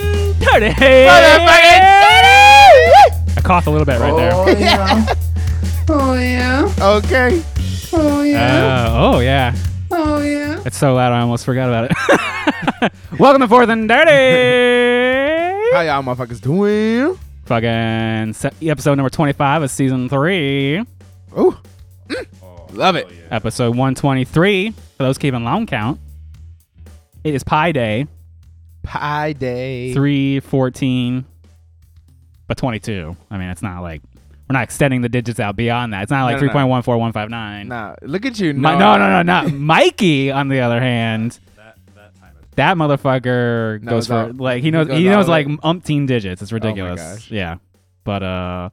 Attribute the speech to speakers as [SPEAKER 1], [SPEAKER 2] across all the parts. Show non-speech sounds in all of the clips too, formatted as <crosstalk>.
[SPEAKER 1] started. I coughed a little bit right there.
[SPEAKER 2] Oh yeah.
[SPEAKER 3] Oh yeah.
[SPEAKER 2] <laughs> Okay.
[SPEAKER 3] Oh yeah.
[SPEAKER 1] Uh, oh yeah,
[SPEAKER 3] oh yeah.
[SPEAKER 1] it's so loud I almost forgot about it. <laughs> Welcome to Fourth and Dirty.
[SPEAKER 2] How y'all motherfuckers doing?
[SPEAKER 1] Fucking se- episode number twenty-five of season three,
[SPEAKER 2] Ooh. Mm. Love it.
[SPEAKER 1] episode one twenty-three. For those keeping long count, it is Pi Day,
[SPEAKER 2] Pie day.
[SPEAKER 1] three fourteen, but twenty-two. I mean, it's not like we're not extending the digits out beyond that. It's not like
[SPEAKER 2] No, no,
[SPEAKER 1] three
[SPEAKER 2] no.
[SPEAKER 1] point one four one five nine.
[SPEAKER 2] Nah, Uh, look at you.
[SPEAKER 1] Mi- no, no, no, <laughs> not Mikey. On the other hand, that, motherfucker
[SPEAKER 2] No,
[SPEAKER 1] goes for
[SPEAKER 2] that-
[SPEAKER 1] like he knows
[SPEAKER 2] he goes
[SPEAKER 1] he knows
[SPEAKER 2] all
[SPEAKER 1] like
[SPEAKER 2] in.
[SPEAKER 1] umpteen digits. It's ridiculous.
[SPEAKER 2] gosh.
[SPEAKER 1] Yeah, but uh,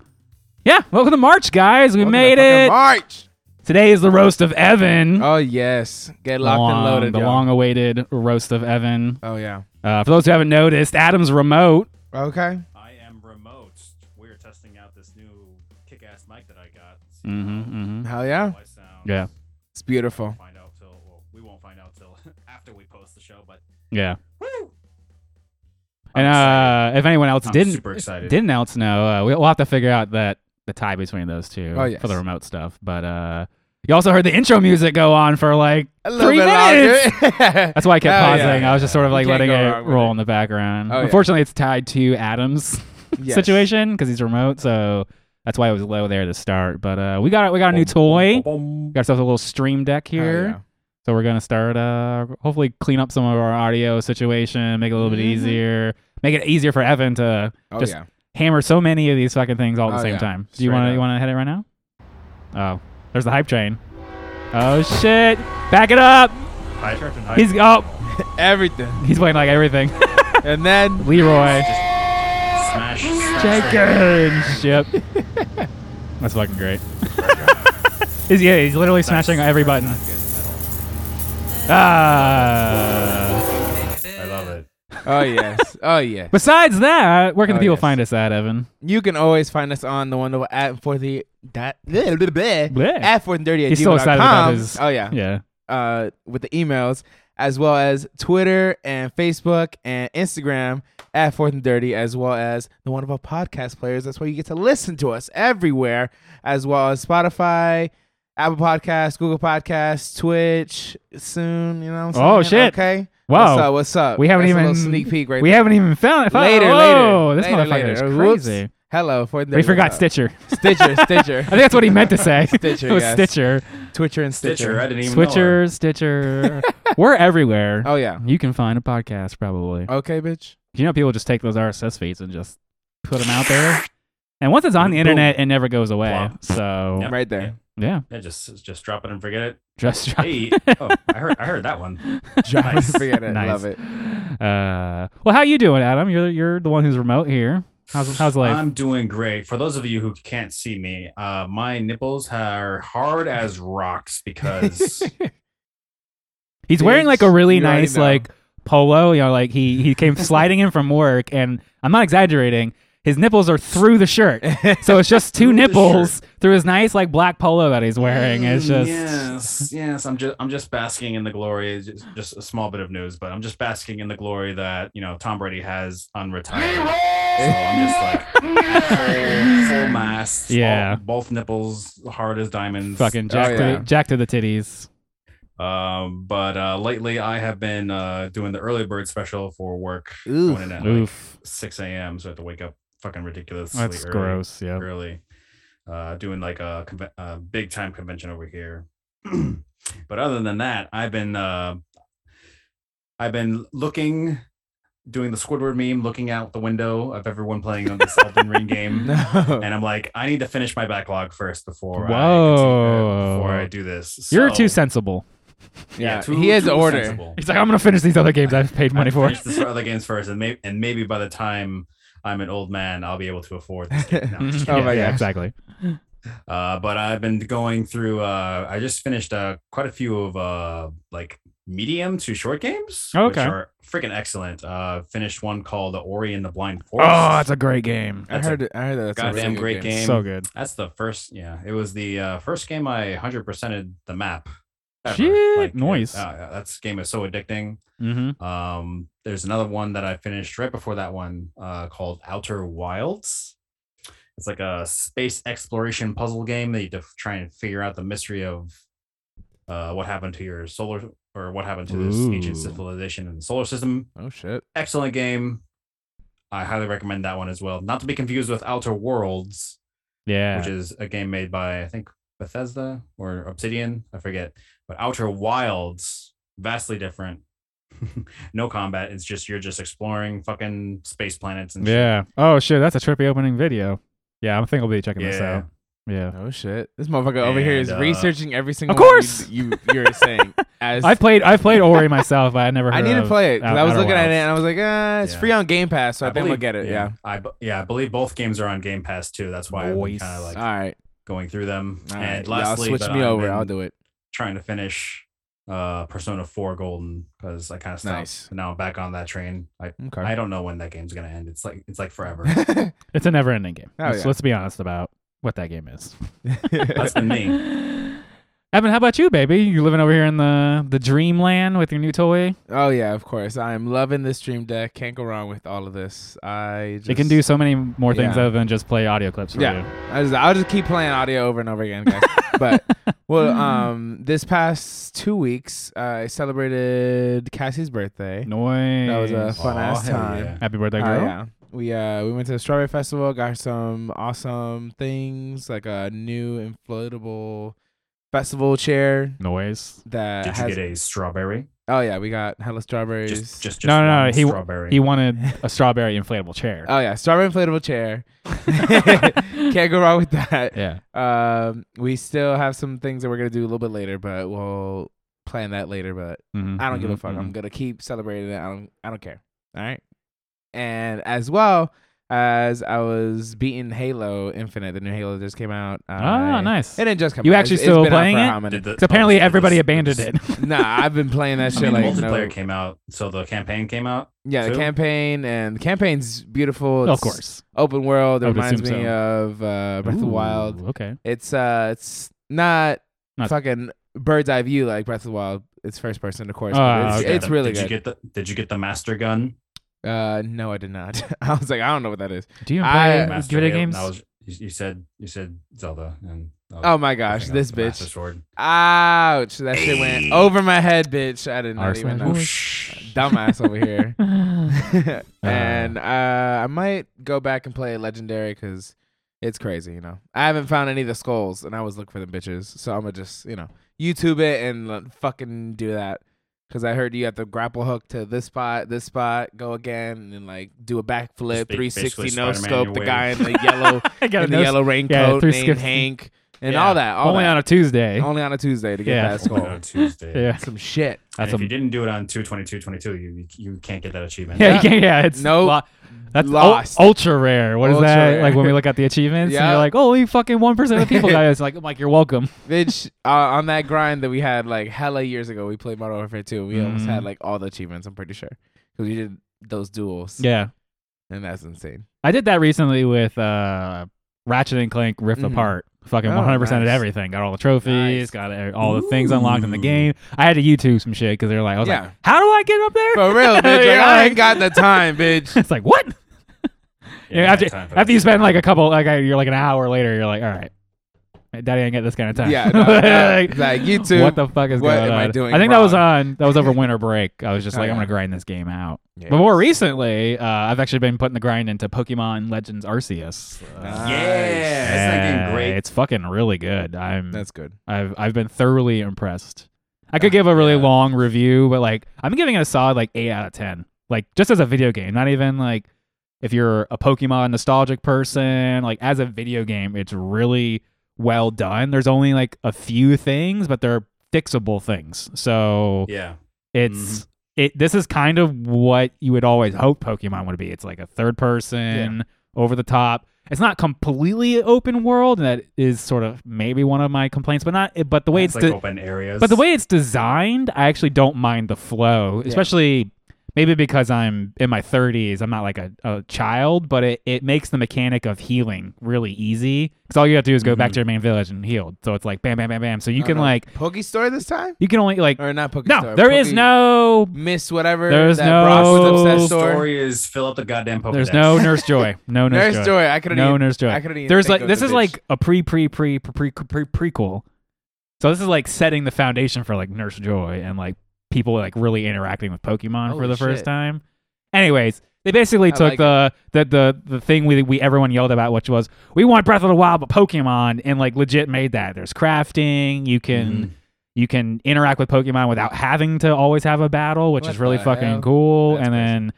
[SPEAKER 1] yeah. Welcome to March, guys. We
[SPEAKER 2] Welcome to
[SPEAKER 1] made
[SPEAKER 2] fucking
[SPEAKER 1] it.
[SPEAKER 2] March.
[SPEAKER 1] Today is the roast of Evan.
[SPEAKER 2] Oh yes. Get locked
[SPEAKER 1] Long-
[SPEAKER 2] and loaded.
[SPEAKER 1] The
[SPEAKER 2] y'all.
[SPEAKER 1] long-awaited roast of Evan.
[SPEAKER 2] oh yeah.
[SPEAKER 1] Uh, for those who haven't noticed, Adam's remote.
[SPEAKER 2] Okay.
[SPEAKER 4] I am remote. We're testing out this new kick-ass mic that I got. See
[SPEAKER 1] hmm hmm
[SPEAKER 2] Hell Mm-hmm, yeah.
[SPEAKER 4] how I sound.
[SPEAKER 1] Yeah,
[SPEAKER 2] It's beautiful.
[SPEAKER 4] Find out till well, we won't find out till <laughs> after we post the show. But
[SPEAKER 1] yeah.
[SPEAKER 4] woo!
[SPEAKER 1] And
[SPEAKER 4] excited.
[SPEAKER 1] uh, if anyone else
[SPEAKER 4] I'm
[SPEAKER 1] didn't
[SPEAKER 4] super excited.
[SPEAKER 1] didn't else know, uh, we- we'll have to figure out that the tie between those two
[SPEAKER 2] Oh, yes.
[SPEAKER 1] for the remote stuff. But uh, you also heard the intro music go on for like
[SPEAKER 2] A little
[SPEAKER 1] three
[SPEAKER 2] bit
[SPEAKER 1] minutes.
[SPEAKER 2] louder. <laughs>
[SPEAKER 1] That's why I kept
[SPEAKER 2] Oh, yeah,
[SPEAKER 1] pausing. I was just sort of
[SPEAKER 2] You
[SPEAKER 1] like
[SPEAKER 2] can't
[SPEAKER 1] letting
[SPEAKER 2] go
[SPEAKER 1] it
[SPEAKER 2] wrong with
[SPEAKER 1] roll
[SPEAKER 2] it.
[SPEAKER 1] in the background.
[SPEAKER 2] Oh, yeah.
[SPEAKER 1] Unfortunately, it's tied to Adam's
[SPEAKER 2] Yes.
[SPEAKER 1] situation because he's remote, so that's why it was low there to start. But uh, we got we got a new toy.
[SPEAKER 2] Oh,
[SPEAKER 1] We got ourselves a little stream deck
[SPEAKER 2] Hell
[SPEAKER 1] here.
[SPEAKER 2] yeah.
[SPEAKER 1] So we're gonna start uh hopefully clean up some of our audio situation, make it a little
[SPEAKER 2] Mhm.
[SPEAKER 1] bit easier, make it easier for Evan to
[SPEAKER 2] Oh
[SPEAKER 1] Just-
[SPEAKER 2] yeah.
[SPEAKER 1] hammer so many of these fucking things all at the
[SPEAKER 2] Oh,
[SPEAKER 1] same
[SPEAKER 2] yeah.
[SPEAKER 1] time. Do you
[SPEAKER 2] Straight
[SPEAKER 1] wanna
[SPEAKER 2] up.
[SPEAKER 1] you wanna hit it right now? Oh. There's the hype train. Oh shit. Back it up.
[SPEAKER 4] I, I,
[SPEAKER 1] He's oh
[SPEAKER 2] Everything.
[SPEAKER 1] he's playing like everything. <laughs>
[SPEAKER 2] And then
[SPEAKER 1] Leroy.
[SPEAKER 4] smash, smash
[SPEAKER 1] Jenkins. Yep.
[SPEAKER 2] <laughs>
[SPEAKER 1] That's fucking great. he's yeah, he's literally smashing every button. Ah.
[SPEAKER 4] I love it.
[SPEAKER 2] Oh yes. Oh yeah.
[SPEAKER 1] Besides that, where can the
[SPEAKER 2] Oh,
[SPEAKER 1] people
[SPEAKER 2] yes.
[SPEAKER 1] find us at, Evan?
[SPEAKER 2] You can always find us on the wonderful at fourth dot <laughs> bleh, bleh, bleh,
[SPEAKER 1] Bleh.
[SPEAKER 2] at fourth and dirty at
[SPEAKER 1] He's so excited about
[SPEAKER 2] gmail.com.
[SPEAKER 1] his-
[SPEAKER 2] Oh yeah.
[SPEAKER 1] Yeah.
[SPEAKER 2] uh, with the emails, as well as Twitter and Facebook and Instagram at Fourth and Dirty, as well as the one of our podcast players. That's where you get to listen to us everywhere, as well as Spotify, Apple Podcasts, Google Podcasts, Twitch soon. You know what I'm
[SPEAKER 1] Oh,
[SPEAKER 2] saying? shit. Okay. What's
[SPEAKER 1] Wow.
[SPEAKER 2] up? What's up?
[SPEAKER 1] We haven't
[SPEAKER 2] That's a
[SPEAKER 1] even
[SPEAKER 2] little sneak peek right
[SPEAKER 1] We
[SPEAKER 2] there.
[SPEAKER 1] haven't even found it.
[SPEAKER 2] Later,
[SPEAKER 1] Whoa,
[SPEAKER 2] later.
[SPEAKER 1] This
[SPEAKER 2] Later,
[SPEAKER 1] motherfucker is
[SPEAKER 2] later. Whoops.
[SPEAKER 1] crazy.
[SPEAKER 2] Hello, Fourth and
[SPEAKER 1] We
[SPEAKER 2] Dirty.
[SPEAKER 1] forgot
[SPEAKER 2] What's up?
[SPEAKER 1] Stitcher. <laughs>
[SPEAKER 2] Stitcher. Stitcher.
[SPEAKER 1] I think that's what he meant to say. <laughs>
[SPEAKER 2] Stitcher,
[SPEAKER 1] it was
[SPEAKER 2] yes.
[SPEAKER 1] Stitcher.
[SPEAKER 2] Twitcher and Stitcher.
[SPEAKER 4] Stitcher. I didn't even know.
[SPEAKER 1] Switcher,
[SPEAKER 4] <laughs>
[SPEAKER 1] Stitcher. We're everywhere.
[SPEAKER 2] Oh yeah.
[SPEAKER 1] You can find a podcast probably.
[SPEAKER 2] Okay, bitch.
[SPEAKER 1] You know, people just take those RSS feeds and just put them out there. And once it's on the internet, it never goes away.
[SPEAKER 4] Plop.
[SPEAKER 1] So
[SPEAKER 4] Yeah.
[SPEAKER 2] Right there.
[SPEAKER 1] yeah,
[SPEAKER 4] Yeah, just just drop it and
[SPEAKER 2] <laughs>
[SPEAKER 4] forget it.
[SPEAKER 1] just drop.
[SPEAKER 4] Hey, oh, I heard I heard
[SPEAKER 1] <laughs>
[SPEAKER 4] that one.
[SPEAKER 2] Nice. <laughs> Forget it.
[SPEAKER 1] Nice.
[SPEAKER 2] Love it.
[SPEAKER 1] Uh, well, how you doing, Adam? You're you're the one who's remote here. How's how's life?
[SPEAKER 4] I'm doing great. For those of you who can't see me, uh, my nipples are hard as rocks
[SPEAKER 2] <laughs>
[SPEAKER 4] because
[SPEAKER 1] He's wearing like a
[SPEAKER 2] Bitch,
[SPEAKER 1] really
[SPEAKER 2] you already
[SPEAKER 1] nice
[SPEAKER 2] know.
[SPEAKER 1] like polo. You know, like he he
[SPEAKER 4] <laughs>
[SPEAKER 1] came sliding in from work, and I'm not exaggerating. His nipples are through the
[SPEAKER 4] <laughs>
[SPEAKER 1] shirt, so it's just two
[SPEAKER 4] Through the
[SPEAKER 1] nipples through his nice like black polo that he's <laughs> wearing. It's
[SPEAKER 4] Mm,
[SPEAKER 1] just
[SPEAKER 4] yes, yes. I'm just I'm just basking in the glory. It's Just, just a small bit of news, but I'm just basking in the glory that you know Tom Brady has unretired. so I'm just like full, full mast.
[SPEAKER 1] Yeah.
[SPEAKER 4] all- both nipples hard as diamonds.
[SPEAKER 1] fucking jack
[SPEAKER 2] Oh, yeah.
[SPEAKER 1] to, jack to the titties.
[SPEAKER 4] Um, but uh, lately I have been uh, doing the early bird special for work,
[SPEAKER 2] Oof.
[SPEAKER 4] going in at like
[SPEAKER 1] Oof,
[SPEAKER 4] 6 a.m. So I have to wake up fucking ridiculously
[SPEAKER 1] that's
[SPEAKER 4] early.
[SPEAKER 1] gross. Yeah.
[SPEAKER 4] Really, uh, doing like a, conve- a big time convention over here. <clears throat> but other than that, I've been uh, I've been looking, doing the Squidward meme, looking out the window of everyone playing on this Elden
[SPEAKER 1] <laughs>
[SPEAKER 4] Ring <laughs> game,
[SPEAKER 2] No.
[SPEAKER 4] and I'm like, I need to finish my backlog first before I
[SPEAKER 1] Whoa.
[SPEAKER 4] continue- before I do this.
[SPEAKER 1] You're
[SPEAKER 4] So-
[SPEAKER 1] too sensible.
[SPEAKER 2] Yeah,
[SPEAKER 4] too-
[SPEAKER 2] he has
[SPEAKER 4] too
[SPEAKER 2] an order. <laughs>
[SPEAKER 4] sensible.
[SPEAKER 1] He's like, I'm gonna finish these other games I've paid money
[SPEAKER 4] I
[SPEAKER 1] for.
[SPEAKER 4] finish this other games first, and maybe and maybe by the time I'm an old man, I'll be able to afford this game.
[SPEAKER 1] <laughs>
[SPEAKER 4] No, I'm just
[SPEAKER 1] Mhm.
[SPEAKER 2] Oh
[SPEAKER 1] yeah,
[SPEAKER 2] my
[SPEAKER 1] yeah,
[SPEAKER 2] gosh.
[SPEAKER 1] exactly.
[SPEAKER 4] uh, but I've been going through. Uh, I just finished uh, quite a few of uh, like medium to short games,
[SPEAKER 1] Oh, Okay.
[SPEAKER 4] which are freaking excellent. Uh, finished one called The Ori and the Blind
[SPEAKER 1] Oh,
[SPEAKER 4] Forest.
[SPEAKER 1] that's a great game.
[SPEAKER 2] I
[SPEAKER 4] That's a
[SPEAKER 2] heard. it- I heard that. That's a really
[SPEAKER 4] goddamn
[SPEAKER 2] good
[SPEAKER 4] great game.
[SPEAKER 1] So good.
[SPEAKER 4] That's the first. Yeah, it was the uh, first game I hundred percented the map.
[SPEAKER 1] Shit,
[SPEAKER 4] Like,
[SPEAKER 1] nice.
[SPEAKER 4] Yeah, uh, that's game is so addicting.
[SPEAKER 1] Mm-hmm.
[SPEAKER 4] Um, there's another one that I finished right before that one uh, called Outer Wilds. It's like a space exploration puzzle game that you def- try and figure out the mystery of uh, what happened to your solar or what happened to this ancient
[SPEAKER 1] Ooh.
[SPEAKER 4] civilization in the solar system.
[SPEAKER 2] Oh shit.
[SPEAKER 4] Excellent game. I highly recommend that one as well. Not to be confused with Outer Worlds,
[SPEAKER 1] Yeah.
[SPEAKER 4] which is a game made by I think Bethesda or Obsidian, I forget. But Outer Wilds, vastly different. <laughs> no combat. It's just you're just exploring fucking space planets and shit.
[SPEAKER 1] yeah. Oh shit, that's a trippy opening video. Yeah, I think I'll be checking this
[SPEAKER 4] Yeah.
[SPEAKER 1] out. Yeah.
[SPEAKER 2] Oh shit. This motherfucker over here is
[SPEAKER 4] And, uh,
[SPEAKER 2] researching every single
[SPEAKER 1] Of
[SPEAKER 2] one
[SPEAKER 1] course!
[SPEAKER 2] you, you you're
[SPEAKER 4] <laughs>
[SPEAKER 2] saying. As
[SPEAKER 1] I've played I've played Ori myself, but I never heard
[SPEAKER 2] <laughs> I need to
[SPEAKER 1] of
[SPEAKER 2] play it 'cause
[SPEAKER 1] Out-
[SPEAKER 2] I was
[SPEAKER 1] Outer
[SPEAKER 2] looking at it
[SPEAKER 1] Wilds.
[SPEAKER 2] and I was like, ah, it's
[SPEAKER 4] Yeah.
[SPEAKER 2] free on Game Pass, so I, think
[SPEAKER 4] believe-
[SPEAKER 2] we'll get it. Yeah.
[SPEAKER 4] I b- yeah, I believe both games are on Game Pass too. That's why I'm
[SPEAKER 1] Nice.
[SPEAKER 4] kind of like
[SPEAKER 2] All right.
[SPEAKER 4] going through them.
[SPEAKER 2] All right.
[SPEAKER 4] and
[SPEAKER 2] Y'all
[SPEAKER 4] lastly,
[SPEAKER 2] switch
[SPEAKER 4] but
[SPEAKER 2] me
[SPEAKER 4] I've
[SPEAKER 2] over.
[SPEAKER 4] been
[SPEAKER 2] I'll do it.
[SPEAKER 4] Trying to finish uh Persona 4 Golden because I kind of stopped.
[SPEAKER 2] Nice.
[SPEAKER 4] And Now I'm back on that train. I
[SPEAKER 2] Okay.
[SPEAKER 4] I don't know when that game's gonna end. It's like it's like forever.
[SPEAKER 2] <laughs>
[SPEAKER 1] It's a never ending game.
[SPEAKER 2] Oh,
[SPEAKER 1] let's,
[SPEAKER 2] yeah.
[SPEAKER 1] let's be honest about what that game is.
[SPEAKER 4] That's been me.
[SPEAKER 1] <laughs> Evan, how about you, baby? You living over here in the the dreamland with your new toy?
[SPEAKER 2] <laughs> oh yeah, of course. I am loving this Stream Deck. Can't go wrong with all of this. I just
[SPEAKER 1] It can do so many more things
[SPEAKER 2] Yeah.
[SPEAKER 1] other than just play audio clips for
[SPEAKER 2] Yeah.
[SPEAKER 1] you.
[SPEAKER 2] I just, I'll just keep playing audio over and over again,
[SPEAKER 4] <laughs>
[SPEAKER 2] guys. but well, um, this past two weeks, uh, I celebrated Cassie's birthday.
[SPEAKER 1] Noise.
[SPEAKER 2] That was a fun
[SPEAKER 4] Aw,
[SPEAKER 2] ass
[SPEAKER 4] Oh, hell
[SPEAKER 2] time.
[SPEAKER 4] yeah.
[SPEAKER 1] Happy birthday,
[SPEAKER 2] Uh,
[SPEAKER 1] girl.
[SPEAKER 2] yeah. We uh we went to the strawberry festival, got some awesome things like a new inflatable festival chair
[SPEAKER 1] Noise.
[SPEAKER 2] that
[SPEAKER 4] Did you
[SPEAKER 2] has
[SPEAKER 4] get a strawberry?
[SPEAKER 2] oh yeah we got hella strawberries.
[SPEAKER 4] Just, just, just
[SPEAKER 1] No, no, no,
[SPEAKER 4] one
[SPEAKER 1] he-
[SPEAKER 4] strawberry.
[SPEAKER 1] He
[SPEAKER 2] <laughs>
[SPEAKER 1] wanted a strawberry inflatable chair. <laughs>
[SPEAKER 2] oh yeah, strawberry inflatable
[SPEAKER 4] <laughs>
[SPEAKER 2] chair. <laughs> Can't go wrong with that.
[SPEAKER 1] yeah.
[SPEAKER 2] Um, we still have some things that we're gonna do a little bit later, but we'll plan that later. But
[SPEAKER 1] Mhm,
[SPEAKER 2] I don't give a
[SPEAKER 1] mhm,
[SPEAKER 2] fuck. I'm
[SPEAKER 1] mhm.
[SPEAKER 2] gonna keep celebrating it. I don't. I don't care. All right. And as well as I was beating Halo Infinite, the new Halo that just came out.
[SPEAKER 1] Ah,
[SPEAKER 2] I-
[SPEAKER 1] nice.
[SPEAKER 2] It didn't just come.
[SPEAKER 1] You
[SPEAKER 2] out.
[SPEAKER 1] actually
[SPEAKER 2] It's-
[SPEAKER 1] still
[SPEAKER 2] it's been out
[SPEAKER 1] playing
[SPEAKER 2] for
[SPEAKER 1] it?
[SPEAKER 2] How many?
[SPEAKER 4] Did the-
[SPEAKER 1] Because apparently
[SPEAKER 4] oh, did
[SPEAKER 1] everybody
[SPEAKER 4] this-
[SPEAKER 1] abandoned
[SPEAKER 4] this-
[SPEAKER 1] it. <laughs>
[SPEAKER 2] <laughs> Nah, I've been playing
[SPEAKER 4] <laughs>
[SPEAKER 2] that
[SPEAKER 4] I
[SPEAKER 2] shit
[SPEAKER 4] mean,
[SPEAKER 2] like
[SPEAKER 4] multiplayer
[SPEAKER 2] no.
[SPEAKER 4] came out, so the campaign came out.
[SPEAKER 2] Yeah, the
[SPEAKER 4] too?
[SPEAKER 2] campaign and the campaign's beautiful.
[SPEAKER 1] of
[SPEAKER 2] It's
[SPEAKER 1] course.
[SPEAKER 2] open world. It
[SPEAKER 1] I would
[SPEAKER 2] reminds me
[SPEAKER 1] assume so.
[SPEAKER 2] of uh, Breath of the Wild.
[SPEAKER 1] Ooh, Okay.
[SPEAKER 2] It's uh, it's not,
[SPEAKER 1] Not-
[SPEAKER 2] fucking bird's eye view like Breath of the Wild. It's first person, of course. but
[SPEAKER 1] Ah,
[SPEAKER 2] it's,
[SPEAKER 1] okay.
[SPEAKER 2] it's really good.
[SPEAKER 4] did You get the, did you get the master gun?
[SPEAKER 2] uh, no, I did not. <laughs> I was like, I don't know what that is.
[SPEAKER 1] Do you
[SPEAKER 2] I-
[SPEAKER 1] play
[SPEAKER 4] Master
[SPEAKER 1] video
[SPEAKER 4] Gun,
[SPEAKER 1] Uh, games?
[SPEAKER 4] that
[SPEAKER 2] <laughs>
[SPEAKER 4] was- you, you said you said Zelda, and that was
[SPEAKER 2] Oh my
[SPEAKER 4] the
[SPEAKER 2] gosh,
[SPEAKER 4] thing,
[SPEAKER 2] this
[SPEAKER 4] the Master
[SPEAKER 2] bitch!
[SPEAKER 4] sword.
[SPEAKER 2] Ouch! That shit went over my head, bitch. I did not
[SPEAKER 1] Arsenal
[SPEAKER 2] even know.
[SPEAKER 1] Wars.
[SPEAKER 2] Dumbass over
[SPEAKER 1] <laughs>
[SPEAKER 2] here. <laughs> and uh,
[SPEAKER 1] Uh.
[SPEAKER 2] I might go back and play Legendary because it's crazy, you know. I haven't found any of the skulls, and I was looking for them bitches. So I'm gonna just, you know, YouTube it and l- fucking do that. Because I heard you have to grapple hook to this spot, this spot, go again, and then, like do a backflip,
[SPEAKER 4] ba-
[SPEAKER 2] 360
[SPEAKER 4] basically
[SPEAKER 2] no
[SPEAKER 4] Spider-Man
[SPEAKER 2] scope
[SPEAKER 4] your
[SPEAKER 2] the
[SPEAKER 4] way.
[SPEAKER 2] guy in
[SPEAKER 4] <laughs>
[SPEAKER 2] the yellow
[SPEAKER 1] <laughs> I got
[SPEAKER 2] in the
[SPEAKER 1] no-
[SPEAKER 2] yellow raincoat named
[SPEAKER 1] 360.
[SPEAKER 2] Hank, and
[SPEAKER 1] Yeah.
[SPEAKER 2] all that. All
[SPEAKER 1] Only
[SPEAKER 2] that.
[SPEAKER 1] on a Tuesday.
[SPEAKER 2] only on a Tuesday to get
[SPEAKER 1] Yeah.
[SPEAKER 2] that
[SPEAKER 4] Open
[SPEAKER 1] <laughs>
[SPEAKER 2] skull.
[SPEAKER 4] on Tuesday.
[SPEAKER 1] Yeah.
[SPEAKER 2] Some shit.
[SPEAKER 4] And
[SPEAKER 1] That's
[SPEAKER 4] if
[SPEAKER 1] a
[SPEAKER 4] you didn't do it on 22222, you you can't get that
[SPEAKER 1] <laughs>
[SPEAKER 4] achievement.
[SPEAKER 1] Yeah, you can't, yeah, it's
[SPEAKER 2] Nope.
[SPEAKER 1] lo- that's ul-
[SPEAKER 2] Lost.
[SPEAKER 1] ultra rare. What is
[SPEAKER 2] Ultra
[SPEAKER 1] that?
[SPEAKER 2] rare.
[SPEAKER 1] Like when we look at the achievements, and
[SPEAKER 2] Yeah.
[SPEAKER 1] you're like, only fucking one percent of the people got it. It's like, I'm like, you're
[SPEAKER 2] <laughs>
[SPEAKER 1] welcome.
[SPEAKER 2] Bitch, uh, on that grind that we had like hella years ago, we played Modern Warfare 2. We almost
[SPEAKER 1] Mhm.
[SPEAKER 2] had like all the achievements, I'm pretty sure. Because we did those duels.
[SPEAKER 1] Yeah,
[SPEAKER 2] And that's insane.
[SPEAKER 1] I did that recently with uh, Ratchet and Clank Rift
[SPEAKER 2] Mhm.
[SPEAKER 1] Apart. Fucking
[SPEAKER 2] Oh,
[SPEAKER 1] 100 percent of
[SPEAKER 2] nice.
[SPEAKER 1] everything. Got all the trophies.
[SPEAKER 2] Nice.
[SPEAKER 1] Got e- all the things unlocked in the game. I had to YouTube some shit because they're like, I was
[SPEAKER 2] Yeah.
[SPEAKER 1] like, how do I get up there?
[SPEAKER 2] For real, bitch. Like,
[SPEAKER 1] You're
[SPEAKER 2] I
[SPEAKER 1] like-
[SPEAKER 2] ain't got the time,
[SPEAKER 1] <laughs>
[SPEAKER 2] bitch.
[SPEAKER 1] it's like what?
[SPEAKER 4] you
[SPEAKER 1] Yeah,
[SPEAKER 4] have
[SPEAKER 1] after,
[SPEAKER 4] time for
[SPEAKER 1] after
[SPEAKER 4] that.
[SPEAKER 1] you spend like a couple, like uh, you're like an hour later, you're like, all right, daddy ain't get this kind of time.
[SPEAKER 2] Yeah,
[SPEAKER 1] <laughs>
[SPEAKER 2] no, no, like, YouTube,
[SPEAKER 1] What the fuck is
[SPEAKER 2] what
[SPEAKER 1] going
[SPEAKER 2] am
[SPEAKER 1] on?
[SPEAKER 2] I doing
[SPEAKER 1] think that was
[SPEAKER 2] wrong?
[SPEAKER 1] on. That was over winter break. I was just
[SPEAKER 2] Oh,
[SPEAKER 1] like, I'm
[SPEAKER 2] yeah.
[SPEAKER 1] gonna grind this game out. <laughs>
[SPEAKER 2] Yeah.
[SPEAKER 1] But more recently, uh, I've actually been putting the grind into Pokemon Legends Arceus.
[SPEAKER 2] Nice.
[SPEAKER 4] Yeah, that's not
[SPEAKER 1] Yeah,
[SPEAKER 4] great.
[SPEAKER 1] It's fucking really good. I'm.
[SPEAKER 2] That's good.
[SPEAKER 1] I've. I've been thoroughly impressed. I could give a really
[SPEAKER 4] Yeah.
[SPEAKER 1] long review, but like, I'm giving it a solid like eight out of ten. Like, just as a video game, not even like if you're a Pokemon nostalgic person, like as a video game, it's really well done. There's only like a few things, but they're fixable things. So
[SPEAKER 4] Yeah,
[SPEAKER 1] it's it. This is kind of what you would always hope Pokemon would be. It's like a third person, over the top. It's not completely open world, and that is sort of maybe one of my complaints, but not. eh, But the way
[SPEAKER 4] it's
[SPEAKER 1] it's
[SPEAKER 4] like
[SPEAKER 1] de-
[SPEAKER 4] open areas.
[SPEAKER 1] but the way it's designed, I actually don't mind the flow, especially maybe because I'm in my 30s, I'm not like a, a child, but it, it makes the mechanic of healing really easy because all you have to do is go back
[SPEAKER 4] Mhm.
[SPEAKER 1] to your main village and heal. So it's like bam, bam, bam, bam. So you
[SPEAKER 2] I
[SPEAKER 1] can
[SPEAKER 2] don't know.
[SPEAKER 1] like
[SPEAKER 2] Poke Store this time?
[SPEAKER 1] you can only like
[SPEAKER 2] Or not Poke Store?
[SPEAKER 1] no, there is
[SPEAKER 2] Poke-
[SPEAKER 1] no
[SPEAKER 2] Miss whatever.
[SPEAKER 1] There's
[SPEAKER 2] that
[SPEAKER 1] no-
[SPEAKER 2] Brock's
[SPEAKER 1] The
[SPEAKER 4] The
[SPEAKER 2] upset
[SPEAKER 1] whole
[SPEAKER 2] store.
[SPEAKER 4] story is fill up the goddamn Pokedex.
[SPEAKER 1] there's no <laughs>
[SPEAKER 4] <laughs>
[SPEAKER 1] Nurse Joy,
[SPEAKER 2] <laughs>
[SPEAKER 1] no Nurse,
[SPEAKER 2] Nurse
[SPEAKER 1] Joy,
[SPEAKER 2] Joy. I couldn't
[SPEAKER 1] no
[SPEAKER 2] even.
[SPEAKER 1] Nurse Joy.
[SPEAKER 2] I couldn't even.
[SPEAKER 1] There's
[SPEAKER 2] think
[SPEAKER 1] like
[SPEAKER 2] of
[SPEAKER 1] this
[SPEAKER 2] the
[SPEAKER 1] is
[SPEAKER 2] bitch.
[SPEAKER 1] like a pre pre pre pre pre pre prequel. So this is like setting the foundation for like Nurse Joy and like people like really interacting with Pokemon for
[SPEAKER 2] Holy
[SPEAKER 1] the first
[SPEAKER 2] shit.
[SPEAKER 1] time. Anyways, they basically
[SPEAKER 2] I
[SPEAKER 1] took
[SPEAKER 2] like
[SPEAKER 1] the, the the the thing we we everyone yelled about, which was we want Breath of the Wild, but Pokemon, and like legit made that. There's crafting. You can
[SPEAKER 2] Mm-hmm.
[SPEAKER 4] Mhm.
[SPEAKER 1] you can interact with Pokemon without having to always have a battle, which
[SPEAKER 2] What
[SPEAKER 1] is really
[SPEAKER 2] the
[SPEAKER 1] fucking
[SPEAKER 2] hell?
[SPEAKER 1] cool.
[SPEAKER 2] That's
[SPEAKER 1] and
[SPEAKER 2] crazy.
[SPEAKER 1] then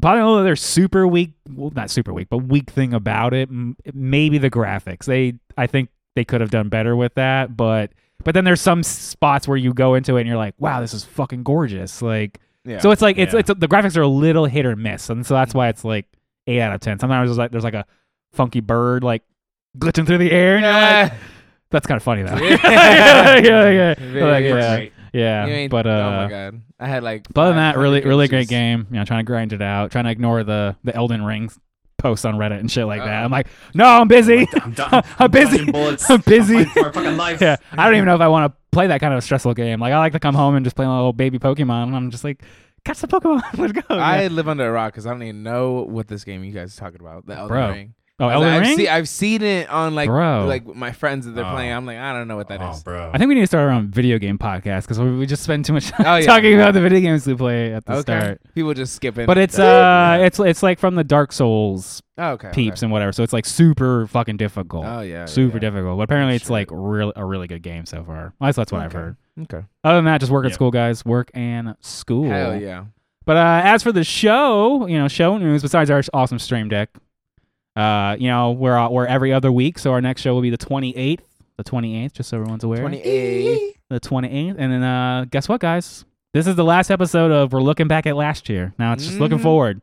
[SPEAKER 1] probably the other super weak, well, not super weak, but weak thing about it, m- maybe the graphics. They, I think they could have done better with that, but but then there's some spots where you go into it and you're like, wow, this is fucking gorgeous. Like,
[SPEAKER 2] Yeah. Mm-hmm.
[SPEAKER 1] so it's like it's
[SPEAKER 4] Yeah.
[SPEAKER 1] it's the graphics are a little hit or miss, and so that's why it's like eight out of ten. Sometimes there's like there's like a funky bird like glitching through the air,
[SPEAKER 2] <laughs>
[SPEAKER 1] and you're like,
[SPEAKER 2] Yeah.
[SPEAKER 1] that's kind of funny
[SPEAKER 2] <laughs>
[SPEAKER 1] though.
[SPEAKER 2] Yeah.
[SPEAKER 1] yeah, yeah, yeah.
[SPEAKER 2] Video
[SPEAKER 1] Like,
[SPEAKER 2] games.
[SPEAKER 1] yeah,
[SPEAKER 4] Right.
[SPEAKER 1] yeah.
[SPEAKER 2] You ain't-
[SPEAKER 1] But uh,
[SPEAKER 2] oh my god, I had like.
[SPEAKER 1] but other than that,
[SPEAKER 2] 500
[SPEAKER 1] really, really
[SPEAKER 2] pictures.
[SPEAKER 1] great game. You know, trying to grind it out, trying to ignore the the Elden Ring posts on Reddit and shit like that.
[SPEAKER 2] Uh-oh.
[SPEAKER 1] I'm like, no, I'm busy.
[SPEAKER 4] I'm, done.
[SPEAKER 1] <laughs> I'm busy.
[SPEAKER 4] dodging Bullets.
[SPEAKER 1] I'm busy.
[SPEAKER 4] fighting for my fucking life.
[SPEAKER 1] yeah, I don't even know if I want to play that kind of a stressful game. Like, I like to come home and just play my little baby Pokemon. And I'm just like, catch the Pokemon, <laughs> let's go.
[SPEAKER 2] I
[SPEAKER 1] Oh, Yeah.
[SPEAKER 2] live under a rock because I don't even know what this game you guys are talking about. The Elden
[SPEAKER 1] Bro.
[SPEAKER 2] Ring.
[SPEAKER 1] oh,
[SPEAKER 2] I was
[SPEAKER 1] Elden
[SPEAKER 2] like,
[SPEAKER 1] Ring.
[SPEAKER 2] I've, see, I've seen it on like
[SPEAKER 1] Bro.
[SPEAKER 2] like my friends that they're
[SPEAKER 4] Oh.
[SPEAKER 2] playing. I'm like, I don't know what that is.
[SPEAKER 4] Oh, bro.
[SPEAKER 1] I think we need to start our own video game podcast because we, we just spend too much <laughs> time
[SPEAKER 2] Oh, yeah.
[SPEAKER 1] talking about the video games we play at the
[SPEAKER 2] Okay.
[SPEAKER 1] start.
[SPEAKER 2] People just skip it.
[SPEAKER 1] But it's uh, it's it's like from the Dark Souls
[SPEAKER 2] oh, okay, okay.
[SPEAKER 1] peeps and whatever. So it's like super fucking difficult.
[SPEAKER 2] Oh yeah.
[SPEAKER 1] super
[SPEAKER 2] yeah.
[SPEAKER 1] difficult. But apparently it's
[SPEAKER 2] Sure.
[SPEAKER 1] like real a really good game so far. At least that's what I've
[SPEAKER 2] Okay.
[SPEAKER 1] heard.
[SPEAKER 2] Okay.
[SPEAKER 1] Other than that, just work at
[SPEAKER 4] Yeah.
[SPEAKER 1] school, guys. Work and school.
[SPEAKER 2] Hell yeah.
[SPEAKER 1] But uh, as for the show, you know, show news besides our awesome stream deck, uh, you know, we're out- we're every other week, so our next show will be the twenty eighth. The twenty eighth, just so everyone's aware.
[SPEAKER 2] Twenty eight.
[SPEAKER 1] The twenty eighth, and then uh, guess what, guys? This is the last episode of we're looking back at last year. Now it's just looking
[SPEAKER 2] Mhm.
[SPEAKER 1] forward.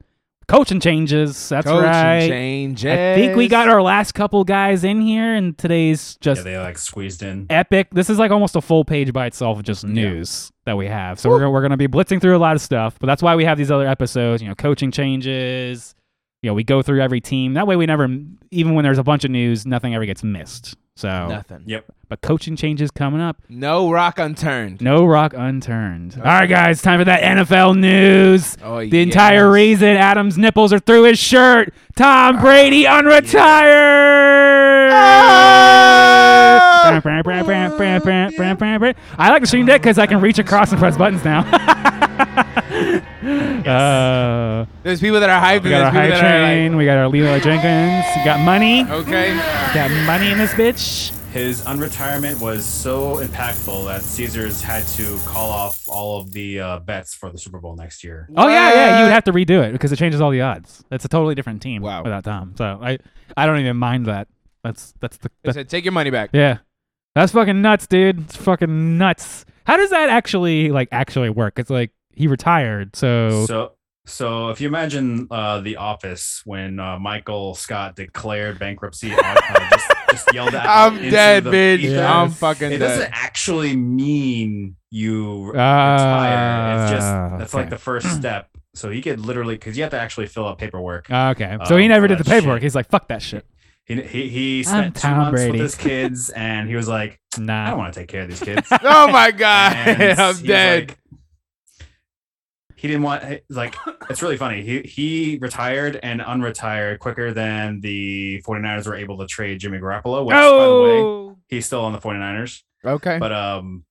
[SPEAKER 1] Coaching changes. That's
[SPEAKER 2] Coaching
[SPEAKER 1] right.
[SPEAKER 2] changes.
[SPEAKER 1] I think we got our last couple guys in here, and today's just
[SPEAKER 4] yeah, they like squeezed in.
[SPEAKER 1] epic. This is like almost a full page by itself of just news that we have. So we're, gonna- we're going to be blitzing through a lot of stuff, but that's why we have these other episodes, you know, coaching changes. You know, we go through every team. That way we never, even when there's a bunch of news, nothing ever gets missed. So,
[SPEAKER 2] nothing.
[SPEAKER 4] Yep.
[SPEAKER 1] but coaching changes coming up.
[SPEAKER 2] No rock unturned.
[SPEAKER 1] No rock unturned. All right, guys, time for that NFL news.
[SPEAKER 2] Oh,
[SPEAKER 1] The entire
[SPEAKER 2] yes.
[SPEAKER 1] reason Adam's nipples are through his shirt. Tom Brady unretired. Bam, bam, bam, bam, bam, bam, bam, bam, bam. I like the stream deck because I can reach across and press buttons now. <laughs> uh,
[SPEAKER 2] There's people that are hyping.
[SPEAKER 1] we got
[SPEAKER 2] There's
[SPEAKER 1] our
[SPEAKER 2] people
[SPEAKER 1] hype
[SPEAKER 2] that
[SPEAKER 1] train. We got our Lilo Jenkins. We got money.
[SPEAKER 2] are like, okay.
[SPEAKER 1] Got money in this bitch.
[SPEAKER 4] His unretirement was so impactful that Caesars had to call off all of the uh, bets for the Super Bowl next year.
[SPEAKER 1] Oh yeah, yeah. You would
[SPEAKER 2] What?
[SPEAKER 1] have to redo it because it changes all the odds. It's a totally different team
[SPEAKER 2] Wow.
[SPEAKER 1] without Tom. So I, I don't even mind that. That's that's the
[SPEAKER 2] They said, take your money back.
[SPEAKER 1] Yeah. That's fucking nuts, dude. It's fucking nuts. How does that actually like actually work? It's like he retired, so,
[SPEAKER 4] So, so if you imagine uh, The Office when uh, Michael Scott
[SPEAKER 1] <laughs>
[SPEAKER 4] declared bankruptcy, uh, just, just yelled out,
[SPEAKER 2] I'm
[SPEAKER 4] into
[SPEAKER 2] dead,
[SPEAKER 4] the
[SPEAKER 2] bitch.
[SPEAKER 4] ether.
[SPEAKER 2] I'm fucking
[SPEAKER 4] It doesn't
[SPEAKER 2] dead.
[SPEAKER 4] actually
[SPEAKER 1] uh,
[SPEAKER 4] mean you retire.
[SPEAKER 1] Ah,
[SPEAKER 4] It's just that's like
[SPEAKER 1] okay. Mm.
[SPEAKER 4] the first step. So he could literally because you have to actually fill out paperwork.
[SPEAKER 1] okay. So he
[SPEAKER 4] Um,
[SPEAKER 1] never
[SPEAKER 4] for
[SPEAKER 1] did the
[SPEAKER 4] that
[SPEAKER 1] paperwork.
[SPEAKER 4] shit.
[SPEAKER 1] He's like, fuck that shit.
[SPEAKER 4] He he, he
[SPEAKER 1] I'm
[SPEAKER 4] spent two
[SPEAKER 1] Tom
[SPEAKER 4] months
[SPEAKER 1] Brady.
[SPEAKER 4] with his
[SPEAKER 1] <laughs>
[SPEAKER 4] kids, and he was like, I don't
[SPEAKER 1] Nah.
[SPEAKER 4] want to take care of these
[SPEAKER 1] <laughs>
[SPEAKER 4] kids.
[SPEAKER 2] <laughs> Oh my god,
[SPEAKER 4] And
[SPEAKER 2] <laughs> I'm
[SPEAKER 4] he was
[SPEAKER 2] dead.
[SPEAKER 4] like- he didn't want he- like it's really funny. He he retired and unretired quicker than the 49ers were able to trade Jimmy Garoppolo, which by the way,
[SPEAKER 1] Oh,
[SPEAKER 4] he's still on the 49ers.
[SPEAKER 2] okay,
[SPEAKER 4] But um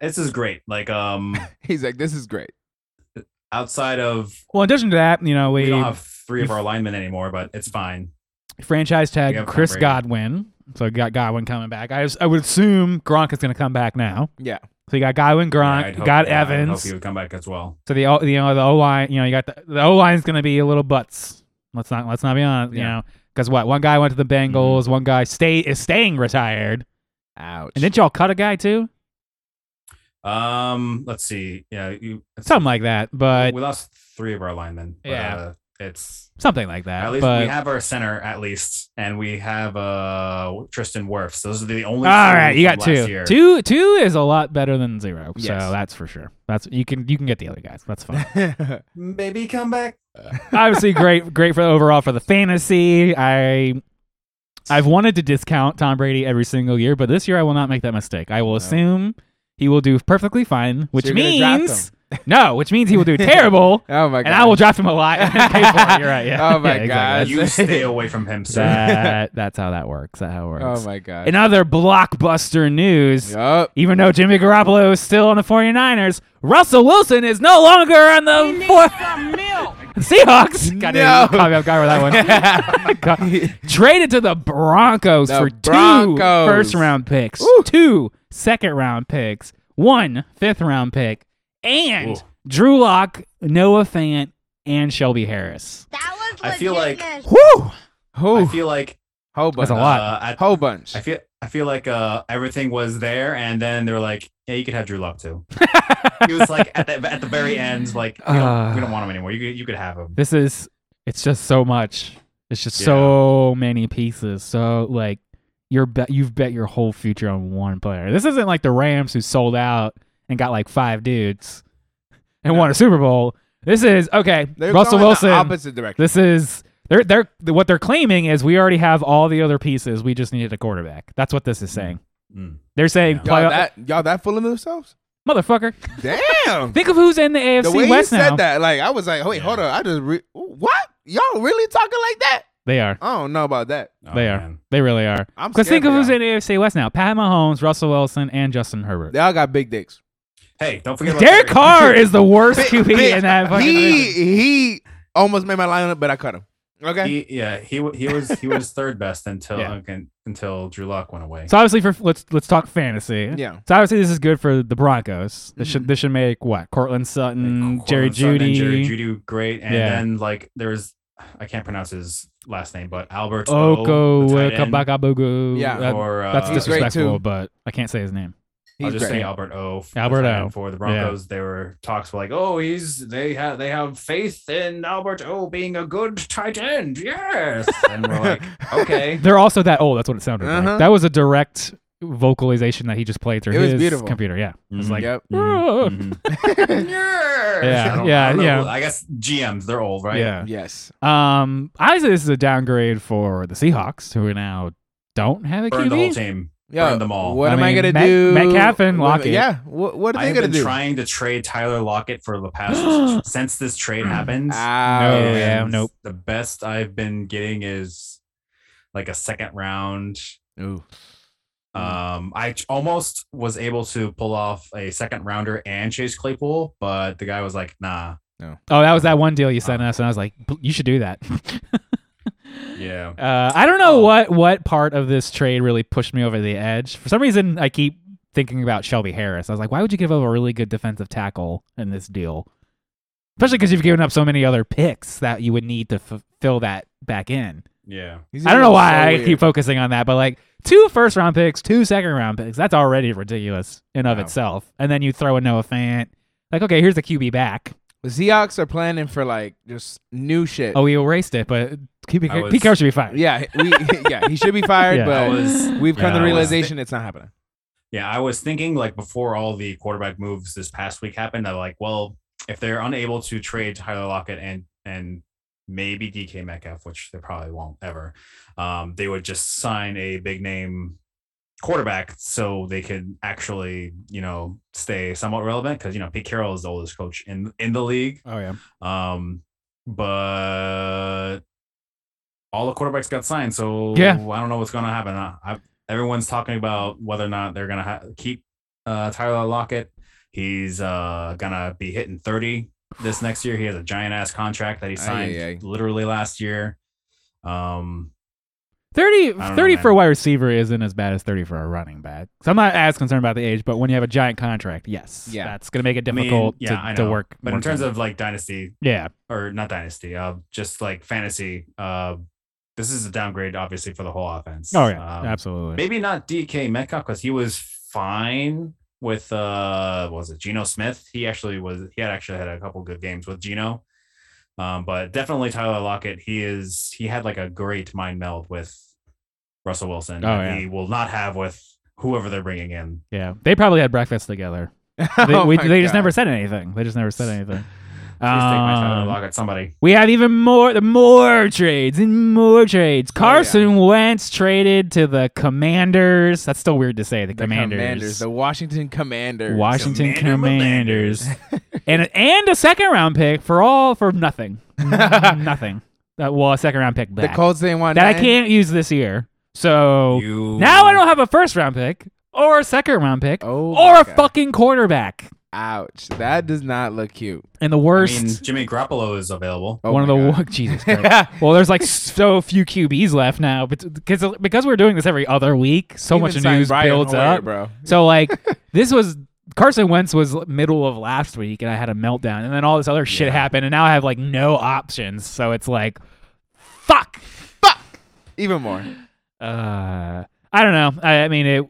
[SPEAKER 4] this is great.
[SPEAKER 1] <laughs>
[SPEAKER 4] Like um
[SPEAKER 2] he's like, this is great.
[SPEAKER 4] outside of
[SPEAKER 1] well, in addition to that, you know,
[SPEAKER 4] we,
[SPEAKER 1] we,
[SPEAKER 4] don't have three of
[SPEAKER 1] we-
[SPEAKER 4] our linemen anymore, but it's fine.
[SPEAKER 1] franchise tag
[SPEAKER 4] we have Tom
[SPEAKER 1] Chris
[SPEAKER 4] Brady.
[SPEAKER 1] Godwin. So we got Godwin coming back. I, was- I would assume Gronk is going to come back now.
[SPEAKER 2] Yeah.
[SPEAKER 1] So you got Godwin,
[SPEAKER 4] Yeah, I'd
[SPEAKER 1] Gronk, you
[SPEAKER 4] hope-
[SPEAKER 1] got
[SPEAKER 4] yeah, I'd hope
[SPEAKER 1] Evans.
[SPEAKER 4] he would come back as well.
[SPEAKER 1] So the O- you know the O line, you know, you got the, the O line's going to be a little butts. Let's not let's not be honest, you
[SPEAKER 2] Yeah.
[SPEAKER 1] know, because what one guy went to the
[SPEAKER 4] Mm-hmm.
[SPEAKER 1] Bengals, one guy stay is staying retired,
[SPEAKER 2] Ouch.
[SPEAKER 1] and didn't y'all cut a guy too,
[SPEAKER 4] Um, let's see. Yeah, you,
[SPEAKER 1] something like that. But
[SPEAKER 4] we lost three of our linemen. But,
[SPEAKER 1] Yeah.
[SPEAKER 4] uh, It's
[SPEAKER 1] something like that.
[SPEAKER 4] at least
[SPEAKER 1] but
[SPEAKER 4] we have our center at least, and we have uh Tristan Wirfs. Those are the only.
[SPEAKER 1] all
[SPEAKER 4] three
[SPEAKER 1] right, you
[SPEAKER 4] from
[SPEAKER 1] got
[SPEAKER 4] last
[SPEAKER 1] two.
[SPEAKER 4] year.
[SPEAKER 1] Two two is a lot better than zero.
[SPEAKER 2] Yes.
[SPEAKER 1] So that's for sure. That's you can you can get the other guys. That's fine.
[SPEAKER 4] Maybe come back.
[SPEAKER 1] Obviously, great great for overall for the fantasy. I I've wanted to discount Tom Brady every single year, but this year I will not make that mistake. I will assume he will do perfectly fine, which
[SPEAKER 2] you're gonna draft
[SPEAKER 1] means <laughs> no, which means he
[SPEAKER 2] <laughs>
[SPEAKER 1] will do terrible.
[SPEAKER 2] <laughs> oh my god!
[SPEAKER 1] And I will draft him a
[SPEAKER 2] <laughs>
[SPEAKER 1] lot. <laughs> And pay for it. You're right. Yeah.
[SPEAKER 2] Oh my
[SPEAKER 1] Yeah,
[SPEAKER 2] God.
[SPEAKER 1] exactly. <laughs>
[SPEAKER 4] You stay away from him, sir.
[SPEAKER 1] That, that's how that works. That how it works.
[SPEAKER 2] Oh my god!
[SPEAKER 1] In other blockbuster news,
[SPEAKER 2] Yup.
[SPEAKER 1] even though Jimmy Garoppolo is still on the 49ers, Russell Wilson is no longer on the <laughs> four- <laughs> Seahawks. God damn,
[SPEAKER 2] No.
[SPEAKER 1] caught me off guard with
[SPEAKER 2] <laughs>
[SPEAKER 1] that one. Oh God. Traded to the Broncos
[SPEAKER 2] The
[SPEAKER 1] for two
[SPEAKER 2] Broncos.
[SPEAKER 1] first round picks,
[SPEAKER 2] Woo.
[SPEAKER 1] two second round picks, one fifth round pick, and
[SPEAKER 4] Ooh.
[SPEAKER 1] Drew Lock, Noah Fant, and Shelby Harris.
[SPEAKER 5] That was
[SPEAKER 4] I feel like-
[SPEAKER 5] legitness.
[SPEAKER 2] Whew. Whew.
[SPEAKER 4] I feel like
[SPEAKER 2] Whole bunch.
[SPEAKER 1] That's a lot.
[SPEAKER 4] Uh, at-
[SPEAKER 2] Whole bunch.
[SPEAKER 4] I feel I feel like uh, everything was there, and then they were like, "Yeah, you could have Drew Lock
[SPEAKER 1] <laughs>
[SPEAKER 4] too." he was like at the at the very end, like, "We don't,
[SPEAKER 1] Ah.
[SPEAKER 4] we don't want him anymore. You could, you could have him."
[SPEAKER 1] this is it's just so much it's just so many pieces so like you're bet you've bet your whole future on one player this isn't like the rams who sold out and got like five dudes and won a super bowl this is okay
[SPEAKER 2] They're
[SPEAKER 1] russell
[SPEAKER 2] going The
[SPEAKER 1] wilson
[SPEAKER 2] opposite direction.
[SPEAKER 1] this is they're they're what they're claiming is we already have all the other pieces we just needed a quarterback that's what this is saying
[SPEAKER 4] Mm.
[SPEAKER 1] they're saying
[SPEAKER 4] Yeah.
[SPEAKER 1] play-
[SPEAKER 2] Y'all that y'all that full of themselves?
[SPEAKER 1] motherfucker
[SPEAKER 2] Damn.
[SPEAKER 1] think of who's in <laughs> the afc
[SPEAKER 2] the way
[SPEAKER 1] west
[SPEAKER 2] you
[SPEAKER 1] now
[SPEAKER 2] said that, like I was like, wait,
[SPEAKER 4] Yeah.
[SPEAKER 2] hold on. I just re- what? Y'all really talking like that?
[SPEAKER 1] they are
[SPEAKER 2] I don't know about that.
[SPEAKER 4] Oh,
[SPEAKER 1] they are
[SPEAKER 4] man.
[SPEAKER 1] they really are
[SPEAKER 2] I'm
[SPEAKER 1] Because
[SPEAKER 2] scared
[SPEAKER 1] think of
[SPEAKER 2] y'all.
[SPEAKER 1] who's in the AFC West now: Pat Mahomes, Russell Wilson, and Justin Herbert.
[SPEAKER 2] They all got big dicks.
[SPEAKER 4] Hey, don't forget about
[SPEAKER 1] Derek
[SPEAKER 2] <laughs>
[SPEAKER 4] Terry.
[SPEAKER 1] Carr is the worst
[SPEAKER 2] Big-
[SPEAKER 1] QB
[SPEAKER 2] big-
[SPEAKER 1] in that fucking
[SPEAKER 2] He
[SPEAKER 1] division.
[SPEAKER 2] he almost made my lineup, but I cut him. Okay.
[SPEAKER 4] He, yeah, he wa- he was he was third best until
[SPEAKER 1] Yeah.
[SPEAKER 4] un- until Drew Lock went away.
[SPEAKER 1] So obviously, for let's let's talk fantasy.
[SPEAKER 2] yeah. Mm.
[SPEAKER 1] So obviously, this is good for the Broncos. This should this should make what Cortland
[SPEAKER 4] Like,
[SPEAKER 1] Sutton,
[SPEAKER 4] Cortland
[SPEAKER 1] Jerry
[SPEAKER 4] Sutton and
[SPEAKER 1] Judy.
[SPEAKER 4] Jerry Judy, great. And
[SPEAKER 1] Yeah.
[SPEAKER 4] then like there was, I can't pronounce his last name, but Albert
[SPEAKER 1] Oko
[SPEAKER 4] the tight end,
[SPEAKER 1] Kabakabugu.
[SPEAKER 2] Yeah.
[SPEAKER 1] That-
[SPEAKER 4] or uh,
[SPEAKER 1] that's
[SPEAKER 2] He's great
[SPEAKER 1] disrespectful,
[SPEAKER 2] too.
[SPEAKER 1] but I can't say his name.
[SPEAKER 4] I'll
[SPEAKER 2] He's
[SPEAKER 4] just
[SPEAKER 2] great.
[SPEAKER 4] say Albert O. for
[SPEAKER 1] Albert
[SPEAKER 4] the tight end
[SPEAKER 1] O.
[SPEAKER 4] For the Broncos, there were talks were like, oh, he's they have they have faith in Albert O. being a good tight end. Yes, and we're like,
[SPEAKER 1] <laughs>
[SPEAKER 4] okay,
[SPEAKER 1] They're also that old. That's what it sounded
[SPEAKER 2] Uh-huh.
[SPEAKER 1] like. That was a direct vocalization that he just played through
[SPEAKER 2] It was
[SPEAKER 1] his
[SPEAKER 2] beautiful.
[SPEAKER 1] computer. Yeah, it was
[SPEAKER 4] Mhm.
[SPEAKER 1] like.
[SPEAKER 2] Yep.
[SPEAKER 1] "Oh."
[SPEAKER 4] Mhm.
[SPEAKER 2] Mhm. <laughs>
[SPEAKER 4] yes.
[SPEAKER 1] Yeah,
[SPEAKER 4] I don't-
[SPEAKER 1] yeah,
[SPEAKER 4] I don't know.
[SPEAKER 1] yeah.
[SPEAKER 4] I guess GMs they're old, right?
[SPEAKER 1] Yeah.
[SPEAKER 2] Yes.
[SPEAKER 1] Um, obviously, this is a downgrade for the Seahawks, who now don't have a
[SPEAKER 4] burn the whole
[SPEAKER 1] QB.
[SPEAKER 4] team.
[SPEAKER 2] Yeah.
[SPEAKER 4] Burn them all.
[SPEAKER 2] What
[SPEAKER 1] I
[SPEAKER 2] am I
[SPEAKER 1] mean,
[SPEAKER 2] gonna
[SPEAKER 1] Matt-
[SPEAKER 2] do?
[SPEAKER 1] Metcalf and
[SPEAKER 2] What-
[SPEAKER 1] Lockett.
[SPEAKER 2] Yeah. What, what are
[SPEAKER 4] I
[SPEAKER 2] they
[SPEAKER 4] have
[SPEAKER 2] gonna
[SPEAKER 4] been
[SPEAKER 2] do?
[SPEAKER 4] trying to trade Tyler Lockett for the past since this trade happened.
[SPEAKER 1] No,
[SPEAKER 2] Ow.
[SPEAKER 1] yeah,
[SPEAKER 4] and
[SPEAKER 1] nope.
[SPEAKER 4] The best I've been getting is like a second round.
[SPEAKER 2] Ooh.
[SPEAKER 4] Um, I ch- almost was able to pull off a second rounder and Chase Claypool, but the guy was like, "Nah,
[SPEAKER 1] Oh, that was that one deal you sent us, and I was like, "B- you should do that.
[SPEAKER 4] Uh-huh. <laughs> yeah,
[SPEAKER 1] <laughs> Uh, I don't know
[SPEAKER 4] Oh.
[SPEAKER 1] what what part of this trade really pushed me over the edge. For some reason, I keep thinking about Shelby Harris. I was like, why would you give up a really good defensive tackle in this deal? Especially because you've given up so many other picks that you would need to f- fill that back in.
[SPEAKER 4] yeah."
[SPEAKER 2] He's
[SPEAKER 1] I don't know
[SPEAKER 2] so
[SPEAKER 1] why I
[SPEAKER 2] weird.
[SPEAKER 1] keep focusing on that, but like two first round picks, two second round picks, that's already ridiculous in of
[SPEAKER 2] Wow.
[SPEAKER 1] itself. And then you throw in Noah Fant. Like, okay, here's the QB back.
[SPEAKER 2] The Seahawks are planning for like just new shit.
[SPEAKER 1] Oh, we erased it, but
[SPEAKER 4] I
[SPEAKER 1] QB
[SPEAKER 4] was-
[SPEAKER 1] Pico should be fine.
[SPEAKER 2] yeah, we, <laughs> yeah, he should be fired,
[SPEAKER 1] <laughs> Yeah.
[SPEAKER 4] I
[SPEAKER 2] but
[SPEAKER 4] was,
[SPEAKER 2] we've come
[SPEAKER 4] yeah,
[SPEAKER 2] to
[SPEAKER 4] I
[SPEAKER 2] the
[SPEAKER 4] was-
[SPEAKER 2] realization it's not happening.
[SPEAKER 4] yeah, I was thinking like before all the quarterback moves this past week happened. I'm like, well, if they're unable to trade Tyler Lockett and and maybe DK Metcalf, which they probably won't ever, um, they would just sign a big name quarterback so they could actually, you know, stay somewhat relevant because you know Pete Carroll is the oldest coach in in the league.
[SPEAKER 1] Oh yeah.
[SPEAKER 4] Um, but all the quarterbacks got signed, so
[SPEAKER 1] Yeah.
[SPEAKER 4] I don't know what's going to happen. I, I, everyone's talking about whether or not they're going to ha- keep uh, Tyler Lockett. He's uh, going to be hitting thirty this next year. He has a giant ass contract that he
[SPEAKER 2] Aye,
[SPEAKER 4] signed
[SPEAKER 2] aye, aye.
[SPEAKER 4] literally last year. Um,
[SPEAKER 1] 30,
[SPEAKER 4] know,
[SPEAKER 1] 30 for a
[SPEAKER 4] man.
[SPEAKER 1] wide receiver isn't as bad as 30 for a running back. So I'm not as concerned about the age, but when you have a giant contract, yes.
[SPEAKER 2] Yeah.
[SPEAKER 1] That's going to make it
[SPEAKER 4] I mean,
[SPEAKER 1] difficult
[SPEAKER 4] yeah, I
[SPEAKER 1] to, to
[SPEAKER 4] know.
[SPEAKER 1] work.
[SPEAKER 4] but in
[SPEAKER 1] work
[SPEAKER 4] terms
[SPEAKER 1] on.
[SPEAKER 4] of like dynasty
[SPEAKER 1] Yeah.
[SPEAKER 4] or not dynasty, uh, just like fantasy, uh, this is a downgrade, obviously, for the whole offense.
[SPEAKER 1] Oh, yeah.
[SPEAKER 4] Um,
[SPEAKER 1] absolutely.
[SPEAKER 4] maybe not DK Metcalf because he was fine with uh what was it Geno Smith. He actually was he had actually had a couple good games with Geno. Um, but definitely Tyler Lockett, he is he had like a great mind meld with Russell Wilson.
[SPEAKER 1] Oh,
[SPEAKER 4] and He will not have with whoever they're bringing in.
[SPEAKER 1] Yeah, they probably had breakfast together.
[SPEAKER 2] <laughs>
[SPEAKER 1] They,
[SPEAKER 2] Oh
[SPEAKER 1] we,
[SPEAKER 2] my
[SPEAKER 1] they just
[SPEAKER 2] God.
[SPEAKER 1] never said anything. They just never
[SPEAKER 2] <laughs>
[SPEAKER 1] said anything.
[SPEAKER 4] Please take my Tyler
[SPEAKER 1] Um,
[SPEAKER 4] Lockett, somebody.
[SPEAKER 1] we have even more, more trades and more trades.
[SPEAKER 2] Oh,
[SPEAKER 1] Carson Wentz traded to the Commanders. That's still weird to say. The,
[SPEAKER 2] The commanders. the Washington Commanders.
[SPEAKER 1] Washington
[SPEAKER 4] Commander
[SPEAKER 1] Commanders, and and a second round pick for all for
[SPEAKER 2] <laughs>
[SPEAKER 1] nothing, nothing. That well, a second round pick
[SPEAKER 2] the
[SPEAKER 1] back
[SPEAKER 2] Colts didn't want
[SPEAKER 1] that I
[SPEAKER 2] nothing.
[SPEAKER 1] can't use this year. So
[SPEAKER 4] You
[SPEAKER 1] now I don't have a first round pick or a second round pick
[SPEAKER 2] Oh,
[SPEAKER 1] or
[SPEAKER 2] my
[SPEAKER 1] a
[SPEAKER 2] God.
[SPEAKER 1] fucking quarterback.
[SPEAKER 2] Ouch! That does not look cute.
[SPEAKER 1] And the
[SPEAKER 4] I
[SPEAKER 1] worst,
[SPEAKER 4] mean, Jimmy Garoppolo is available.
[SPEAKER 2] Oh
[SPEAKER 1] one of
[SPEAKER 2] my
[SPEAKER 1] the
[SPEAKER 2] God.
[SPEAKER 1] wo- <laughs>
[SPEAKER 2] <laughs>
[SPEAKER 1] Jesus Christ. well, there's like so few QBs left now, but because because we're doing this every other week, so
[SPEAKER 2] Even
[SPEAKER 1] much
[SPEAKER 2] sign
[SPEAKER 1] news
[SPEAKER 2] Brian
[SPEAKER 1] builds
[SPEAKER 2] Hoyer,
[SPEAKER 1] up.
[SPEAKER 2] bro.
[SPEAKER 1] So
[SPEAKER 2] <laughs>
[SPEAKER 1] like this was Carson Wentz was middle of last week and I had a meltdown and then all this other shit
[SPEAKER 4] Yeah.
[SPEAKER 1] happened and now I have like no options. So it's like fuck.
[SPEAKER 2] Even more.
[SPEAKER 1] Uh I don't know. I, I mean it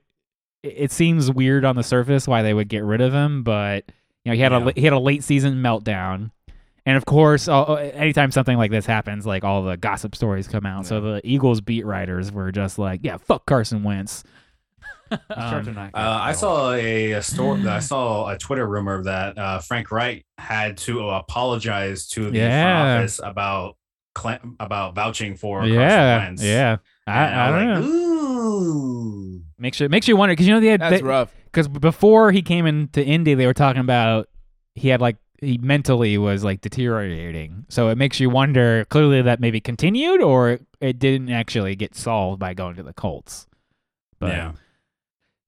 [SPEAKER 1] it seems weird on the surface why they would get rid of him, but you know he had
[SPEAKER 4] Yeah.
[SPEAKER 1] a he had a late season meltdown. And of course, all, anytime something like this happens, like all the gossip stories come out. So the Eagles beat writers were just like, "Yeah, fuck Carson Wentz." Um,
[SPEAKER 4] Uh, I saw a, a
[SPEAKER 1] <laughs>
[SPEAKER 4] story. I saw a Twitter rumor that uh, Frank Wright had to apologize to the
[SPEAKER 1] Yeah.
[SPEAKER 4] front office about cla- about vouching for
[SPEAKER 1] yeah,
[SPEAKER 4] Carson Wentz.
[SPEAKER 1] Yeah. I,
[SPEAKER 4] And
[SPEAKER 1] I don't know.
[SPEAKER 4] was like, Ooh.
[SPEAKER 1] Makes you makes you wonder because you know they
[SPEAKER 2] That's
[SPEAKER 1] had
[SPEAKER 2] rough.
[SPEAKER 1] because before he came into Indy they were talking about he had like he mentally was like deteriorating so it makes you wonder clearly that maybe continued or it didn't actually get solved by going to the Colts. But yeah,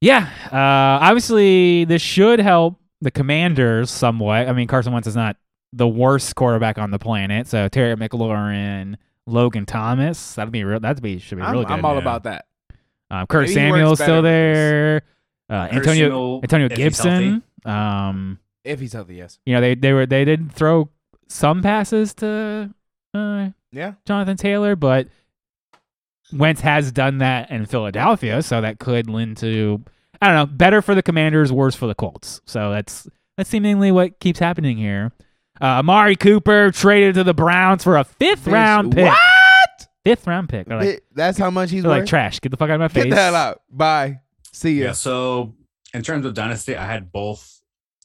[SPEAKER 4] yeah.
[SPEAKER 1] uh, obviously this should help the Commanders somewhat. I mean Carson Wentz is not the worst quarterback on the planet, so Terry McLaurin, Logan Thomas, that'd be real. That'd be should be
[SPEAKER 2] I'm,
[SPEAKER 1] really good.
[SPEAKER 2] I'm all
[SPEAKER 4] yeah.
[SPEAKER 2] about that.
[SPEAKER 1] Um, Curtis
[SPEAKER 2] Maybe he
[SPEAKER 1] Samuel's
[SPEAKER 2] works better
[SPEAKER 1] still
[SPEAKER 2] with this.
[SPEAKER 1] there. Uh,
[SPEAKER 4] Curtis
[SPEAKER 1] Antonio
[SPEAKER 4] Samuel,
[SPEAKER 1] Antonio
[SPEAKER 4] if he's
[SPEAKER 1] Gibson. Um,
[SPEAKER 2] If he's healthy, yes.
[SPEAKER 1] you know they they were they did throw some passes to uh,
[SPEAKER 2] Yeah.
[SPEAKER 1] Jonathan Taylor, but Wentz has done that in Philadelphia, so that could lend to I don't know better for the Commanders, worse for the Colts. So that's that's seemingly what keeps happening here. Uh, Amari Cooper traded to the Browns for a fifth
[SPEAKER 2] Bitch,
[SPEAKER 1] round pick.
[SPEAKER 2] what?
[SPEAKER 1] Fifth round pick. They're like,
[SPEAKER 2] It- that's how much he's
[SPEAKER 1] they're like
[SPEAKER 2] worth.
[SPEAKER 1] trash. Get the fuck out of my face.
[SPEAKER 2] Get the hell out. Bye. See ya.
[SPEAKER 4] Yeah, So in terms of dynasty, I had both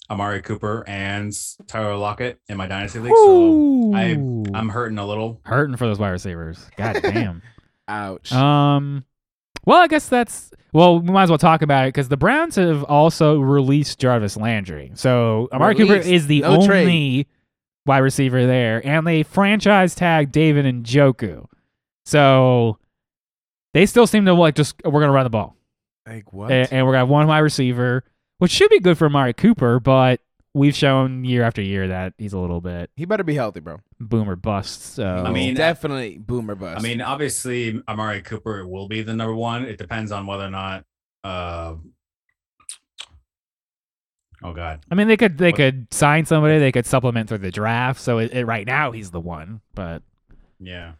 [SPEAKER 4] Amari Cooper and Tyler Lockett in my dynasty league. So I
[SPEAKER 1] Ooh.
[SPEAKER 4] I'm hurting a little.
[SPEAKER 1] hurting for those wide receivers.
[SPEAKER 2] <laughs>
[SPEAKER 1] God damn.
[SPEAKER 2] Ouch.
[SPEAKER 1] um, well, I guess that's well. We might as well talk about it because the Browns have also released Jarvis Landry. So Amari Cooper
[SPEAKER 2] Released.
[SPEAKER 1] is the
[SPEAKER 2] No
[SPEAKER 1] only
[SPEAKER 2] trade.
[SPEAKER 1] wide receiver there, and they franchise tag David and Joku. So they still seem to like just we're gonna run the ball
[SPEAKER 2] like what?
[SPEAKER 1] A- and, we're gonna have one wide receiver, which should be good for Amari Cooper, but. We've shown year after year that he's a little bit
[SPEAKER 2] he better be healthy, bro.
[SPEAKER 1] boomer bust. So
[SPEAKER 4] I mean,
[SPEAKER 2] definitely boomer bust.
[SPEAKER 4] I mean, obviously Amari Cooper will be the number one. It depends on whether or not. Uh, oh God.
[SPEAKER 1] I mean, they could they
[SPEAKER 4] What-
[SPEAKER 1] could sign somebody. They could supplement through the draft. So it, it, right now he's the one, but
[SPEAKER 4] Yeah.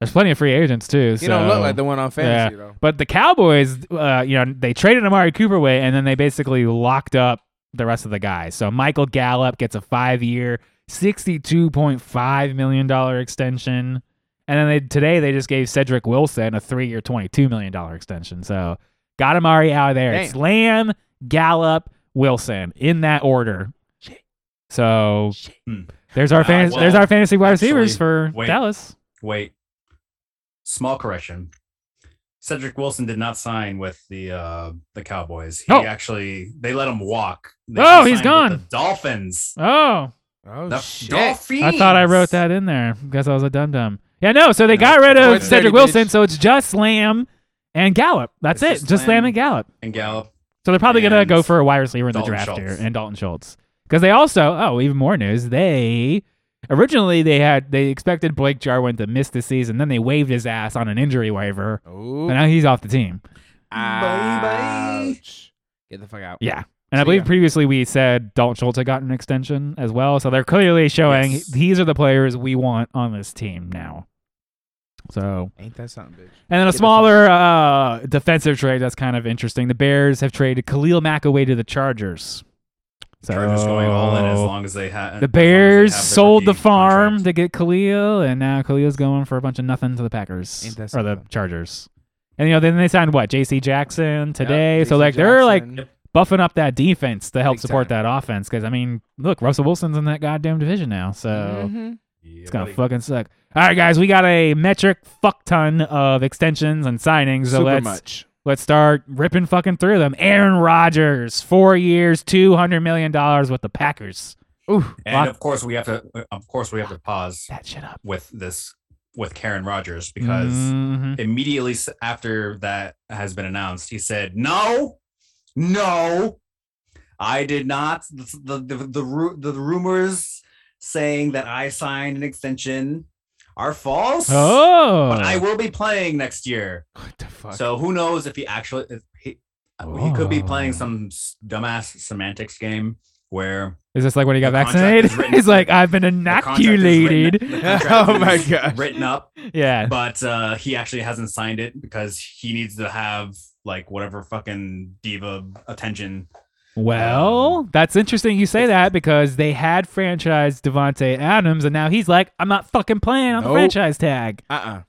[SPEAKER 1] there's plenty of free agents too.
[SPEAKER 2] you don't look uh, like the one on fantasy, though.
[SPEAKER 1] But the Cowboys, uh, you know, they traded Amari Cooper away, and then they basically locked up the rest of the guys. So Michael Gallup gets a five-year, sixty-two point five million dollar extension, and then they, today they just gave Cedric Wilson a three-year, twenty-two million dollar extension. So got Amari out of there.
[SPEAKER 2] Damn.
[SPEAKER 1] It's Lamb, Gallup, Wilson in that order. So
[SPEAKER 4] Hmm.
[SPEAKER 1] there's our
[SPEAKER 4] Uh,
[SPEAKER 1] fantasy,
[SPEAKER 4] well,
[SPEAKER 1] there's our fantasy wide
[SPEAKER 4] actually,
[SPEAKER 1] receivers for
[SPEAKER 4] wait.
[SPEAKER 1] Dallas.
[SPEAKER 4] Wait. Small correction. Cedric Wilson did not sign with the uh the Cowboys. He
[SPEAKER 1] Oh.
[SPEAKER 4] actually they let him walk. They-
[SPEAKER 1] Oh,
[SPEAKER 4] he
[SPEAKER 1] he's
[SPEAKER 4] signed with
[SPEAKER 1] gone.
[SPEAKER 4] The Dolphins.
[SPEAKER 1] Oh,
[SPEAKER 2] Oh
[SPEAKER 4] The
[SPEAKER 2] shit!
[SPEAKER 4] Dolphins.
[SPEAKER 1] I thought I wrote that in there. Guess I was a dum dum. Yeah, no. So they
[SPEAKER 4] No,
[SPEAKER 1] got rid
[SPEAKER 2] it's
[SPEAKER 1] of
[SPEAKER 2] always
[SPEAKER 1] Cedric
[SPEAKER 2] dirty,
[SPEAKER 1] Wilson,
[SPEAKER 2] bitch.
[SPEAKER 1] so it's just Lamb and Gallup. That's
[SPEAKER 4] It's
[SPEAKER 1] it,
[SPEAKER 4] just
[SPEAKER 1] just Lamb
[SPEAKER 4] Lamb
[SPEAKER 1] and Gallup.
[SPEAKER 4] And Gallup.
[SPEAKER 1] So they're probably gonna
[SPEAKER 4] and
[SPEAKER 1] go for a wide receiver in the
[SPEAKER 4] Dalton
[SPEAKER 1] draft
[SPEAKER 4] Schultz.
[SPEAKER 1] here, and Dalton Schultz because they also oh even more news they originally they had they expected Blake Jarwin to miss the season, then they waived his ass on an injury waiver,
[SPEAKER 2] Ooh.
[SPEAKER 1] and now he's off the team.
[SPEAKER 4] Bye-bye.
[SPEAKER 2] Ouch. Get the fuck out.
[SPEAKER 1] Yeah. And I
[SPEAKER 2] So,
[SPEAKER 1] believe
[SPEAKER 2] yeah.
[SPEAKER 1] previously we said Dalton Schultz had gotten an extension as well. So they're clearly showing
[SPEAKER 4] Yes.
[SPEAKER 1] these are the players we want on this team now. So
[SPEAKER 2] Ain't that something, bitch?
[SPEAKER 1] And then a
[SPEAKER 2] Get the
[SPEAKER 1] smaller uh, defensive trade that's kind of interesting. The Bears have traded Khalil Mack away to the Chargers. So
[SPEAKER 4] They're just going all in as long as they ha- as long as they have.
[SPEAKER 1] Oh. the Bears sold the
[SPEAKER 4] rookie
[SPEAKER 1] farm
[SPEAKER 4] contract.
[SPEAKER 1] to get Khalil, and now Khalil's going for a bunch of nothing to the Packers
[SPEAKER 2] Ain't that
[SPEAKER 1] or the
[SPEAKER 2] something?
[SPEAKER 1] Chargers. And you know, then they signed what J.C. Jackson today. so
[SPEAKER 2] JC
[SPEAKER 1] like they're like
[SPEAKER 2] Jackson.
[SPEAKER 1] buffing up that defense to help
[SPEAKER 2] Big
[SPEAKER 1] support
[SPEAKER 2] time.
[SPEAKER 1] that offense. Because I mean, look, Russell Wilson's in that goddamn division now, so
[SPEAKER 2] Mhm.
[SPEAKER 4] Yeah,
[SPEAKER 1] it's gonna
[SPEAKER 4] buddy.
[SPEAKER 1] fucking suck. All right, guys, we got a metric fuck ton of extensions and signings. So
[SPEAKER 2] super
[SPEAKER 1] let's
[SPEAKER 2] much. <laughs>
[SPEAKER 1] let's start ripping fucking through them. Aaron Rodgers, four years, two hundred million dollars with the Packers.
[SPEAKER 2] Ooh,
[SPEAKER 1] Lock-
[SPEAKER 4] And of course we have to. Of course we have to pause
[SPEAKER 1] That shit up
[SPEAKER 4] with this with Karen Rogers because
[SPEAKER 1] Mhm.
[SPEAKER 2] Mm.
[SPEAKER 4] immediately s- after that has been announced, he said, "No, no, I did not." The the the, the, ru- the rumors saying that I signed an extension are false.
[SPEAKER 1] Oh,
[SPEAKER 4] But I will be playing next year,
[SPEAKER 2] what the fuck?
[SPEAKER 4] so who knows if he actually if he, he could be
[SPEAKER 1] Oh.
[SPEAKER 4] playing some s- dumbass semantics game where
[SPEAKER 1] is this like when he got
[SPEAKER 4] The contract
[SPEAKER 1] vaccinated? <laughs>
[SPEAKER 4] is written-
[SPEAKER 1] He's like, I've been
[SPEAKER 4] the contract is written-
[SPEAKER 1] inoculated.
[SPEAKER 2] <laughs>
[SPEAKER 4] the contract
[SPEAKER 2] Oh my
[SPEAKER 4] is
[SPEAKER 2] gosh.
[SPEAKER 4] written up
[SPEAKER 1] <laughs> Yeah,
[SPEAKER 4] but uh, he actually hasn't signed it because he needs to have like whatever fucking diva attention.
[SPEAKER 1] Well,
[SPEAKER 2] Um,
[SPEAKER 1] that's interesting you say that because they had franchised Devonte Adams and now he's like, I'm not fucking playing on the
[SPEAKER 2] Nope.
[SPEAKER 1] franchise tag.
[SPEAKER 2] Uh uh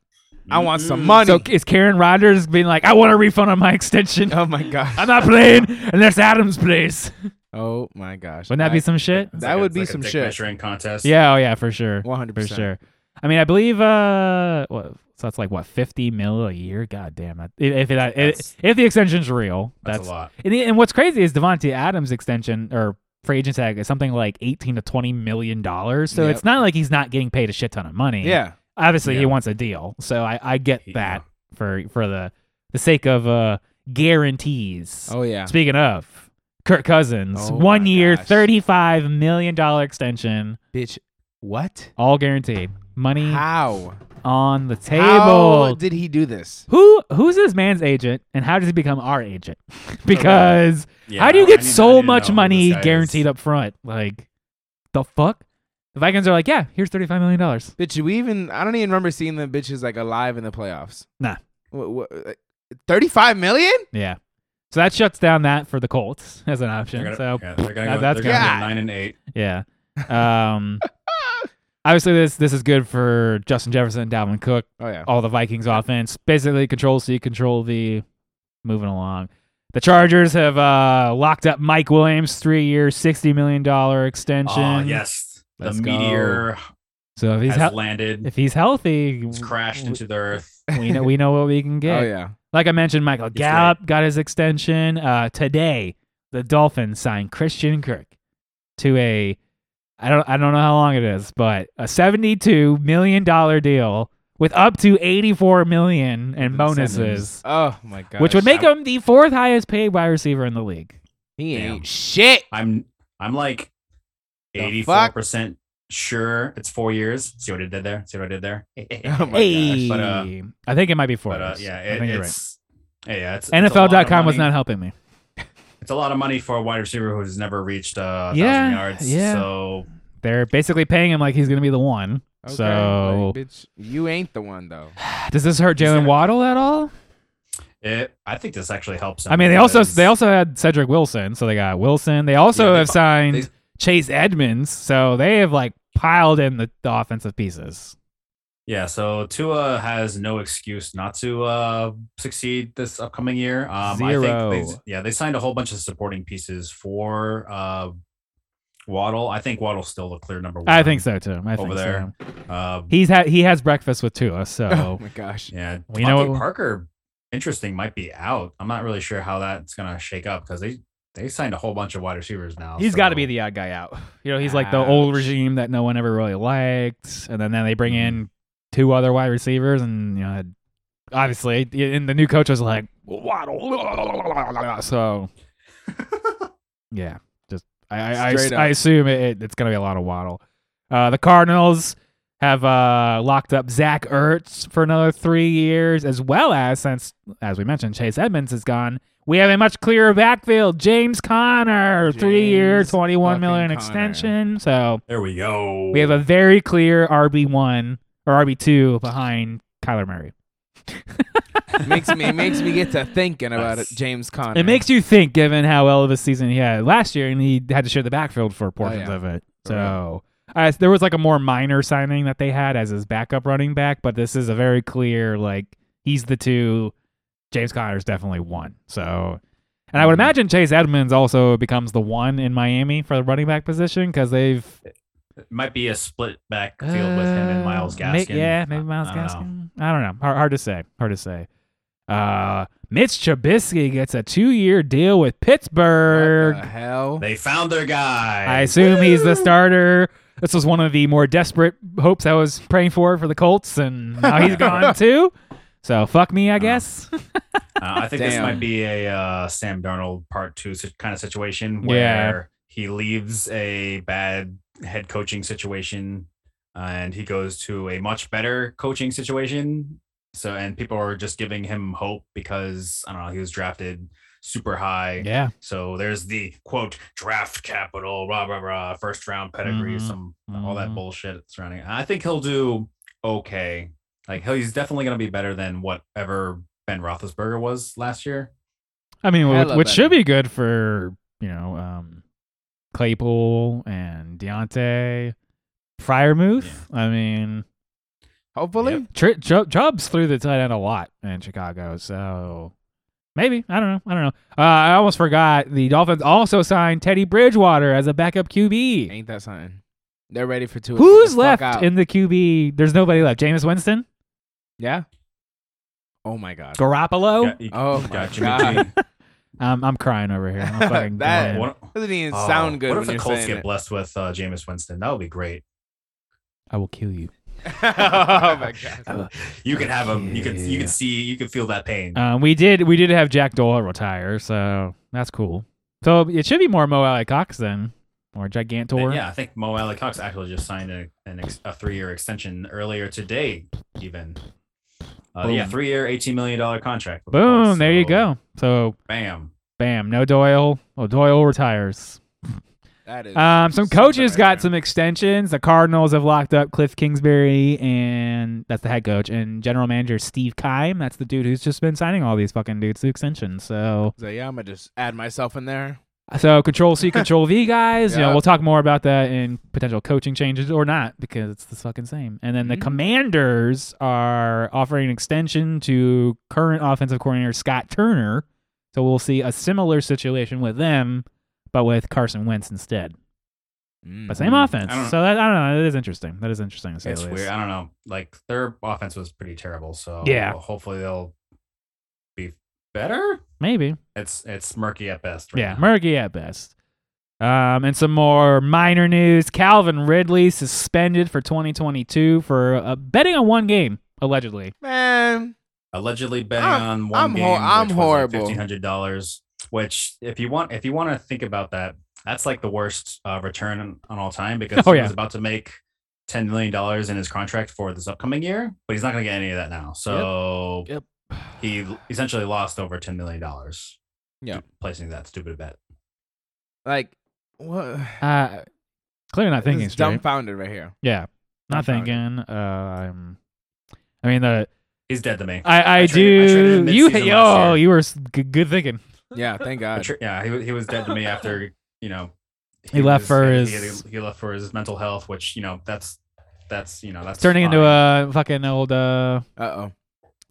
[SPEAKER 2] I want some
[SPEAKER 4] Mm-mm.
[SPEAKER 2] money.
[SPEAKER 1] So is Karen Rodgers being like, I want a refund on my extension.
[SPEAKER 2] <laughs>
[SPEAKER 1] <laughs>
[SPEAKER 2] oh my gosh.
[SPEAKER 1] I'm not playing unless Adams plays.
[SPEAKER 2] oh my gosh.
[SPEAKER 1] Wouldn't that be some shit?
[SPEAKER 4] It's
[SPEAKER 2] That
[SPEAKER 4] a-
[SPEAKER 2] would
[SPEAKER 4] it's
[SPEAKER 2] be
[SPEAKER 4] a
[SPEAKER 2] some
[SPEAKER 4] dick
[SPEAKER 2] shit.
[SPEAKER 4] Measuring contest.
[SPEAKER 1] Yeah, oh yeah, for sure.
[SPEAKER 2] One hundred
[SPEAKER 1] For
[SPEAKER 2] percent.
[SPEAKER 1] sure. I mean, I believe uh what so that's like what, fifty mil a year? God damn that if it,
[SPEAKER 4] That's-
[SPEAKER 1] if the extension's real,
[SPEAKER 4] that's, a lot.
[SPEAKER 1] And, the- and what's crazy is Devontae Adams' extension or free agent tag is something like eighteen to twenty million dollars. So
[SPEAKER 2] Yep.
[SPEAKER 1] it's not like he's not getting paid a shit ton of money.
[SPEAKER 2] Yeah.
[SPEAKER 1] obviously he
[SPEAKER 4] Yeah.
[SPEAKER 1] wants a deal. So I, I get
[SPEAKER 4] Yeah.
[SPEAKER 1] that for for the the sake of uh guarantees.
[SPEAKER 2] Oh yeah.
[SPEAKER 1] Speaking of Kirk Cousins,
[SPEAKER 2] Oh
[SPEAKER 1] one
[SPEAKER 2] my
[SPEAKER 1] year,
[SPEAKER 2] gosh.
[SPEAKER 1] thirty five million dollar extension,
[SPEAKER 2] Bitch. What?
[SPEAKER 1] all guaranteed. Money
[SPEAKER 2] How?
[SPEAKER 1] on the table.
[SPEAKER 2] How did he do this?
[SPEAKER 1] who who's this man's agent, and how does he become our agent? <laughs> because
[SPEAKER 4] Yeah,
[SPEAKER 1] How do
[SPEAKER 4] I
[SPEAKER 1] you get
[SPEAKER 4] need- I need
[SPEAKER 1] so
[SPEAKER 4] to
[SPEAKER 1] much
[SPEAKER 4] know who
[SPEAKER 1] money
[SPEAKER 4] this guy is.
[SPEAKER 1] guaranteed up front? Like, the fuck? The Vikings are like, yeah, here's thirty-five million dollars.
[SPEAKER 2] Bitch, we even I don't even remember seeing the bitches like alive in the playoffs.
[SPEAKER 1] Nah.
[SPEAKER 2] What, Thirty-five million?
[SPEAKER 1] Yeah. So that shuts down that for the Colts <laughs> as an option.
[SPEAKER 4] They're gonna,
[SPEAKER 1] so
[SPEAKER 4] yeah, they're gonna
[SPEAKER 1] that-
[SPEAKER 4] go,
[SPEAKER 1] that's
[SPEAKER 4] they're gonna
[SPEAKER 2] gonna-
[SPEAKER 4] go nine and eight. <laughs>
[SPEAKER 1] yeah. Um, obviously, this this is good for Justin Jefferson, Dalvin Cook,
[SPEAKER 2] Oh yeah.
[SPEAKER 1] all the Vikings offense. Basically, control C, control V. Moving along. The Chargers have uh, locked up Mike Williams, three years, sixty million dollar extension.
[SPEAKER 4] Oh yes, the
[SPEAKER 1] Let's go.
[SPEAKER 4] meteor
[SPEAKER 1] So if he's
[SPEAKER 4] has
[SPEAKER 1] hel-
[SPEAKER 4] landed.
[SPEAKER 1] if he's healthy,
[SPEAKER 4] It's crashed into the earth.
[SPEAKER 1] we know we know what we can get.
[SPEAKER 2] Oh yeah.
[SPEAKER 1] Like I mentioned, Michael
[SPEAKER 4] It's
[SPEAKER 1] Gallup got his extension uh, today. The Dolphins signed Christian Kirk to a I don't I don't know how long it is, but a seventy-two million dollar deal with up to eighty-four million in bonuses,
[SPEAKER 2] Oh my god.
[SPEAKER 1] which would make him the fourth highest paid wide receiver in the league.
[SPEAKER 2] he ain't
[SPEAKER 4] Damn.
[SPEAKER 2] shit.
[SPEAKER 4] <laughs> I'm I'm like
[SPEAKER 2] The
[SPEAKER 4] eighty
[SPEAKER 2] fuck?
[SPEAKER 4] four percent sure it's four years. See what I did there? See what I
[SPEAKER 1] <laughs>
[SPEAKER 4] did there?
[SPEAKER 2] Oh my
[SPEAKER 1] hey,
[SPEAKER 4] gosh, but, uh,
[SPEAKER 1] I think it might be four.
[SPEAKER 4] But uh,
[SPEAKER 1] years.
[SPEAKER 4] yeah,
[SPEAKER 1] I
[SPEAKER 4] it,
[SPEAKER 1] think you're right.
[SPEAKER 4] it's yeah, it's it's a lot of
[SPEAKER 1] NFL.com was
[SPEAKER 4] money.
[SPEAKER 1] not helping me.
[SPEAKER 4] it's a lot of money for a wide receiver who's never reached uh,
[SPEAKER 1] Yeah,
[SPEAKER 4] thousand yards.
[SPEAKER 1] yeah.
[SPEAKER 4] So
[SPEAKER 1] They're basically paying him like he's gonna be the one.
[SPEAKER 2] Okay,
[SPEAKER 1] So
[SPEAKER 2] like, bitch, you ain't the one though. <laughs>
[SPEAKER 1] does this hurt
[SPEAKER 4] He's
[SPEAKER 1] Jalen
[SPEAKER 4] not-
[SPEAKER 1] Waddle at all?
[SPEAKER 4] it, I think this actually helps. Him
[SPEAKER 1] I mean, they also
[SPEAKER 4] because-
[SPEAKER 1] they also had Cedric Wilson, so they got Wilson. They also
[SPEAKER 4] Yeah, they
[SPEAKER 1] have
[SPEAKER 4] fu-
[SPEAKER 1] signed
[SPEAKER 4] they-
[SPEAKER 1] Chase Edmonds, so they have like piled in the, the offensive pieces.
[SPEAKER 4] yeah. So Tua has no excuse not to uh, succeed this upcoming year. Um, I think
[SPEAKER 1] Zero.
[SPEAKER 4] they, yeah, they signed a whole bunch of supporting pieces for uh, Waddle. I think Waddle's still the clear number one.
[SPEAKER 1] I think so too. I think
[SPEAKER 4] Over there.
[SPEAKER 1] so.
[SPEAKER 4] Uh,
[SPEAKER 1] He's had he has breakfast with Tua,
[SPEAKER 4] <laughs>
[SPEAKER 1] so
[SPEAKER 2] Oh, my gosh.
[SPEAKER 4] yeah,
[SPEAKER 1] Well, you know
[SPEAKER 4] Devontae
[SPEAKER 1] what-
[SPEAKER 4] Parker, interesting, might be out. I'm not really sure how that's gonna shake up because they they signed a whole bunch of wide receivers now.
[SPEAKER 1] he's got to
[SPEAKER 4] so-
[SPEAKER 1] be the odd guy out. You know, he's like the old
[SPEAKER 2] Ouch.
[SPEAKER 1] regime that no one ever really liked, and then, then they bring in two other wide receivers, and you know, obviously, and the new coach was like Waddle, so
[SPEAKER 2] <laughs>
[SPEAKER 1] Yeah, just I I,
[SPEAKER 2] Straight
[SPEAKER 1] I, I
[SPEAKER 2] up.
[SPEAKER 1] assume it, it, it's gonna be a lot of waddle. Uh, the Cardinals have uh, locked up Zach Ertz for another three years, as well as since as we mentioned, Chase Edmonds is gone. We have a much clearer backfield. James Conner, three year,
[SPEAKER 2] James
[SPEAKER 1] twenty one million
[SPEAKER 2] fucking
[SPEAKER 1] extension. So
[SPEAKER 4] There we go.
[SPEAKER 1] we have a very clear RB one or RB two behind Kyler Murray.
[SPEAKER 2] makes me it makes me get to thinking about it, James Conner.
[SPEAKER 1] It makes you think, given how well of a season he had last year, and he had to share the backfield for portions
[SPEAKER 2] yeah.
[SPEAKER 1] of it.
[SPEAKER 2] For
[SPEAKER 1] So uh, there was like a more minor signing that they had as his backup running back, but this is a very clear like he's the two. James Conner's definitely one. So, and I would
[SPEAKER 2] Mhm.
[SPEAKER 1] imagine Chase Edmonds also becomes the one in Miami for the running back position because they've
[SPEAKER 4] It might be a split backfield with him and Miles
[SPEAKER 1] Uh, may-
[SPEAKER 4] Gaskin.
[SPEAKER 1] yeah, maybe Miles
[SPEAKER 4] I don't know.
[SPEAKER 1] Gaskin. I don't know. Hard, hard to say. Hard to say. Uh, Mitch Trubisky gets a two-year deal with Pittsburgh.
[SPEAKER 2] what the hell.
[SPEAKER 4] They found their guy.
[SPEAKER 1] I assume he's the starter. This was one of the more desperate hopes I was praying for for the Colts, and now
[SPEAKER 4] <laughs>
[SPEAKER 1] he's gone too. So fuck me,
[SPEAKER 4] Oh,
[SPEAKER 1] I guess.
[SPEAKER 4] Uh, I think this
[SPEAKER 2] Damn.
[SPEAKER 4] might be a uh, Sam Darnold part two si- kind of situation
[SPEAKER 1] Yeah.
[SPEAKER 4] where he leaves a bad head coaching situation uh, and he goes to a much better coaching situation. So, and people are just giving him hope because I don't know, he was drafted super high.
[SPEAKER 1] yeah.
[SPEAKER 4] So there's the quote draft capital, blah, blah, blah, first round pedigree,
[SPEAKER 1] Mhm.
[SPEAKER 4] some all that
[SPEAKER 1] Mhm.
[SPEAKER 4] bullshit surrounding it. I think he'll do okay. Like he'll, he's definitely going to be better than whatever Ben Roethlisberger was last year.
[SPEAKER 1] I mean,
[SPEAKER 2] Hella
[SPEAKER 1] which, which
[SPEAKER 2] better.
[SPEAKER 1] should be good for you know um, Claypool and Deontay Fryermuth. I mean,
[SPEAKER 2] Hopefully,
[SPEAKER 4] Yep.
[SPEAKER 1] Tr- Tr- Chubb's threw the tight end a lot in Chicago, so maybe I don't know. I don't know. Uh, I almost forgot the Dolphins also signed Teddy Bridgewater as a backup QB.
[SPEAKER 2] ain't that something? They're ready for two.
[SPEAKER 1] Who's
[SPEAKER 2] Fuck
[SPEAKER 1] left
[SPEAKER 2] out.
[SPEAKER 1] in the QB? There's nobody left. Jameis Winston,
[SPEAKER 2] yeah. Oh my god.
[SPEAKER 1] Garoppolo.
[SPEAKER 4] Got- you-
[SPEAKER 2] Oh
[SPEAKER 4] you
[SPEAKER 2] my
[SPEAKER 4] got Jimmy
[SPEAKER 2] God.
[SPEAKER 4] G.
[SPEAKER 1] Um, I'm crying over here. I'm fucking <laughs>
[SPEAKER 2] That-
[SPEAKER 1] dying.
[SPEAKER 4] What,
[SPEAKER 2] Doesn't even
[SPEAKER 4] oh,
[SPEAKER 2] sound good
[SPEAKER 4] What
[SPEAKER 2] when
[SPEAKER 4] if the
[SPEAKER 2] you're
[SPEAKER 4] Colts
[SPEAKER 2] saying
[SPEAKER 4] get
[SPEAKER 2] it.
[SPEAKER 4] blessed with uh, Jameis Winston? That would be great.
[SPEAKER 1] I will kill you.
[SPEAKER 2] <laughs> oh my
[SPEAKER 4] <laughs>
[SPEAKER 2] god.
[SPEAKER 4] You could have him. You could. You could see. You could feel that pain.
[SPEAKER 1] Um, we did we did have Jack Doyle retire, so that's cool. So it should be more Mo Ali Cox then, or Gigantor.
[SPEAKER 4] And yeah, I think Mo Alley Cox actually just signed a an ex, a three year extension earlier today, even. Uh, yeah,
[SPEAKER 1] Boom.
[SPEAKER 4] three year, eighteen million dollar contract. with the
[SPEAKER 1] Boom!
[SPEAKER 4] Colts,
[SPEAKER 1] there you
[SPEAKER 4] so
[SPEAKER 1] go. So
[SPEAKER 4] Bam.
[SPEAKER 1] bam, no Doyle. Oh, Doyle retires.
[SPEAKER 2] That is.
[SPEAKER 1] Um, some
[SPEAKER 2] something
[SPEAKER 1] coaches
[SPEAKER 2] right
[SPEAKER 1] got
[SPEAKER 2] there.
[SPEAKER 1] some extensions. The Cardinals have locked up Cliff Kingsbury, and that's the head coach, and general manager Steve Kime. That's the dude who's just been signing all these fucking dudes to extensions. So,
[SPEAKER 2] So yeah, I'm gonna just add myself in there.
[SPEAKER 1] so control C, control V, guys. You know,
[SPEAKER 2] Yeah.
[SPEAKER 1] we'll talk more about that in potential coaching changes or not because it's the fucking same. And then the
[SPEAKER 2] Mhm.
[SPEAKER 1] Commanders are offering an extension to current offensive coordinator Scott Turner. So we'll see a similar situation with them, but with Carson Wentz instead. But same
[SPEAKER 2] Mhm.
[SPEAKER 1] offense.
[SPEAKER 4] I don't-
[SPEAKER 1] So that I don't know. That is interesting. That is interesting to say
[SPEAKER 4] It's
[SPEAKER 1] the least.
[SPEAKER 4] weird. I don't know. Like their offense was pretty terrible, so
[SPEAKER 1] Yeah.
[SPEAKER 4] Hopefully they'll be better.
[SPEAKER 1] Maybe.
[SPEAKER 4] It's it's murky at best. Right
[SPEAKER 1] yeah.
[SPEAKER 4] now.
[SPEAKER 1] Murky at best. Um, and some more minor news. Calvin Ridley suspended for 2022 for uh, betting on one game allegedly.
[SPEAKER 2] Man,
[SPEAKER 4] allegedly betting
[SPEAKER 2] I'm-
[SPEAKER 4] on one
[SPEAKER 2] I'm hor-
[SPEAKER 4] game.
[SPEAKER 2] I'm horrible.
[SPEAKER 4] Fifteen hundred dollars. Which, if you want, if you want to think about that, that's like the worst uh, return on, on all time
[SPEAKER 1] <laughs>
[SPEAKER 4] because
[SPEAKER 1] Oh,
[SPEAKER 4] he
[SPEAKER 1] yeah.
[SPEAKER 4] was about to make ten million dollars in his contract for this upcoming year, but he's not going to get any of that now. So
[SPEAKER 2] Yep.
[SPEAKER 4] he essentially lost over ten million dollars.
[SPEAKER 2] Yeah.
[SPEAKER 4] placing that stupid bet.
[SPEAKER 2] like, what?
[SPEAKER 1] Uh, clearly not thinking
[SPEAKER 2] This is
[SPEAKER 1] straight.
[SPEAKER 2] dumbfounded right here.
[SPEAKER 1] yeah. Not
[SPEAKER 2] dumbfounded.
[SPEAKER 1] thinking. Uh, I'm. I mean the
[SPEAKER 4] He's dead to me.
[SPEAKER 1] I I,
[SPEAKER 4] I traded- I
[SPEAKER 1] do
[SPEAKER 4] traded him
[SPEAKER 1] you
[SPEAKER 4] mid-season last
[SPEAKER 1] oh
[SPEAKER 4] year.
[SPEAKER 1] you were s- g- good thinking.
[SPEAKER 2] Yeah, thank
[SPEAKER 4] I
[SPEAKER 2] God.
[SPEAKER 4] tr- yeah, he, wa- he was
[SPEAKER 1] <laughs>
[SPEAKER 4] dead to me after you know
[SPEAKER 1] He left for
[SPEAKER 4] he- he-
[SPEAKER 1] his-
[SPEAKER 4] he, left for his mental health, which you know that's that's you know that's
[SPEAKER 1] Turning into
[SPEAKER 4] fine.
[SPEAKER 1] a fucking old uh
[SPEAKER 2] Uh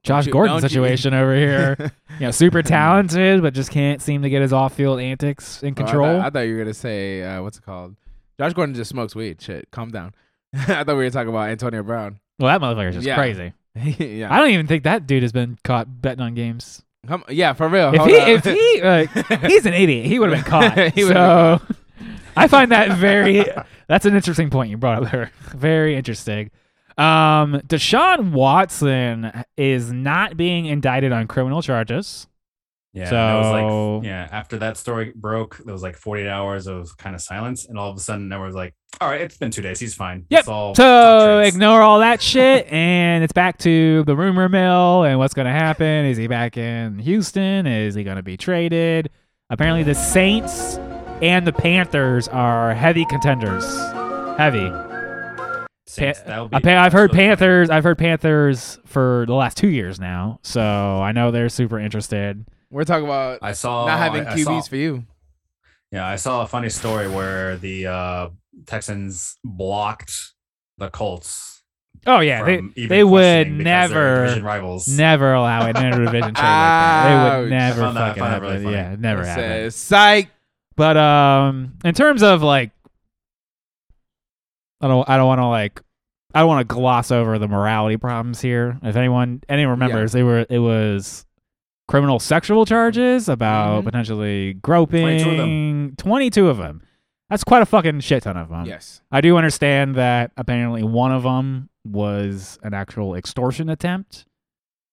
[SPEAKER 1] Josh
[SPEAKER 2] you-
[SPEAKER 1] Gordon
[SPEAKER 2] don't you-
[SPEAKER 1] situation over <laughs>
[SPEAKER 2] <laughs>
[SPEAKER 1] here.
[SPEAKER 2] oh.
[SPEAKER 1] you know, super talented, but just can't seem to get his off-field antics in
[SPEAKER 2] Oh, I thought-
[SPEAKER 1] control.
[SPEAKER 2] I thought, you were gonna say uh, what's it called? Josh Gordon just smokes weed. Shit, calm down. <laughs> I thought we were talking about Antonio Brown. <laughs>
[SPEAKER 1] well, that motherfucker's just
[SPEAKER 2] Yeah.
[SPEAKER 1] crazy.
[SPEAKER 2] yeah,
[SPEAKER 1] I don't even think that dude has been caught betting on games.
[SPEAKER 2] Come- yeah, for
[SPEAKER 1] If
[SPEAKER 2] real. Oh, Hold
[SPEAKER 1] he,
[SPEAKER 2] on.
[SPEAKER 1] if
[SPEAKER 2] <laughs>
[SPEAKER 1] he, like, he's an idiot. He would have been caught.
[SPEAKER 2] He would've been
[SPEAKER 1] so <laughs> I find that
[SPEAKER 2] <laughs>
[SPEAKER 1] very. That's an interesting point you brought up there. Very interesting. Um, Deshaun Watson is not being indicted on criminal charges.
[SPEAKER 4] Yeah. that was
[SPEAKER 1] So-
[SPEAKER 4] like, yeah. After that story broke, there was like 48 hours of kind of silence, and all of a sudden, everyone was like, "All right, it's been two days. He's fine."
[SPEAKER 1] Yep.
[SPEAKER 4] It's all,
[SPEAKER 1] So
[SPEAKER 4] it's all tricks.
[SPEAKER 1] ignore all
[SPEAKER 4] <laughs>
[SPEAKER 1] that shit, and it's back to the rumor mill and what's going to happen. Is he back in Houston? Is he going to be traded? Apparently, the Saints and the Panthers are heavy contenders. Heavy.
[SPEAKER 4] Saints,
[SPEAKER 1] Pa-
[SPEAKER 4] that'll be
[SPEAKER 1] I have heard
[SPEAKER 4] absolutely fine.
[SPEAKER 1] Panthers. I've heard Panthers for the last two years now, so I know they're super interested.
[SPEAKER 2] We're talking about
[SPEAKER 4] I saw
[SPEAKER 1] Oh,
[SPEAKER 2] not having
[SPEAKER 4] I- I
[SPEAKER 2] QBs
[SPEAKER 4] saw-
[SPEAKER 2] for you.
[SPEAKER 4] Yeah, I saw a funny story where the uh, Texans blocked the Colts.
[SPEAKER 1] Oh yeah, they
[SPEAKER 4] from even
[SPEAKER 1] they would
[SPEAKER 4] questioning because they're
[SPEAKER 1] never-
[SPEAKER 4] division rivals.
[SPEAKER 1] never allow an interdivision trade. Like that. They
[SPEAKER 2] Ouch.
[SPEAKER 1] would never
[SPEAKER 4] I found that- I
[SPEAKER 1] fucking
[SPEAKER 4] found that
[SPEAKER 1] happen.
[SPEAKER 4] really
[SPEAKER 1] yeah,
[SPEAKER 4] funny. uh,
[SPEAKER 1] never happen.
[SPEAKER 2] Says, Psych.
[SPEAKER 1] But um, in terms of like, I don't, I don't want to like, I don't want to gloss over the morality problems here. If anyone, anyone remembers, they were it was criminal sexual charges about
[SPEAKER 2] Mhm.
[SPEAKER 1] potentially
[SPEAKER 4] 22 of
[SPEAKER 1] groping. Twenty two of them. That's quite a fucking shit ton of them.
[SPEAKER 2] Yes.
[SPEAKER 1] I do understand that apparently one of them was an actual extortion attempt,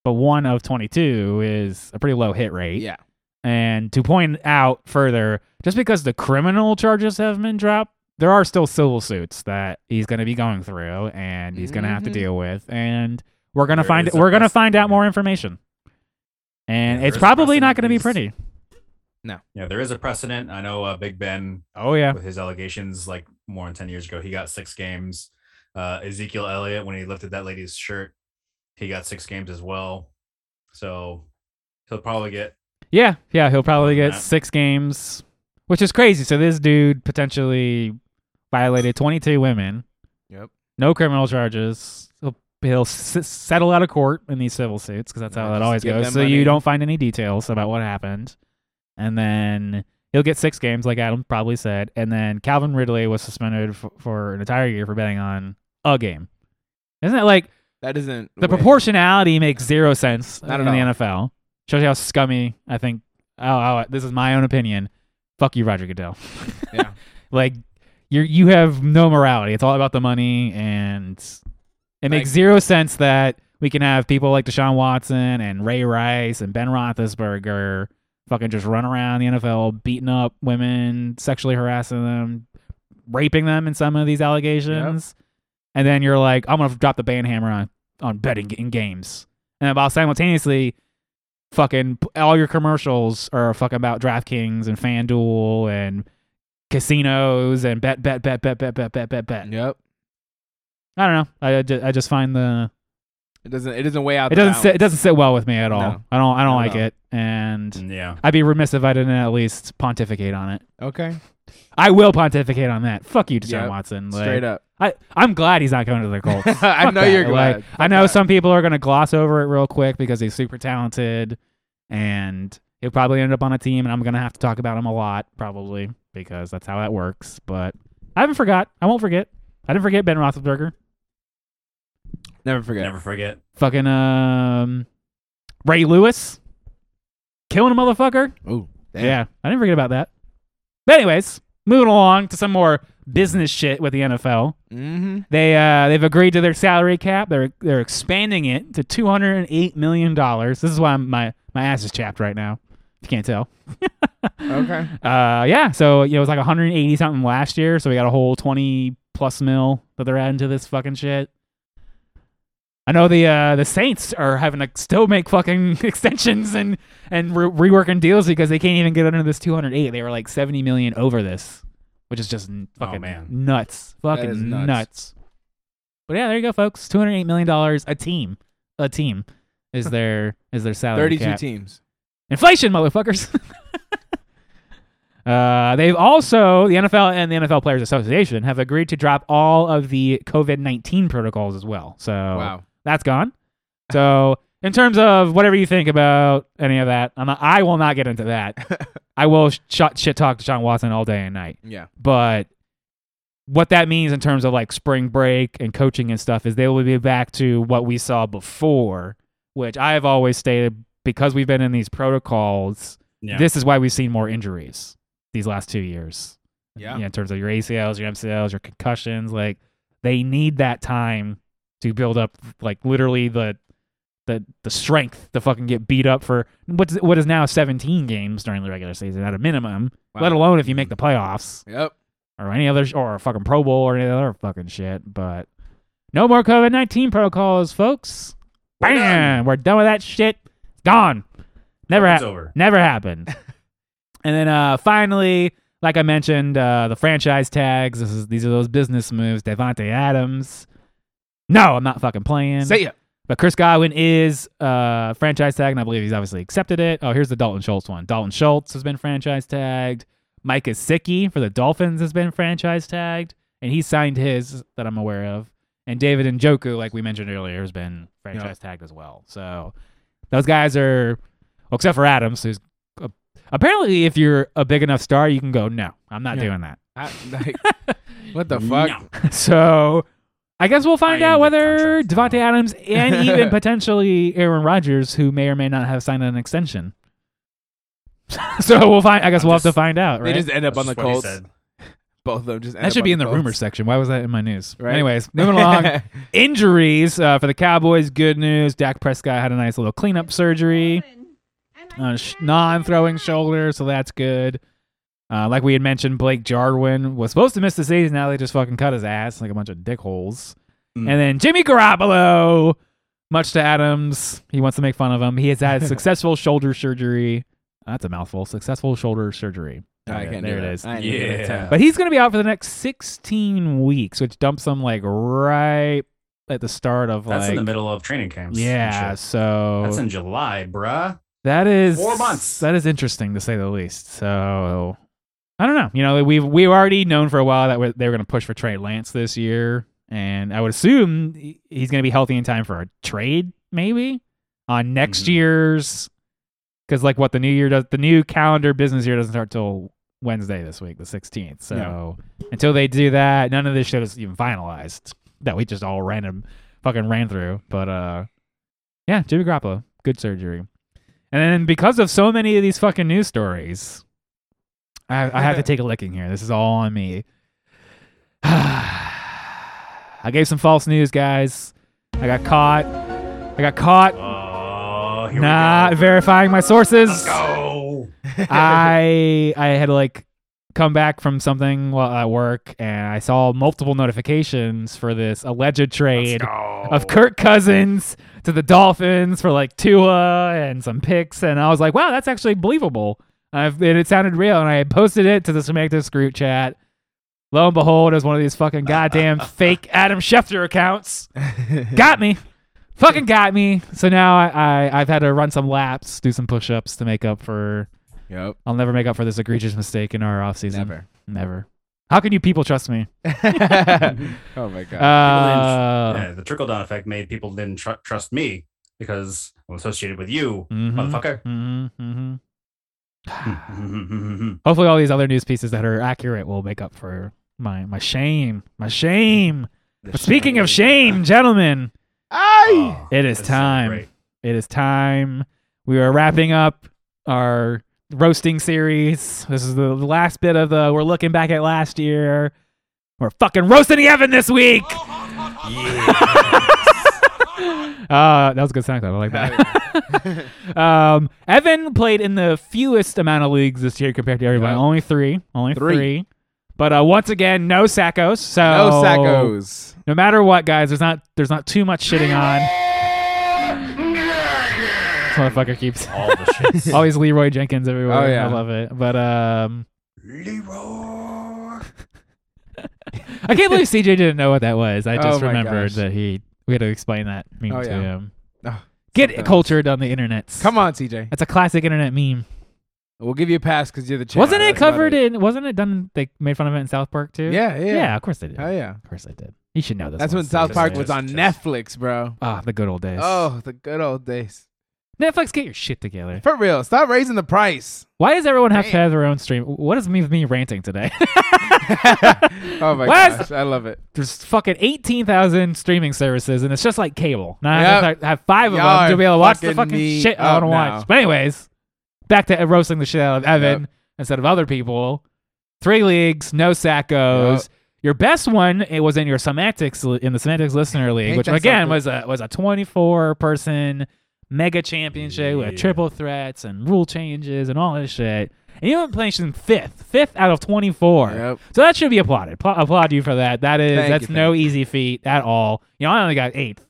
[SPEAKER 1] but one of 22 is a pretty low hit rate.
[SPEAKER 2] Yeah.
[SPEAKER 1] And to point out further, just because the criminal charges have been dropped, there are still civil suits that he's going to be going through and he's going to have to
[SPEAKER 2] Mhm.
[SPEAKER 1] deal with and we're going to
[SPEAKER 4] There
[SPEAKER 1] find
[SPEAKER 4] is a
[SPEAKER 1] we're going to
[SPEAKER 4] precedent.
[SPEAKER 1] find out more information. And
[SPEAKER 4] There
[SPEAKER 1] it's
[SPEAKER 4] is a
[SPEAKER 1] probably not going to
[SPEAKER 4] precedent,
[SPEAKER 1] be
[SPEAKER 4] these-
[SPEAKER 1] pretty.
[SPEAKER 4] Yeah, there is a precedent. I know uh, Big Ben
[SPEAKER 1] Oh yeah.
[SPEAKER 4] with his allegations like more than 10 years ago. He got six games. Uh, Ezekiel Elliott, when he lifted that lady's shirt, he got six games as well. So he'll probably get
[SPEAKER 1] Yeah, yeah, he'll probably get
[SPEAKER 4] Yeah.
[SPEAKER 1] six games, which is crazy. So this dude potentially violated 22 women,
[SPEAKER 2] Yep.
[SPEAKER 1] no criminal charges. He'll, he'll s- settle out of court in these civil suits because that's
[SPEAKER 2] Yeah,
[SPEAKER 1] how that
[SPEAKER 2] just
[SPEAKER 1] always
[SPEAKER 2] give
[SPEAKER 1] goes.
[SPEAKER 2] them
[SPEAKER 1] So
[SPEAKER 2] money.
[SPEAKER 1] you don't find any details about what happened, and then he'll get six games, like Adam probably said. And then Calvin Ridley was suspended f- for an entire year for betting on a game. Isn't it like
[SPEAKER 2] That isn't
[SPEAKER 1] the
[SPEAKER 2] win.
[SPEAKER 1] proportionality makes zero sense in
[SPEAKER 2] Not at all.
[SPEAKER 1] the NFL. Shows you how scummy I think. Oh, oh, this is my own opinion. Fuck you, Roger Goodell.
[SPEAKER 2] Yeah.
[SPEAKER 1] <laughs> like you, are you have no morality. It's all about the money, and it makes
[SPEAKER 2] Like-
[SPEAKER 1] zero sense that we can have people like Deshaun Watson and Ray Rice and Ben Roethlisberger fucking just run around the NFL beating up women, sexually harassing them, raping them in some of these allegations. And then you're like, I'm going to drop the ban hammer on, on betting in games. And about simultaneously, fucking p- all your commercials are fucking about DraftKings and FanDuel and casinos and bet, bet, bet, bet, bet, bet, bet, bet, bet.
[SPEAKER 2] Yep.
[SPEAKER 1] I don't know. I, I, ju- I just find the
[SPEAKER 2] It doesn't. It doesn't weigh out.
[SPEAKER 1] it
[SPEAKER 2] the
[SPEAKER 1] doesn't sit, it
[SPEAKER 2] balance.
[SPEAKER 1] doesn't sit well with me at all.
[SPEAKER 2] No.
[SPEAKER 1] I don't I don't
[SPEAKER 2] Not at
[SPEAKER 1] like
[SPEAKER 2] all. Mm.
[SPEAKER 1] it, and
[SPEAKER 4] yeah.
[SPEAKER 1] I'd be remiss if I didn't at least pontificate on it.
[SPEAKER 2] Okay.
[SPEAKER 1] I will pontificate on that. Fuck you, Deshaun
[SPEAKER 2] Yep.
[SPEAKER 1] Watson. Like,
[SPEAKER 2] Straight up.
[SPEAKER 1] I, I'm glad he's not going to the Colts. Fuck
[SPEAKER 2] <laughs> I know
[SPEAKER 1] that.
[SPEAKER 2] you're glad.
[SPEAKER 1] Like, I
[SPEAKER 2] Fuck
[SPEAKER 1] know
[SPEAKER 2] that.
[SPEAKER 1] some people are going to gloss over it real quick because he's super talented, and he'll probably end up on a team, and I'm going to have to talk about him a lot probably because that's how that works. But I haven't forgot. I won't forget. I didn't forget Ben Roethlisberger.
[SPEAKER 2] Never forget.
[SPEAKER 4] Never forget.
[SPEAKER 1] Fucking um, Ray Lewis, killing a motherfucker.
[SPEAKER 2] Ooh. damn.
[SPEAKER 1] Yeah, I didn't forget about that. But anyways, moving along to some more business shit with the NFL.
[SPEAKER 2] Mm-hmm.
[SPEAKER 1] They uh, they've agreed to their salary cap. They're they're expanding it to two hundred and eight million dollars. This is why I'm, my my ass is chapped right now. If you can't tell.
[SPEAKER 2] Okay.
[SPEAKER 1] Uh, yeah. So you know, it was like one hundred and eighty something last year. So we got a whole twenty plus mil that they're adding to this fucking shit. I know the uh, the Saints are having to still make fucking <laughs> extensions and and re- reworking deals because they can't even get under this two hundred eight. They were like seventy million over this, which is just n-
[SPEAKER 4] Oh,
[SPEAKER 1] fucking
[SPEAKER 4] man.
[SPEAKER 1] nuts, fucking
[SPEAKER 2] is nuts.
[SPEAKER 1] But yeah, there you go, folks. Two hundred eight million dollars a team, a team
[SPEAKER 2] <laughs>
[SPEAKER 1] is their is their salary.
[SPEAKER 2] Thirty-two
[SPEAKER 1] cap.
[SPEAKER 2] teams.
[SPEAKER 1] Inflation, motherfuckers. <laughs> uh, they've also, the NFL and the NFL Players Association have agreed to drop all of the COVID 19 protocols as well. So
[SPEAKER 2] Wow. <laughs>
[SPEAKER 1] that's gone. So, <laughs> in terms of whatever you think about any of that, I'm not, I will not get into that. I will sh- shit talk to Sean Watson all day and night
[SPEAKER 2] Yeah.
[SPEAKER 1] but what that means in terms of like spring break and coaching and stuff is they will be back to what we saw before, which I have always stated because we've been in these protocols,
[SPEAKER 4] Yeah.
[SPEAKER 1] this is why we've seen more injuries these last two years.
[SPEAKER 2] Yeah.
[SPEAKER 1] You know, in terms of your ACLs, your MCLs, your concussions, like they need that time to build up like literally the the the strength to fucking get beat up for what's what is now 17 games during the regular season at a minimum,
[SPEAKER 2] Wow.
[SPEAKER 1] let alone if you make the playoffs
[SPEAKER 2] Yep.
[SPEAKER 1] or any other sh- or a fucking Pro Bowl or any other fucking shit. But no more COVID nineteen protocols, folks. Bam, we're done with that shit. It's gone. Never
[SPEAKER 4] it's
[SPEAKER 1] happened.
[SPEAKER 4] over.
[SPEAKER 1] Never happened. and then uh, finally, like I mentioned, uh, the franchise tags. This is these are those business moves. Devonte Adams no, I'm not fucking playing.
[SPEAKER 2] Say ya.
[SPEAKER 1] <laughs> But Chris Godwin is uh, franchise tagged, and I believe he's obviously accepted it. Oh, here's the Dalton Schultz one. Dalton Schultz has been franchise tagged. Mike Isicki for the Dolphins has been franchise tagged, and he signed his that I'm aware of. And David and Joku, like we mentioned earlier, has been franchise tagged as well. So those guys are, well, except for Adams, who's uh, apparently if you're a big enough star, you can go. No, I'm not
[SPEAKER 2] Yeah.
[SPEAKER 1] doing that.
[SPEAKER 2] I, like, what the fuck?
[SPEAKER 4] No.
[SPEAKER 1] So I guess we'll find
[SPEAKER 4] I am
[SPEAKER 1] out
[SPEAKER 4] the
[SPEAKER 1] whether
[SPEAKER 4] contract. <laughs>
[SPEAKER 1] Devontae Adams and even potentially Aaron Rodgers, who may or may not have signed an extension. <laughs> so we'll find. I guess
[SPEAKER 4] I'm
[SPEAKER 1] we'll have
[SPEAKER 4] just-
[SPEAKER 1] to find out.
[SPEAKER 2] They
[SPEAKER 1] Right?
[SPEAKER 2] just end up
[SPEAKER 4] That's
[SPEAKER 2] on the
[SPEAKER 4] just what he
[SPEAKER 2] Colts.
[SPEAKER 4] said.
[SPEAKER 2] Both of them just. End
[SPEAKER 1] that
[SPEAKER 2] up
[SPEAKER 1] should be
[SPEAKER 2] on
[SPEAKER 1] in the
[SPEAKER 2] Colts.
[SPEAKER 1] rumor section. Why was that in my news?
[SPEAKER 2] Right.
[SPEAKER 1] Anyways,
[SPEAKER 2] <laughs>
[SPEAKER 1] moving along.
[SPEAKER 4] <laughs>
[SPEAKER 1] Injuries uh, for the Cowboys. Good news. Dak Prescott had a nice little cleanup surgery
[SPEAKER 4] Uh,
[SPEAKER 1] on a Uh, sh- non-throwing shoulder, so that's good. Uh, like we had mentioned, Blake Jarwin was supposed to miss the season. Now they just fucking cut his ass like a bunch of dickholes.
[SPEAKER 4] Mm.
[SPEAKER 1] And then Jimmy Garoppolo, much to Adams, he wants to make fun of him. He has
[SPEAKER 4] <laughs>
[SPEAKER 1] had successful shoulder surgery. That's a mouthful. Successful shoulder surgery.
[SPEAKER 2] I
[SPEAKER 1] Okay,
[SPEAKER 2] can't
[SPEAKER 1] there
[SPEAKER 2] do
[SPEAKER 1] it
[SPEAKER 2] that.
[SPEAKER 1] is.
[SPEAKER 2] I ain't even gonna
[SPEAKER 4] Yeah.
[SPEAKER 2] attempt.
[SPEAKER 1] But he's going to be out for the next 16 weeks, which dumps him like right at the start of
[SPEAKER 4] That's
[SPEAKER 1] like
[SPEAKER 4] in the middle of training camps. and
[SPEAKER 1] yeah.
[SPEAKER 4] shit.
[SPEAKER 1] So
[SPEAKER 4] That's in July, bruh.
[SPEAKER 1] That is
[SPEAKER 4] Four months.
[SPEAKER 1] That is interesting to say the least. So I don't know. You know, we've we've already known for a while that we they were going to push for Trey Lance this year, and I would assume he- he's going to be healthy in time for a trade, maybe on next
[SPEAKER 4] Mhm.
[SPEAKER 1] year's. Because like what the new year does, the new calendar business year doesn't start till Wednesday this week, the sixteenth. So until they do that, none of this shit is even finalized. That we just all random fucking ran through. But uh, yeah, Jimmy Garoppolo, good surgery. And then because of so many of these fucking news stories, I, I have to take a licking here. This is all on me. <sighs> I gave some false news, guys. I got caught. I got caught
[SPEAKER 4] Oh, here
[SPEAKER 1] not
[SPEAKER 4] we go.
[SPEAKER 1] verifying my sources.
[SPEAKER 4] Let's go.
[SPEAKER 1] I I had like come back from something while at work, and I saw multiple notifications for this alleged
[SPEAKER 4] Let's
[SPEAKER 1] trade
[SPEAKER 4] go.
[SPEAKER 1] of Kirk Cousins to the Dolphins for like Tua and some picks, and I was like, wow, that's actually believable. I've, and it sounded real, and I had posted it to the Semantics group chat. Lo and behold, it was one of these fucking
[SPEAKER 4] <laughs>
[SPEAKER 1] goddamn fake Adam Schefter accounts. Got me, fucking got me. So now I, I I've had to run some laps, do some push-ups to make up for.
[SPEAKER 2] Yep.
[SPEAKER 1] I'll never make up for this egregious mistake in our offseason.
[SPEAKER 2] Never.
[SPEAKER 1] Never. How can you people trust
[SPEAKER 4] <laughs>
[SPEAKER 1] me? <laughs>
[SPEAKER 2] <laughs> oh my god.
[SPEAKER 1] Uh,
[SPEAKER 4] yeah, the trickle down effect made people didn't tr- trust me because I'm associated with you,
[SPEAKER 1] mhm,
[SPEAKER 4] motherfucker.
[SPEAKER 1] mhm, mhm. <sighs>
[SPEAKER 4] <laughs> Mhm.
[SPEAKER 1] Hopefully, all these other news pieces that are accurate will make up for my my shame. My shame. But speaking of shame, gentlemen,
[SPEAKER 2] Ay!
[SPEAKER 4] Oh,
[SPEAKER 1] It is
[SPEAKER 4] this so
[SPEAKER 1] time.
[SPEAKER 4] great.
[SPEAKER 1] it is time. We are wrapping up our roasting series. This is the last bit of the we're looking back at last year. We're fucking roasting the oven this week. <laughs> Uh, that was a good sound clip. I like
[SPEAKER 2] <laughs>
[SPEAKER 1] that. um, Evan played in the fewest amount of leagues this year compared to everybody.
[SPEAKER 2] Yeah.
[SPEAKER 1] Only three. Only three.
[SPEAKER 2] Three.
[SPEAKER 1] But uh, once again, no sackos. So
[SPEAKER 2] No sackos.
[SPEAKER 1] No matter what, guys, there's not there's not too much shitting on. This motherfucker
[SPEAKER 2] <laughs>
[SPEAKER 1] keeps
[SPEAKER 4] All the
[SPEAKER 1] <laughs>
[SPEAKER 4] shits.
[SPEAKER 1] always Leroy Jenkins everywhere.
[SPEAKER 2] Oh, yeah.
[SPEAKER 1] I love it. But um,
[SPEAKER 4] Leroy.
[SPEAKER 1] I can't believe CJ didn't know what that was. I just
[SPEAKER 2] <laughs> Oh, my
[SPEAKER 1] remembered
[SPEAKER 2] gosh.
[SPEAKER 1] that he we had to explain that meme
[SPEAKER 2] Oh,
[SPEAKER 1] to
[SPEAKER 2] yeah.
[SPEAKER 1] him.
[SPEAKER 2] Oh,
[SPEAKER 1] Get
[SPEAKER 2] sometimes.
[SPEAKER 1] cultured on the internet.
[SPEAKER 2] Come on, TJ.
[SPEAKER 1] That's a classic internet meme.
[SPEAKER 2] We'll give you a pass because you're the champ.
[SPEAKER 1] wasn't it
[SPEAKER 2] That's about
[SPEAKER 1] covered in? Wasn't it done? They made fun of it in South Park too.
[SPEAKER 2] Yeah, yeah.
[SPEAKER 1] yeah. of course they did.
[SPEAKER 2] Oh yeah.
[SPEAKER 1] Of course they did. You should know this.
[SPEAKER 2] That's
[SPEAKER 1] one,
[SPEAKER 2] when South
[SPEAKER 1] Steve.
[SPEAKER 2] Park
[SPEAKER 4] just-
[SPEAKER 2] was on
[SPEAKER 4] just-
[SPEAKER 2] Netflix, bro.
[SPEAKER 1] Ah, the good old days.
[SPEAKER 2] Oh, the good old days.
[SPEAKER 1] Netflix, get your shit together.
[SPEAKER 2] For real, stop raising the price.
[SPEAKER 1] Why does everyone have to
[SPEAKER 2] Damn.
[SPEAKER 1] have their own stream? What is me me ranting today?
[SPEAKER 2] Oh my
[SPEAKER 1] Wes-
[SPEAKER 2] gosh, I love it.
[SPEAKER 1] There's fucking eighteen thousand streaming services, and it's just like cable. Now
[SPEAKER 2] Yep.
[SPEAKER 1] I have to have five of
[SPEAKER 2] Y'all
[SPEAKER 1] them to
[SPEAKER 2] are
[SPEAKER 1] be able to watch the
[SPEAKER 2] fucking
[SPEAKER 1] fucking
[SPEAKER 2] me
[SPEAKER 1] shit I
[SPEAKER 2] up
[SPEAKER 1] want to
[SPEAKER 2] now.
[SPEAKER 1] watch. But anyways, back to roasting the shit out of Evan
[SPEAKER 2] Yep.
[SPEAKER 1] instead of other people. Three leagues, no sackos.
[SPEAKER 2] Yep.
[SPEAKER 1] Your best one it was in your semantics li- in the semantics listener league,
[SPEAKER 2] Ain't
[SPEAKER 1] which
[SPEAKER 2] that
[SPEAKER 1] again
[SPEAKER 2] something?
[SPEAKER 1] was a was a 24 person mega championship with
[SPEAKER 4] Yeah.
[SPEAKER 1] triple threats and rule changes and all this shit. And you went placing fifth, fifth out of 24.
[SPEAKER 2] Yep.
[SPEAKER 1] So that should be applauded. Pl- applaud you for that. That is
[SPEAKER 2] Thank
[SPEAKER 1] that's
[SPEAKER 2] you,
[SPEAKER 1] no easy feat at all. You know, I only got eighth.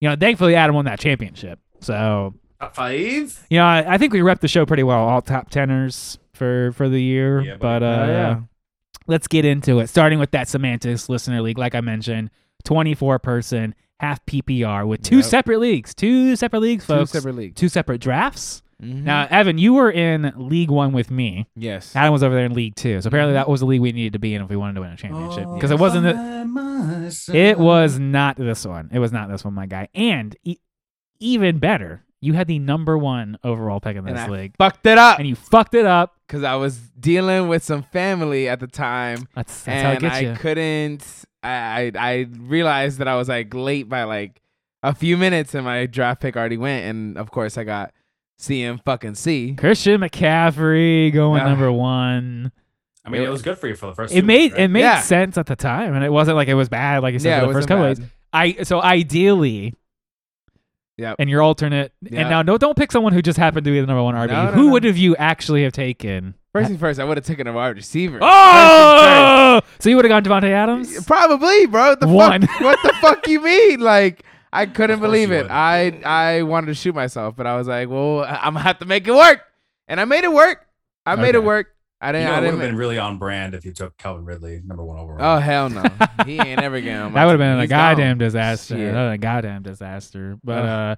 [SPEAKER 1] You know, thankfully Adam won that championship. So
[SPEAKER 4] Top five.
[SPEAKER 1] you know, I, I think we rep the show pretty well, all top teners for for the year.
[SPEAKER 4] Yeah,
[SPEAKER 1] but
[SPEAKER 4] buddy.
[SPEAKER 1] uh,
[SPEAKER 2] Oh, yeah.
[SPEAKER 1] let's get into it. Starting with that semantics listener league, like I mentioned, 24 person half PPR with two
[SPEAKER 2] Yep.
[SPEAKER 1] separate leagues, two separate leagues, folks,
[SPEAKER 2] Two separate leagues.
[SPEAKER 1] two separate drafts.
[SPEAKER 2] Mhm.
[SPEAKER 1] Now, Evan, you were in League One with me.
[SPEAKER 2] Mm-hmm. yes.
[SPEAKER 1] Adam was over there in League Two. So apparently
[SPEAKER 2] Mm-hmm.
[SPEAKER 1] that was the league we needed to be in if we wanted to win a championship.
[SPEAKER 2] Oh,
[SPEAKER 1] Because Oh, it wasn't. The,
[SPEAKER 4] The,
[SPEAKER 1] it was not this one. It was not this one, my guy. And e- even better, you had the number one overall pick in
[SPEAKER 2] And
[SPEAKER 1] this
[SPEAKER 2] I
[SPEAKER 1] league,
[SPEAKER 2] Fucked it up
[SPEAKER 1] and you fucked it up.
[SPEAKER 2] because I was dealing with some family at the time,
[SPEAKER 1] That's, that's how it
[SPEAKER 2] and
[SPEAKER 1] gets
[SPEAKER 2] I
[SPEAKER 1] you.
[SPEAKER 2] couldn't. I, I I realized that I was like late by like a few minutes, and my draft pick already went. And of course, I got CM fucking C.
[SPEAKER 1] Christian McCaffrey going
[SPEAKER 2] Yeah.
[SPEAKER 1] number one.
[SPEAKER 4] I mean, it was good for you for the first.
[SPEAKER 1] It
[SPEAKER 4] two
[SPEAKER 1] made
[SPEAKER 4] weeks,
[SPEAKER 1] it
[SPEAKER 4] right?
[SPEAKER 1] made
[SPEAKER 2] Yeah.
[SPEAKER 1] sense at the time, and it wasn't like it was bad. Like I said,
[SPEAKER 2] Yeah,
[SPEAKER 1] for the
[SPEAKER 2] it was
[SPEAKER 1] first couple of days. I so ideally,
[SPEAKER 2] Yep.
[SPEAKER 1] and your alternate.
[SPEAKER 2] Yeah.
[SPEAKER 1] And now, no, don't pick someone who just happened to be the number one RB.
[SPEAKER 2] No, no,
[SPEAKER 1] who
[SPEAKER 2] no.
[SPEAKER 1] would have you actually have taken?
[SPEAKER 2] First thing first, I would have taken a wide receiver.
[SPEAKER 1] Oh, so you would have gone Devontae Adams.
[SPEAKER 2] Probably, bro. The
[SPEAKER 1] One.
[SPEAKER 2] Fuck, <laughs> what the fuck you mean? Like, I couldn't
[SPEAKER 4] Of course
[SPEAKER 2] believe
[SPEAKER 4] you
[SPEAKER 2] it.
[SPEAKER 4] would.
[SPEAKER 2] I I wanted to shoot myself, but I was like, well, I- I'm gonna have to make it work, and I made it work. I made it
[SPEAKER 1] Okay.
[SPEAKER 2] work. I
[SPEAKER 4] You
[SPEAKER 2] didn't. I
[SPEAKER 4] know, it would
[SPEAKER 2] didn't.
[SPEAKER 4] have been really on brand if you took Calvin Ridley number one overall.
[SPEAKER 2] oh hell no, he ain't
[SPEAKER 1] <laughs>
[SPEAKER 2] ever getting. on my
[SPEAKER 1] That would have
[SPEAKER 2] team.
[SPEAKER 1] been a
[SPEAKER 2] He's
[SPEAKER 1] goddamn
[SPEAKER 2] gone.
[SPEAKER 1] disaster.
[SPEAKER 2] Shit.
[SPEAKER 1] That would've been a goddamn disaster. But uh,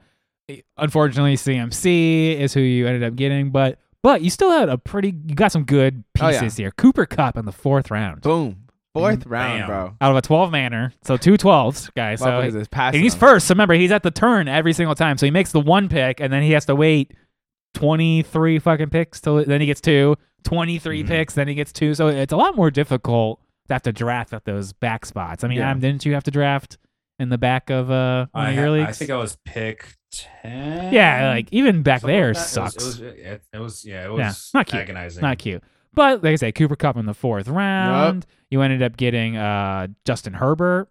[SPEAKER 1] unfortunately, CMC is who you ended up getting. But but you still had a pretty. You got some good
[SPEAKER 2] Oh, yeah.
[SPEAKER 1] pieces here. Cooper Cup in the fourth round
[SPEAKER 2] Boom. Fourth round,
[SPEAKER 4] Bam.
[SPEAKER 2] bro.
[SPEAKER 1] out of a twelve manner. So two 12s, guys. Mm, So
[SPEAKER 2] Motherfuckers is passing
[SPEAKER 1] And he's
[SPEAKER 2] him.
[SPEAKER 1] first. So remember, he's at the turn every single time. So he makes the one pick, and then he has to wait 23 fucking picks till then he gets two, 23
[SPEAKER 4] Mhm.
[SPEAKER 1] picks, then he gets two. So it's a lot more difficult to have to draft at those back spots. I mean,
[SPEAKER 2] Yeah.
[SPEAKER 1] Adam, didn't you have to draft in the back of uh, one
[SPEAKER 4] I,
[SPEAKER 1] of your
[SPEAKER 4] ha-
[SPEAKER 1] leagues?
[SPEAKER 4] I think I was pick ten.
[SPEAKER 1] yeah, like even back
[SPEAKER 4] something
[SPEAKER 1] there
[SPEAKER 4] like that.
[SPEAKER 1] sucks.
[SPEAKER 4] It was, it was, it- it was- yeah, it
[SPEAKER 1] Yeah,
[SPEAKER 4] was
[SPEAKER 1] not cute.
[SPEAKER 4] agonizing.
[SPEAKER 1] Not cute. But like I said, Cooper Cup in the fourth round. You ended up getting uh, Justin Herbert.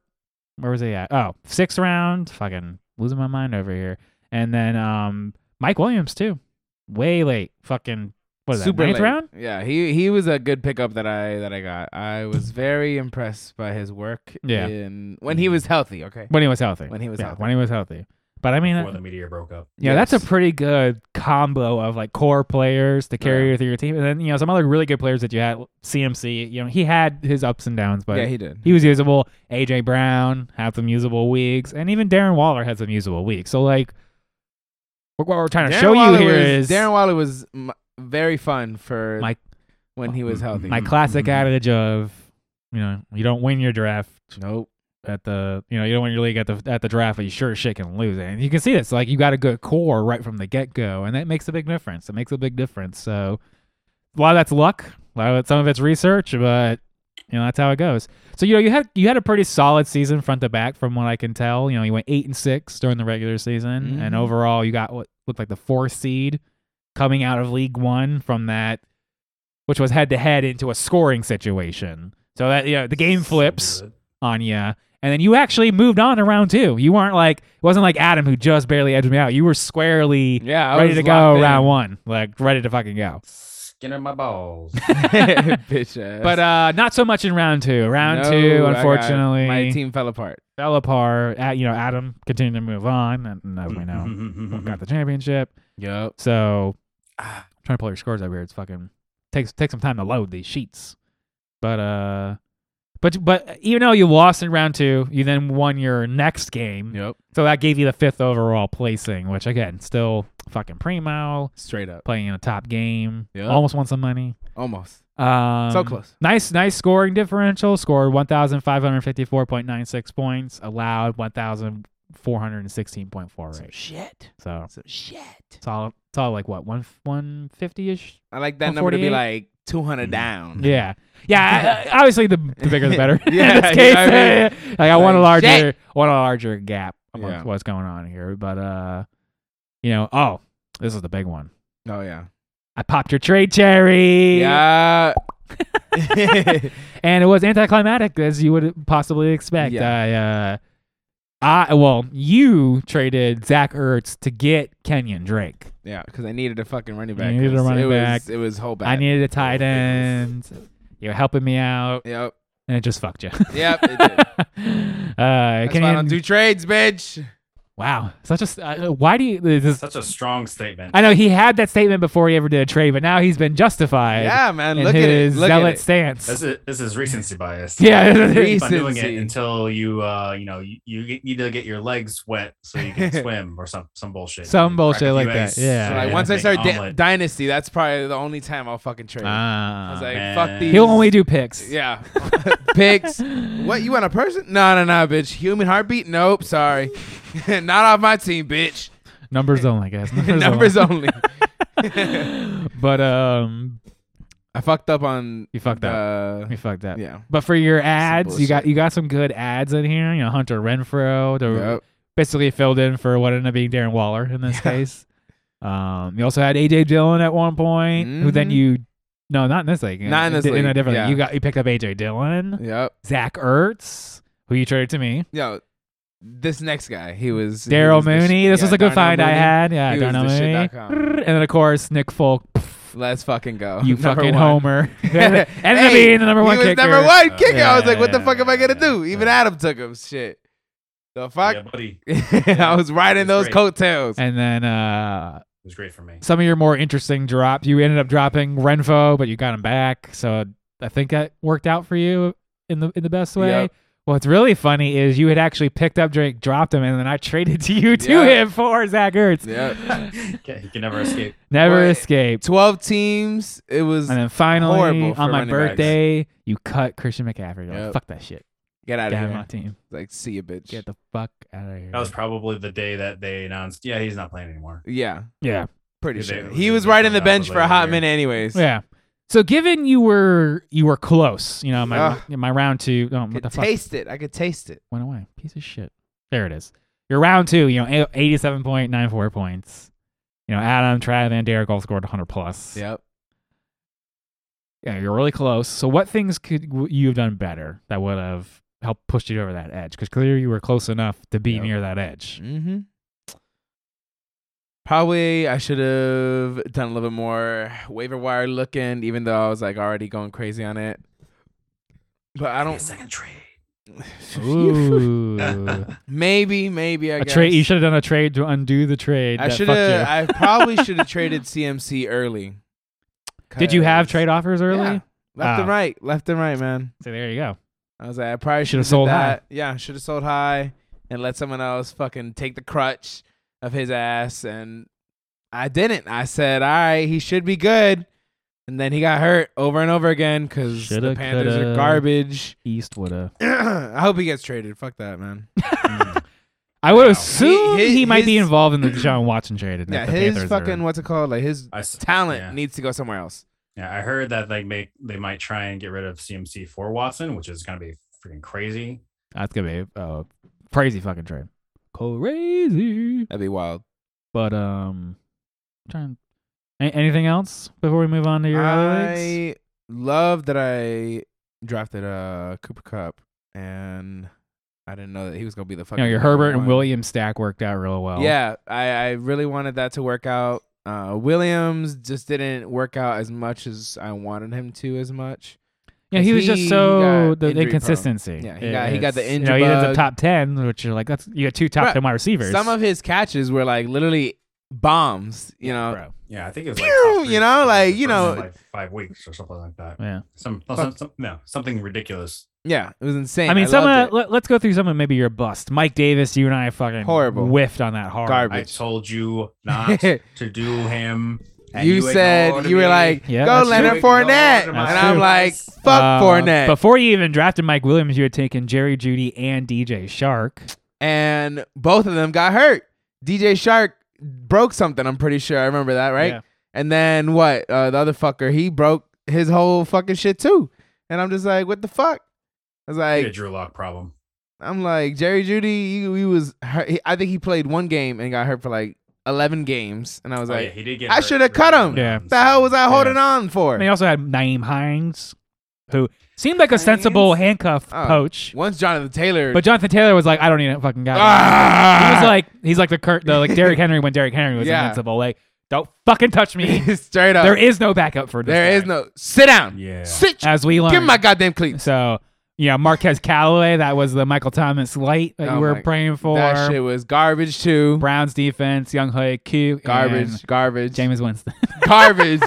[SPEAKER 1] Where was he at? Oh, sixth round. Fucking losing my mind over here. And then um, Mike Williams too. Way late. Fucking what is that? Ninth
[SPEAKER 2] late.
[SPEAKER 1] round.
[SPEAKER 2] Yeah, he he was a good pickup that I that I got. I was very impressed by his work.
[SPEAKER 1] Yeah.
[SPEAKER 2] in- when he was healthy. Okay.
[SPEAKER 1] When he was healthy.
[SPEAKER 2] When he was
[SPEAKER 1] Yeah,
[SPEAKER 2] healthy.
[SPEAKER 1] When he was healthy. But I mean,
[SPEAKER 4] Before
[SPEAKER 1] uh,
[SPEAKER 4] the meteor broke up.
[SPEAKER 1] yeah, that's
[SPEAKER 2] Yes.
[SPEAKER 1] a pretty good combo of like core players to carry
[SPEAKER 2] Yeah.
[SPEAKER 1] you through your team, and then you know some other really good players that you had. CMC, you know, he had his ups and downs, but
[SPEAKER 2] yeah, he did.
[SPEAKER 1] He was usable. AJ Brown had some usable weeks, and even Darren Waller had some usable weeks. So like, what what we're trying to
[SPEAKER 2] Darren
[SPEAKER 1] show
[SPEAKER 2] Waller
[SPEAKER 1] you here
[SPEAKER 2] was,
[SPEAKER 1] is
[SPEAKER 2] Darren Waller was m- very fun for
[SPEAKER 1] My-
[SPEAKER 2] when he was healthy.
[SPEAKER 1] my classic
[SPEAKER 4] Mhm.
[SPEAKER 2] Mm-hmm.
[SPEAKER 1] adage of, you know, you don't win your draft
[SPEAKER 2] nope.
[SPEAKER 1] at the, you know, you don't win your league at the at the draft, but you sure as shit can lose it. And you can see this. Like you got a good core right from the get go, and that makes a big difference. It makes a big difference. So a lot of that's luck. A lot of it, some of it's research, but you know that's how it goes. So you know you had you had a pretty solid season front to back from what I can tell. You know you went eight and six during the regular season, and
[SPEAKER 2] Mhm.
[SPEAKER 1] overall you got what looked like the fourth seed coming out of League One from that, which was head to head into a scoring situation. So that you know the game
[SPEAKER 4] So
[SPEAKER 1] flips
[SPEAKER 4] good.
[SPEAKER 1] on you, and then you actually moved on to round two. You weren't like it wasn't like Adam who just barely edged me out. You were squarely
[SPEAKER 2] Yeah, I
[SPEAKER 1] ready
[SPEAKER 2] was
[SPEAKER 1] to go
[SPEAKER 2] locked in. <laughs>
[SPEAKER 1] round one, like ready to fucking go.
[SPEAKER 4] Skinning
[SPEAKER 1] <laughs>
[SPEAKER 4] my balls.
[SPEAKER 2] Bitch ass.
[SPEAKER 1] But uh, not so much in round two. Round
[SPEAKER 2] No,
[SPEAKER 1] two,
[SPEAKER 2] I got-
[SPEAKER 1] unfortunately,
[SPEAKER 2] my team fell apart.
[SPEAKER 1] fell apart. Uh, you know, Adam continued to move on, and, and as we know,
[SPEAKER 4] <laughs>
[SPEAKER 1] Oh,
[SPEAKER 2] Mm-hmm.
[SPEAKER 1] got the championship.
[SPEAKER 2] Yep.
[SPEAKER 1] So
[SPEAKER 4] Ah,
[SPEAKER 1] trying to pull your scores over here. It's fucking takes takes some time to load these sheets. But uh, but but even though you lost in round two, you then won your next game.
[SPEAKER 2] Yep.
[SPEAKER 1] So that gave you the fifth overall placing, which again, still fucking primo,
[SPEAKER 2] Straight up.
[SPEAKER 1] playing in a top game,
[SPEAKER 2] Yeah.
[SPEAKER 1] almost won some money.
[SPEAKER 2] Almost.
[SPEAKER 1] Um,
[SPEAKER 2] So close.
[SPEAKER 1] Nice, nice scoring differential. Scored 1,554.96 points, allowed 1,416.48.
[SPEAKER 2] shit.
[SPEAKER 1] So
[SPEAKER 2] Some shit.
[SPEAKER 1] it's all, it's all like what, one 150 ish?
[SPEAKER 2] I like that number to
[SPEAKER 1] 148?
[SPEAKER 2] be like 200 down.
[SPEAKER 1] Yeah. Yeah.
[SPEAKER 2] <laughs>
[SPEAKER 1] I- I- obviously, the, the bigger the better. <laughs>
[SPEAKER 2] Yeah,
[SPEAKER 1] In this
[SPEAKER 2] you
[SPEAKER 1] case,
[SPEAKER 2] know what I
[SPEAKER 1] like <laughs> I want a
[SPEAKER 2] Like,
[SPEAKER 1] larger,
[SPEAKER 2] shit.
[SPEAKER 1] want a larger gap amongst
[SPEAKER 2] Yeah.
[SPEAKER 1] what's going on here. But, uh, you know, oh, this is the big one.
[SPEAKER 2] Oh yeah.
[SPEAKER 1] I popped your trade cherry. <laughs>
[SPEAKER 2] Yeah. <laughs>
[SPEAKER 1] and it was anticlimactic as you would possibly expect. I, uh, I well, you traded Zach Ertz to get Kenyon Drake.
[SPEAKER 2] yeah, because I needed a fucking running back.
[SPEAKER 1] You needed a
[SPEAKER 2] 'cause
[SPEAKER 1] running
[SPEAKER 2] it was,
[SPEAKER 1] back.
[SPEAKER 2] It was whole back.
[SPEAKER 1] I needed a tight end. You were helping me out,
[SPEAKER 2] Yep.
[SPEAKER 1] and it just fucked you. <laughs>
[SPEAKER 2] Yep. It did.
[SPEAKER 1] uh,
[SPEAKER 2] That's why I
[SPEAKER 1] Kenyon,
[SPEAKER 2] don't do trades, bitch.
[SPEAKER 1] Wow, such a s- uh, why do you? This is,
[SPEAKER 4] Such a strong statement.
[SPEAKER 1] I know he had that statement before he ever did a trade, but now he's been justified
[SPEAKER 2] yeah, man.
[SPEAKER 1] in
[SPEAKER 2] Look at it.
[SPEAKER 1] his
[SPEAKER 2] Look
[SPEAKER 1] zealot
[SPEAKER 2] at it.
[SPEAKER 1] stance.
[SPEAKER 4] this is this is recency
[SPEAKER 1] <laughs>
[SPEAKER 4] bias.
[SPEAKER 1] yeah,
[SPEAKER 2] Reese-
[SPEAKER 4] Keep on doing it
[SPEAKER 2] Recency.
[SPEAKER 4] until you uh you know you, you get- need to get your legs wet so
[SPEAKER 1] <laughs>
[SPEAKER 4] you can swim or some some bullshit.
[SPEAKER 1] Some
[SPEAKER 4] You
[SPEAKER 1] bullshit
[SPEAKER 4] crack a
[SPEAKER 1] like
[SPEAKER 4] few
[SPEAKER 1] that,
[SPEAKER 4] eggs,
[SPEAKER 1] yeah.
[SPEAKER 2] So,
[SPEAKER 1] So,
[SPEAKER 2] like
[SPEAKER 1] yeah.
[SPEAKER 2] once I
[SPEAKER 4] make
[SPEAKER 2] start da-
[SPEAKER 4] omelet. Uh-huh.
[SPEAKER 2] Dynasty, that's probably the only time I'll fucking trade. I
[SPEAKER 1] Ah.
[SPEAKER 2] was like,
[SPEAKER 4] man.
[SPEAKER 2] fuck these.
[SPEAKER 1] he'll only do picks.
[SPEAKER 2] <laughs> Yeah. Pigs. What, you want a person? No, no, no, bitch. Human heartbeat? Nope, sorry. <laughs> Not off my team, bitch.
[SPEAKER 1] Numbers only,
[SPEAKER 2] <laughs>
[SPEAKER 1] guys. Numbers,
[SPEAKER 2] Numbers only.
[SPEAKER 1] only. but um,
[SPEAKER 2] I fucked up on.
[SPEAKER 1] you fucked up.
[SPEAKER 2] Uh,
[SPEAKER 1] You fucked up.
[SPEAKER 2] yeah.
[SPEAKER 1] But for your ads, you got
[SPEAKER 2] bullshit.
[SPEAKER 1] you got some good ads in here. You know, Hunter Renfro the-
[SPEAKER 2] Yep.
[SPEAKER 1] basically filled in for what ended up being Darren Waller in
[SPEAKER 2] <laughs>
[SPEAKER 1] this case. Um, you also had AJ Dillon at one point, who then
[SPEAKER 2] Mhm.
[SPEAKER 1] you, no, not in this league,
[SPEAKER 2] Not in this
[SPEAKER 1] in a
[SPEAKER 2] league,
[SPEAKER 1] different.
[SPEAKER 2] yeah.
[SPEAKER 1] You got you picked up AJ Dillon,
[SPEAKER 2] Yep.
[SPEAKER 1] Zach Ertz, who you traded to me,
[SPEAKER 2] Yo, this next guy, he was. he
[SPEAKER 1] Daryl
[SPEAKER 2] was the
[SPEAKER 1] Mooney.
[SPEAKER 2] shit.
[SPEAKER 1] this
[SPEAKER 2] Yeah,
[SPEAKER 1] was a good
[SPEAKER 2] Darnell
[SPEAKER 1] find I
[SPEAKER 2] Mooney.
[SPEAKER 1] had. Yeah,
[SPEAKER 2] He was
[SPEAKER 1] Darnell
[SPEAKER 2] the shit
[SPEAKER 1] Mooney,
[SPEAKER 2] dot com.
[SPEAKER 1] and then of course Nick
[SPEAKER 2] <laughs>
[SPEAKER 1] Folk,
[SPEAKER 2] Let's fucking go.
[SPEAKER 1] you
[SPEAKER 2] <laughs> Number
[SPEAKER 1] fucking
[SPEAKER 2] one.
[SPEAKER 1] homer, <laughs> ended up
[SPEAKER 2] Hey,
[SPEAKER 1] being the number one
[SPEAKER 2] he was
[SPEAKER 1] kicker. Oh,
[SPEAKER 2] number one kicker. I was
[SPEAKER 1] Yeah, Oh,
[SPEAKER 2] like, what the
[SPEAKER 4] yeah,
[SPEAKER 2] fuck am I gonna
[SPEAKER 4] yeah,
[SPEAKER 2] do?
[SPEAKER 4] yeah.
[SPEAKER 2] Even Adam took him. Shit. The fuck. <laughs>
[SPEAKER 4] Yeah, buddy, it
[SPEAKER 2] I was riding
[SPEAKER 4] It's
[SPEAKER 2] those
[SPEAKER 4] great.
[SPEAKER 2] coattails.
[SPEAKER 1] And then uh,
[SPEAKER 4] was
[SPEAKER 1] <laughs>
[SPEAKER 4] great for me.
[SPEAKER 1] some of your more interesting drops. You ended up dropping Renfo, but you got him back. So I think that worked out for you in the in the best way.
[SPEAKER 2] Yep.
[SPEAKER 1] What's really funny is you had actually picked up Drake, dropped him, and then I traded <laughs> to you to
[SPEAKER 2] Yeah.
[SPEAKER 1] him for Zach Ertz.
[SPEAKER 2] Yeah.
[SPEAKER 1] <laughs>
[SPEAKER 4] Okay, he can never escape.
[SPEAKER 1] Never
[SPEAKER 2] Well,
[SPEAKER 1] escaped.
[SPEAKER 2] Twelve teams. It was
[SPEAKER 1] And then finally,
[SPEAKER 2] horrible for
[SPEAKER 1] on my
[SPEAKER 2] running backs.
[SPEAKER 1] birthday, you cut Christian McCaffrey. You're like,
[SPEAKER 2] Yep.
[SPEAKER 1] fuck that shit.
[SPEAKER 2] get out
[SPEAKER 1] Get
[SPEAKER 2] of
[SPEAKER 1] out of
[SPEAKER 2] here.
[SPEAKER 1] my team.
[SPEAKER 2] Like see you, bitch.
[SPEAKER 1] Get the fuck out of here.
[SPEAKER 4] That was probably the day that they announced, yeah, he's not playing anymore.
[SPEAKER 2] yeah,
[SPEAKER 1] yeah.
[SPEAKER 2] pretty
[SPEAKER 4] Yeah, they-
[SPEAKER 2] sure
[SPEAKER 4] they-
[SPEAKER 2] he was
[SPEAKER 4] they
[SPEAKER 2] riding the
[SPEAKER 4] found out
[SPEAKER 2] bench for a
[SPEAKER 4] later.
[SPEAKER 2] hot minute, anyways.
[SPEAKER 1] Yeah. So given you were you were close, you know, my
[SPEAKER 2] Ugh.
[SPEAKER 1] my round two. Oh,
[SPEAKER 2] I
[SPEAKER 1] what the
[SPEAKER 2] could
[SPEAKER 1] fuck?
[SPEAKER 2] taste it. I could taste it.
[SPEAKER 1] went away. Piece of shit. There it is. Your round two, you know, eighty seven point nine four points. You know, Adam, Trav, and Derek all scored hundred plus.
[SPEAKER 2] Yep.
[SPEAKER 1] Yeah, you're really close. So what things could w- you have done better that would have helped push you over that edge? Because clearly you were close enough to be
[SPEAKER 2] Yep.
[SPEAKER 1] near that
[SPEAKER 2] <laughs>
[SPEAKER 1] edge.
[SPEAKER 2] Mm-hmm. Probably I should have done a little bit more waiver wire looking, even though I was like already going crazy on it. But I
[SPEAKER 4] Take a
[SPEAKER 2] don't.
[SPEAKER 4] second trade.
[SPEAKER 2] <laughs>
[SPEAKER 1] Ooh.
[SPEAKER 2] maybe, maybe I
[SPEAKER 1] a
[SPEAKER 2] guess.
[SPEAKER 1] trade you should have done a trade to undo the trade.
[SPEAKER 2] I
[SPEAKER 1] that
[SPEAKER 2] should
[SPEAKER 1] fucked you.
[SPEAKER 2] have. I probably
[SPEAKER 1] <laughs>
[SPEAKER 2] should have traded CMC early.
[SPEAKER 1] Did you have
[SPEAKER 2] 'Cause-
[SPEAKER 1] trade offers early?
[SPEAKER 2] Yeah. Left and
[SPEAKER 1] Ah.
[SPEAKER 2] right, left and right, man.
[SPEAKER 1] So there you go.
[SPEAKER 2] I was like, I probably should
[SPEAKER 1] Should've
[SPEAKER 2] have
[SPEAKER 1] sold
[SPEAKER 2] that. Yeah, should have sold high and let someone else fucking take the crutch of his ass. And I didn't. I said, all right, he should be good. And then he got hurt over and over again because the
[SPEAKER 1] Shoulda,
[SPEAKER 2] Panthers
[SPEAKER 1] coulda.
[SPEAKER 2] are garbage. <clears throat>
[SPEAKER 1] East would have.
[SPEAKER 2] I hope he gets traded. Fuck that,
[SPEAKER 1] <laughs>
[SPEAKER 2] man.
[SPEAKER 4] Mm. <laughs>
[SPEAKER 1] I would
[SPEAKER 4] Wow.
[SPEAKER 1] assume he,
[SPEAKER 2] He- his-
[SPEAKER 1] might be
[SPEAKER 2] his-
[SPEAKER 1] involved in the John Watson trade. and
[SPEAKER 2] yeah,
[SPEAKER 1] if the
[SPEAKER 2] his
[SPEAKER 1] Panthers are-
[SPEAKER 2] fucking what's it called? Like his
[SPEAKER 4] I s-
[SPEAKER 2] talent
[SPEAKER 4] yeah.
[SPEAKER 2] needs to go somewhere else.
[SPEAKER 4] Yeah, I heard that they make they might try and get rid of CMC for Watson, which is gonna be freaking crazy.
[SPEAKER 1] That's gonna be a crazy fucking trade. Crazy.
[SPEAKER 2] That'd be wild.
[SPEAKER 1] But um, trying. A- anything else before we move on to your other leagues?
[SPEAKER 2] I love that I drafted uh Cooper Cup and I didn't know that he was gonna be the
[SPEAKER 1] You
[SPEAKER 2] fucking.
[SPEAKER 1] know, your
[SPEAKER 2] number
[SPEAKER 1] Herbert and
[SPEAKER 2] one.
[SPEAKER 1] Williams stack worked out real well.
[SPEAKER 2] Yeah, I, I really wanted that to work out. Uh, Williams just didn't work out as much as I wanted him to as much.
[SPEAKER 1] yeah. He was just
[SPEAKER 2] He
[SPEAKER 1] so
[SPEAKER 2] got
[SPEAKER 1] the
[SPEAKER 2] injury
[SPEAKER 1] inconsistency.
[SPEAKER 2] prone. Yeah, he got- he got the
[SPEAKER 1] It's- You
[SPEAKER 2] injury
[SPEAKER 1] know, he ends up
[SPEAKER 2] bug.
[SPEAKER 1] top ten, which you're like, that's you got two top
[SPEAKER 2] Bruh,
[SPEAKER 1] ten wide receivers.
[SPEAKER 2] Some of his catches were like literally bombs, you know.
[SPEAKER 1] bro.
[SPEAKER 4] Yeah, I think it was like
[SPEAKER 2] Pew!
[SPEAKER 4] top three
[SPEAKER 2] You know,
[SPEAKER 4] for
[SPEAKER 2] like,
[SPEAKER 4] the
[SPEAKER 2] you
[SPEAKER 4] first,
[SPEAKER 2] know-
[SPEAKER 4] like five weeks or something like that.
[SPEAKER 1] Yeah.
[SPEAKER 4] Some, some, some no something ridiculous.
[SPEAKER 2] Yeah, it was insane.
[SPEAKER 1] I mean, some
[SPEAKER 2] loved
[SPEAKER 1] of, let, let's go through some of maybe your bust. Mike Davis, you and I fucking
[SPEAKER 2] Horrible.
[SPEAKER 1] whiffed on that hard.
[SPEAKER 2] Garbage.
[SPEAKER 4] I
[SPEAKER 2] Bitch. <laughs>
[SPEAKER 4] told you not to do him.
[SPEAKER 2] it.
[SPEAKER 4] and
[SPEAKER 2] you said
[SPEAKER 4] ignored
[SPEAKER 2] you were
[SPEAKER 4] me.
[SPEAKER 2] like,
[SPEAKER 1] Yeah,
[SPEAKER 2] "Go
[SPEAKER 1] that's
[SPEAKER 2] Leonard
[SPEAKER 4] true.
[SPEAKER 2] Fournette," and
[SPEAKER 4] Ignored
[SPEAKER 1] my
[SPEAKER 2] I'm
[SPEAKER 1] true.
[SPEAKER 2] like, "Fuck
[SPEAKER 1] Uh,
[SPEAKER 2] Fournette."
[SPEAKER 1] Before you even drafted Mike Williams, you had taken Jerry Judy and DJ Shark.
[SPEAKER 2] and both of them got hurt. DJ Shark broke something. I'm pretty sure I remember that, right?
[SPEAKER 1] Yeah.
[SPEAKER 2] And then what? Uh, the other fucker, he broke his whole fucking shit too. And I'm just like, what the fuck? I was
[SPEAKER 4] You had a
[SPEAKER 2] like,
[SPEAKER 4] Drew Lock problem.
[SPEAKER 2] I'm like Jerry Judy. You, he was. Hurt. He, I think he played one game and got hurt for like 11 games. And I was
[SPEAKER 4] Oh,
[SPEAKER 2] like,
[SPEAKER 4] yeah, he did get
[SPEAKER 2] I
[SPEAKER 4] hurt
[SPEAKER 2] shoulda
[SPEAKER 4] for
[SPEAKER 2] cut
[SPEAKER 4] that
[SPEAKER 2] him.
[SPEAKER 1] Yeah. oh,
[SPEAKER 4] one,
[SPEAKER 2] the hell was I
[SPEAKER 4] so-
[SPEAKER 2] holding on for?
[SPEAKER 1] And they also had Naeem Hines, who seemed like a sensible handcuff
[SPEAKER 2] Oh.
[SPEAKER 1] poach.
[SPEAKER 2] Once Jonathan Taylor, <laughs>
[SPEAKER 1] But Jonathan Taylor was like, I don't need a fucking guy.
[SPEAKER 2] Ah!
[SPEAKER 1] He was like, he's like the Kurt, the like Derrick Henry when Derrick Henry was
[SPEAKER 2] Yeah.
[SPEAKER 1] invincible. Like, don't fucking touch
[SPEAKER 2] <laughs>
[SPEAKER 1] me.
[SPEAKER 2] straight up,
[SPEAKER 1] there is no backup for this.
[SPEAKER 2] there
[SPEAKER 1] guy,
[SPEAKER 2] is no sit down.
[SPEAKER 4] Yeah.
[SPEAKER 2] sit.
[SPEAKER 1] as we learned.
[SPEAKER 2] Give me my goddamn cleats.
[SPEAKER 1] so Yeah, Marquez Callaway. That was the Michael Thomas light that
[SPEAKER 2] Oh
[SPEAKER 1] you were
[SPEAKER 2] my-
[SPEAKER 1] praying for.
[SPEAKER 2] That shit was garbage too.
[SPEAKER 1] Browns defense, Young Hoy Q, and
[SPEAKER 2] Garbage, garbage,
[SPEAKER 1] Jameis Winston.
[SPEAKER 2] <laughs>
[SPEAKER 1] <laughs>
[SPEAKER 2] garbage.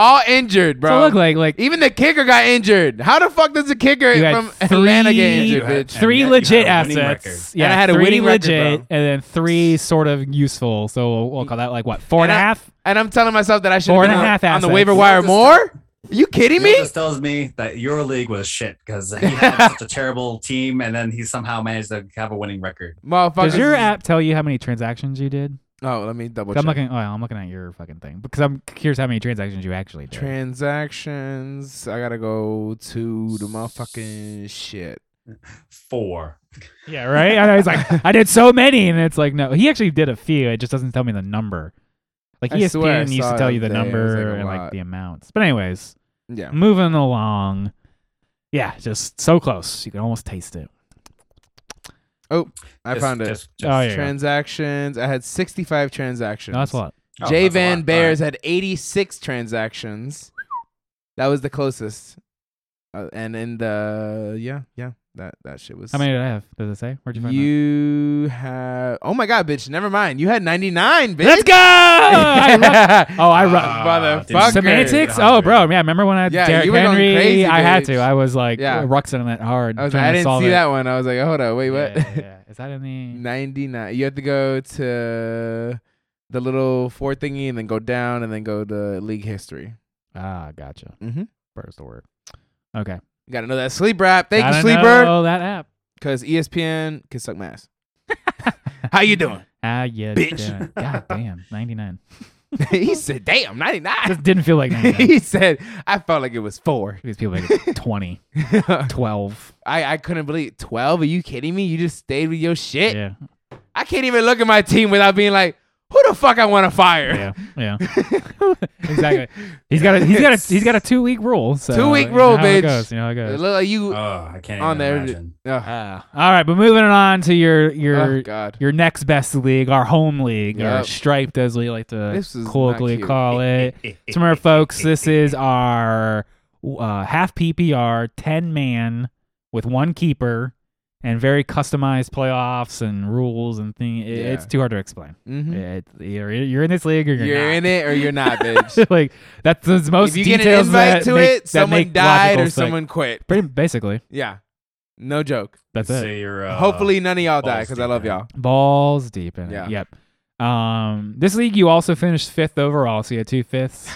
[SPEAKER 2] All injured, bro.
[SPEAKER 1] so look like like
[SPEAKER 2] Even the kicker got injured. How the fuck does the kicker
[SPEAKER 1] You had
[SPEAKER 2] from
[SPEAKER 1] three-
[SPEAKER 2] Atlanta get
[SPEAKER 4] You
[SPEAKER 2] injured,
[SPEAKER 4] had-
[SPEAKER 2] bitch?
[SPEAKER 4] and yet
[SPEAKER 1] three
[SPEAKER 4] you had a
[SPEAKER 1] legit
[SPEAKER 4] winning
[SPEAKER 1] assets.
[SPEAKER 2] And I had a
[SPEAKER 1] three
[SPEAKER 2] winning record,
[SPEAKER 1] legit,
[SPEAKER 2] bro.
[SPEAKER 1] and then three sort of useful. So we'll, we'll call that like what four and a
[SPEAKER 2] And I-
[SPEAKER 1] half.
[SPEAKER 2] And I'm telling myself that I should
[SPEAKER 1] Four
[SPEAKER 2] have
[SPEAKER 1] and a half
[SPEAKER 2] on the
[SPEAKER 1] assets.
[SPEAKER 2] waiver
[SPEAKER 1] You
[SPEAKER 2] wire
[SPEAKER 4] just-
[SPEAKER 2] more. Are you kidding
[SPEAKER 4] You know,
[SPEAKER 2] me?
[SPEAKER 4] This tells me that your league was shit
[SPEAKER 2] <laughs>
[SPEAKER 4] because he had such a terrible team, and then he somehow managed to have a winning record.
[SPEAKER 2] Motherfucker.
[SPEAKER 1] Does your app tell you how many transactions you did?
[SPEAKER 2] Oh, let me double
[SPEAKER 1] 'Cause
[SPEAKER 2] check.
[SPEAKER 1] I'm looking. Oh, I'm looking at your fucking thing because I'm curious how many transactions you actually did.
[SPEAKER 2] Transactions. I gotta go to the motherfucking shit.
[SPEAKER 4] Four.
[SPEAKER 1] yeah, right. I know he's like, <laughs> I did so many, and it's like, no, he actually did a few. It just doesn't tell me the number. Like E
[SPEAKER 2] I swear I
[SPEAKER 1] ESPN used
[SPEAKER 2] saw
[SPEAKER 1] to tell
[SPEAKER 2] it
[SPEAKER 1] you the
[SPEAKER 2] today. It was,
[SPEAKER 1] number
[SPEAKER 2] like, a
[SPEAKER 1] and
[SPEAKER 2] lot.
[SPEAKER 1] like the amounts. But anyways,
[SPEAKER 2] Yeah.
[SPEAKER 1] moving along. Yeah, just so close. You can almost taste it.
[SPEAKER 2] I
[SPEAKER 4] Just-
[SPEAKER 2] found it.
[SPEAKER 4] just- just-
[SPEAKER 1] Oh, yeah.
[SPEAKER 2] transactions. I had 65 transactions.
[SPEAKER 1] No, that's a lot.
[SPEAKER 4] Oh,
[SPEAKER 2] J
[SPEAKER 4] that's a
[SPEAKER 2] Van
[SPEAKER 4] lot.
[SPEAKER 2] Bears had 86 transactions. That was the closest. Uh, and in the yeah, yeah, that that shit was
[SPEAKER 1] How many did I have? Does it say? Where'd you find that?
[SPEAKER 2] You have Oh my god, bitch, never mind. You had 99, bitch. <laughs>
[SPEAKER 1] Let's go! I love- oh, I
[SPEAKER 2] Uh,
[SPEAKER 4] Ah,
[SPEAKER 2] Motherfucker.
[SPEAKER 4] dude,
[SPEAKER 1] semantics.
[SPEAKER 4] Hundred.
[SPEAKER 1] Oh, bro, yeah. Remember when I had
[SPEAKER 2] Yeah,
[SPEAKER 1] Derrick
[SPEAKER 2] you were going
[SPEAKER 1] Henry?
[SPEAKER 2] crazy,
[SPEAKER 1] I had to.
[SPEAKER 2] dude.
[SPEAKER 1] I was like
[SPEAKER 2] Yeah.
[SPEAKER 1] ruxing that hard.
[SPEAKER 2] I was like,
[SPEAKER 1] trying to
[SPEAKER 2] I didn't
[SPEAKER 1] solve
[SPEAKER 2] see
[SPEAKER 1] it.
[SPEAKER 2] that one. I was like, hold on, wait,
[SPEAKER 1] Yeah,
[SPEAKER 2] <laughs> what?
[SPEAKER 1] yeah, yeah. Is that in the?
[SPEAKER 2] 99. You have to go to the little four thingy and then go down and then go to league history.
[SPEAKER 1] Ah, gotcha.
[SPEAKER 2] Mm-hmm.
[SPEAKER 1] First the word. Okay.
[SPEAKER 2] You gotta know that sleep rap. Thank
[SPEAKER 1] Gotta
[SPEAKER 2] you, sleeper. E
[SPEAKER 1] Know that app.
[SPEAKER 2] Because ESPN can suck my ass.
[SPEAKER 1] <laughs>
[SPEAKER 2] How you doing?
[SPEAKER 1] Ah, yeah.
[SPEAKER 2] Bitch.
[SPEAKER 1] Doing?
[SPEAKER 2] <laughs>
[SPEAKER 1] God damn. Ninety nine. <laughs>
[SPEAKER 2] he said, damn, 99. <laughs>
[SPEAKER 1] Just didn't feel like 99.
[SPEAKER 2] he said, I felt like it was four.
[SPEAKER 1] These people make it
[SPEAKER 2] <laughs>
[SPEAKER 1] 20,
[SPEAKER 2] I,
[SPEAKER 1] 12.
[SPEAKER 2] I couldn't believe 12. Are you kidding me? You just stayed with your shit?
[SPEAKER 1] Yeah.
[SPEAKER 2] I can't even look at my team without being like, who the fuck I want to fire?
[SPEAKER 1] Yeah. Yeah. exactly. He's got a he's got a he's got a two week rule. So
[SPEAKER 2] Two-week
[SPEAKER 1] you know
[SPEAKER 2] rule,
[SPEAKER 1] how it
[SPEAKER 2] bitch.
[SPEAKER 1] goes, You know how it
[SPEAKER 2] <laughs> It
[SPEAKER 1] goes.
[SPEAKER 2] looked like you.
[SPEAKER 1] Uh,
[SPEAKER 4] Oh, I can't
[SPEAKER 2] On
[SPEAKER 4] even
[SPEAKER 2] there.
[SPEAKER 4] imagine.
[SPEAKER 2] Ugh.
[SPEAKER 1] Ah. All right, but moving on to your your
[SPEAKER 2] oh, God.
[SPEAKER 1] your next best league, our home league,
[SPEAKER 2] Yep.
[SPEAKER 1] or striped as we like to
[SPEAKER 2] This is not
[SPEAKER 1] colloquially
[SPEAKER 2] cute.
[SPEAKER 1] call
[SPEAKER 4] <laughs>
[SPEAKER 1] it. So remember, folks, this is our uh, half PPR, 10 man with one keeper and very customized playoffs and rules and thing. It-
[SPEAKER 2] Yeah.
[SPEAKER 1] It's too hard to explain.
[SPEAKER 2] Mhm.
[SPEAKER 1] It- you're, you're in this league or you're,
[SPEAKER 2] You're,
[SPEAKER 1] not.
[SPEAKER 2] in it or
[SPEAKER 1] <laughs>
[SPEAKER 2] you're not, bitch.
[SPEAKER 1] like, that's the most
[SPEAKER 2] if you
[SPEAKER 1] details
[SPEAKER 2] get an invite
[SPEAKER 1] that
[SPEAKER 2] to
[SPEAKER 1] make-
[SPEAKER 2] it,
[SPEAKER 1] that
[SPEAKER 2] someone
[SPEAKER 1] make
[SPEAKER 2] died
[SPEAKER 1] logical
[SPEAKER 2] or
[SPEAKER 1] sense.
[SPEAKER 2] someone quit.
[SPEAKER 1] Pretty basically,
[SPEAKER 2] Yeah. No joke.
[SPEAKER 1] that's it.
[SPEAKER 4] Say you're, uh,
[SPEAKER 2] Hopefully none of y'all die
[SPEAKER 4] balls
[SPEAKER 2] because I
[SPEAKER 4] deep
[SPEAKER 2] love
[SPEAKER 4] in.
[SPEAKER 2] y'all.
[SPEAKER 1] Balls deep in
[SPEAKER 2] Yeah.
[SPEAKER 1] it. Yep. Um, this league, you also finished fifth overall, so you had two
[SPEAKER 2] <sighs>
[SPEAKER 1] fifths,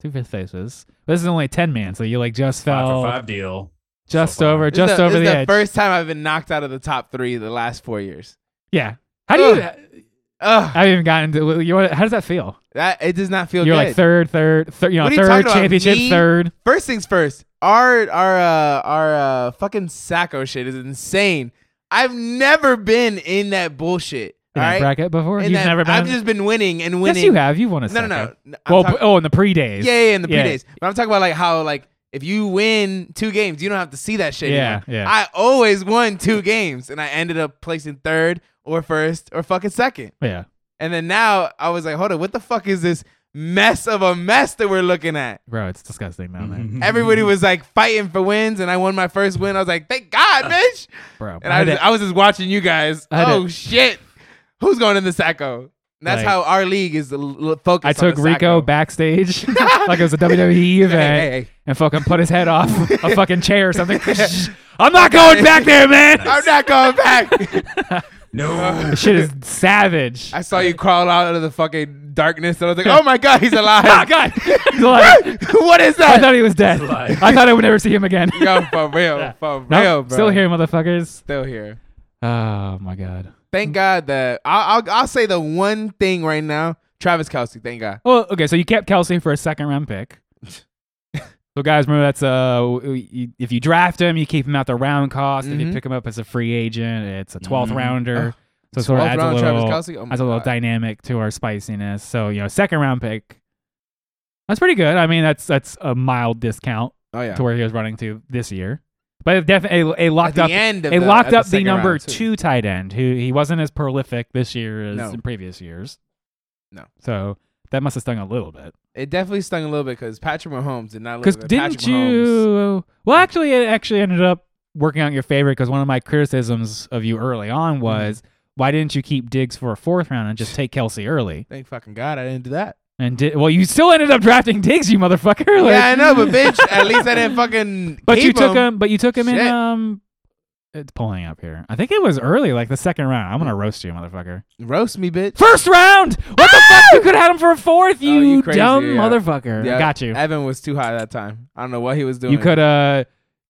[SPEAKER 1] two fifth faces. This is only a ten man, so you like just
[SPEAKER 4] five
[SPEAKER 1] fell
[SPEAKER 4] for five deal.
[SPEAKER 1] just
[SPEAKER 4] so far.
[SPEAKER 1] over,
[SPEAKER 2] This
[SPEAKER 1] just
[SPEAKER 2] is the,
[SPEAKER 1] over
[SPEAKER 2] this is
[SPEAKER 1] the,
[SPEAKER 2] the
[SPEAKER 1] edge.
[SPEAKER 2] first time I've been knocked out of the top three the last four years.
[SPEAKER 1] yeah. How do you?
[SPEAKER 2] Ugh,
[SPEAKER 1] I've even gotten to. You know, how does that feel?
[SPEAKER 2] that it does not feel
[SPEAKER 1] You're
[SPEAKER 2] good.
[SPEAKER 1] like third, third, third. You know,
[SPEAKER 2] What are you
[SPEAKER 1] third
[SPEAKER 2] talking about?
[SPEAKER 1] championship,
[SPEAKER 2] Me?
[SPEAKER 1] third.
[SPEAKER 2] first things first, our our uh, our uh, fucking Sacco shit is insane. I've never been in that bullshit.
[SPEAKER 1] In
[SPEAKER 2] All
[SPEAKER 1] that
[SPEAKER 2] right,
[SPEAKER 1] bracket before
[SPEAKER 2] In
[SPEAKER 1] you've
[SPEAKER 2] that-
[SPEAKER 1] never been.
[SPEAKER 2] I've just been winning and
[SPEAKER 1] yes,
[SPEAKER 2] winning.
[SPEAKER 1] you have. You've won a
[SPEAKER 2] No, no,
[SPEAKER 1] second.
[SPEAKER 2] no. no. I'm
[SPEAKER 1] Well,
[SPEAKER 2] talk-
[SPEAKER 1] p- oh, in the pre days.
[SPEAKER 2] yeah, yeah, in the
[SPEAKER 1] yeah.
[SPEAKER 2] pre-days. But I'm talking about like how like if you win two games, you don't have to see that shit.
[SPEAKER 1] Yeah,
[SPEAKER 2] anymore.
[SPEAKER 1] yeah.
[SPEAKER 2] I always won two games, and I ended up placing third or first or fucking second.
[SPEAKER 1] yeah,
[SPEAKER 2] And then now I was like, hold on, what the fuck is this mess of a mess that we're looking at?
[SPEAKER 1] bro, it's disgusting
[SPEAKER 2] <laughs>
[SPEAKER 1] down there,
[SPEAKER 2] Everybody was like fighting for wins, and I won my first win. I was like,
[SPEAKER 1] <laughs>
[SPEAKER 2] thank God, bitch.
[SPEAKER 1] bro.
[SPEAKER 2] And I was, I was just watching you guys.
[SPEAKER 1] I had
[SPEAKER 2] Oh,
[SPEAKER 1] it.
[SPEAKER 2] shit. Who's going in the sacco? And That's
[SPEAKER 1] Like-
[SPEAKER 2] how our league is l- l- focused.
[SPEAKER 1] I took
[SPEAKER 2] on the
[SPEAKER 1] Rico
[SPEAKER 2] Sacco. <laughs>
[SPEAKER 1] backstage <laughs> like it was a WWE
[SPEAKER 2] Hey,
[SPEAKER 1] event
[SPEAKER 2] hey, hey.
[SPEAKER 1] and fucking put his head
[SPEAKER 2] <laughs>
[SPEAKER 1] off a fucking chair or something. I'm not going back there, man.
[SPEAKER 2] I'm not going back. <laughs>
[SPEAKER 4] no.
[SPEAKER 1] This shit is savage.
[SPEAKER 2] I saw you crawl out of the fucking darkness, and I was like, oh my God,
[SPEAKER 1] <laughs>
[SPEAKER 2] he's alive.
[SPEAKER 1] oh <laughs> God, He's alive.
[SPEAKER 2] <laughs> what is
[SPEAKER 1] I
[SPEAKER 2] that?
[SPEAKER 1] thought he was dead.
[SPEAKER 4] alive.
[SPEAKER 1] I thought I would never see him again.
[SPEAKER 2] <laughs> Yo, for real. For real,
[SPEAKER 1] Nope,
[SPEAKER 2] bro.
[SPEAKER 1] still here, motherfuckers.
[SPEAKER 2] Still here.
[SPEAKER 1] Oh my God.
[SPEAKER 2] Thank God that I'll, I'll I'll say the one thing right now, Travis Kelsey. Thank God.
[SPEAKER 1] Well, okay, so you kept Kelsey for a second round
[SPEAKER 2] <laughs>
[SPEAKER 1] pick. So guys, remember that's uh, w- w- you- if you draft him, you keep him at the round cost. If
[SPEAKER 2] Mhm.
[SPEAKER 1] you pick him up as a free agent, it's a 12th
[SPEAKER 4] Mhm.
[SPEAKER 1] rounder.
[SPEAKER 2] Ugh.
[SPEAKER 1] so it sort of
[SPEAKER 2] Mm-hmm. Oh, Twelfth
[SPEAKER 1] adds a
[SPEAKER 2] round,
[SPEAKER 1] little,
[SPEAKER 2] Travis Kelsey. Oh my
[SPEAKER 1] adds a little
[SPEAKER 2] God.
[SPEAKER 1] dynamic to our spiciness. So you know, second round pick. That's pretty good. I mean, that's that's a mild discount
[SPEAKER 2] oh yeah.
[SPEAKER 1] to where he was running to this year, but it definitely a, a locked up
[SPEAKER 2] end.
[SPEAKER 1] They locked
[SPEAKER 2] at
[SPEAKER 1] up the
[SPEAKER 2] second
[SPEAKER 1] number
[SPEAKER 2] round, too.
[SPEAKER 1] two tight end, who he wasn't as prolific this year as
[SPEAKER 2] No.
[SPEAKER 1] in previous years.
[SPEAKER 2] No.
[SPEAKER 1] So that must have stung a little bit.
[SPEAKER 2] It definitely stung a little bit because Patrick Mahomes did not. look
[SPEAKER 1] Because
[SPEAKER 2] like
[SPEAKER 1] didn't
[SPEAKER 2] Patrick Mahomes.
[SPEAKER 1] you? Well, actually, it actually ended up working out your favorite because one of my criticisms of you early
[SPEAKER 2] Mm-hmm.
[SPEAKER 1] on was why didn't you keep Diggs for a fourth round and just take Kelsey early?
[SPEAKER 2] Thank fucking God I didn't
[SPEAKER 1] <laughs>
[SPEAKER 2] do that.
[SPEAKER 1] And di- well, you still ended up drafting Diggs, you motherfucker. <laughs> Like-
[SPEAKER 2] yeah, I know, but bitch, at least I didn't fucking.
[SPEAKER 1] <laughs> But you
[SPEAKER 2] keep
[SPEAKER 1] took him. But you took him in.
[SPEAKER 2] Shit.
[SPEAKER 1] Um, it's pulling up here. I think it was early, like the second round. I'm gonna roast you, motherfucker.
[SPEAKER 2] Roast me, bitch.
[SPEAKER 1] First round. What the fuck? You could have had him for a fourth. You,
[SPEAKER 2] Ah! Oh, you crazy,
[SPEAKER 1] dumb
[SPEAKER 2] yeah.
[SPEAKER 1] motherfucker.
[SPEAKER 2] Yeah,
[SPEAKER 1] Got you.
[SPEAKER 2] Evan was too high that time. I don't know what he was doing.
[SPEAKER 1] You could uh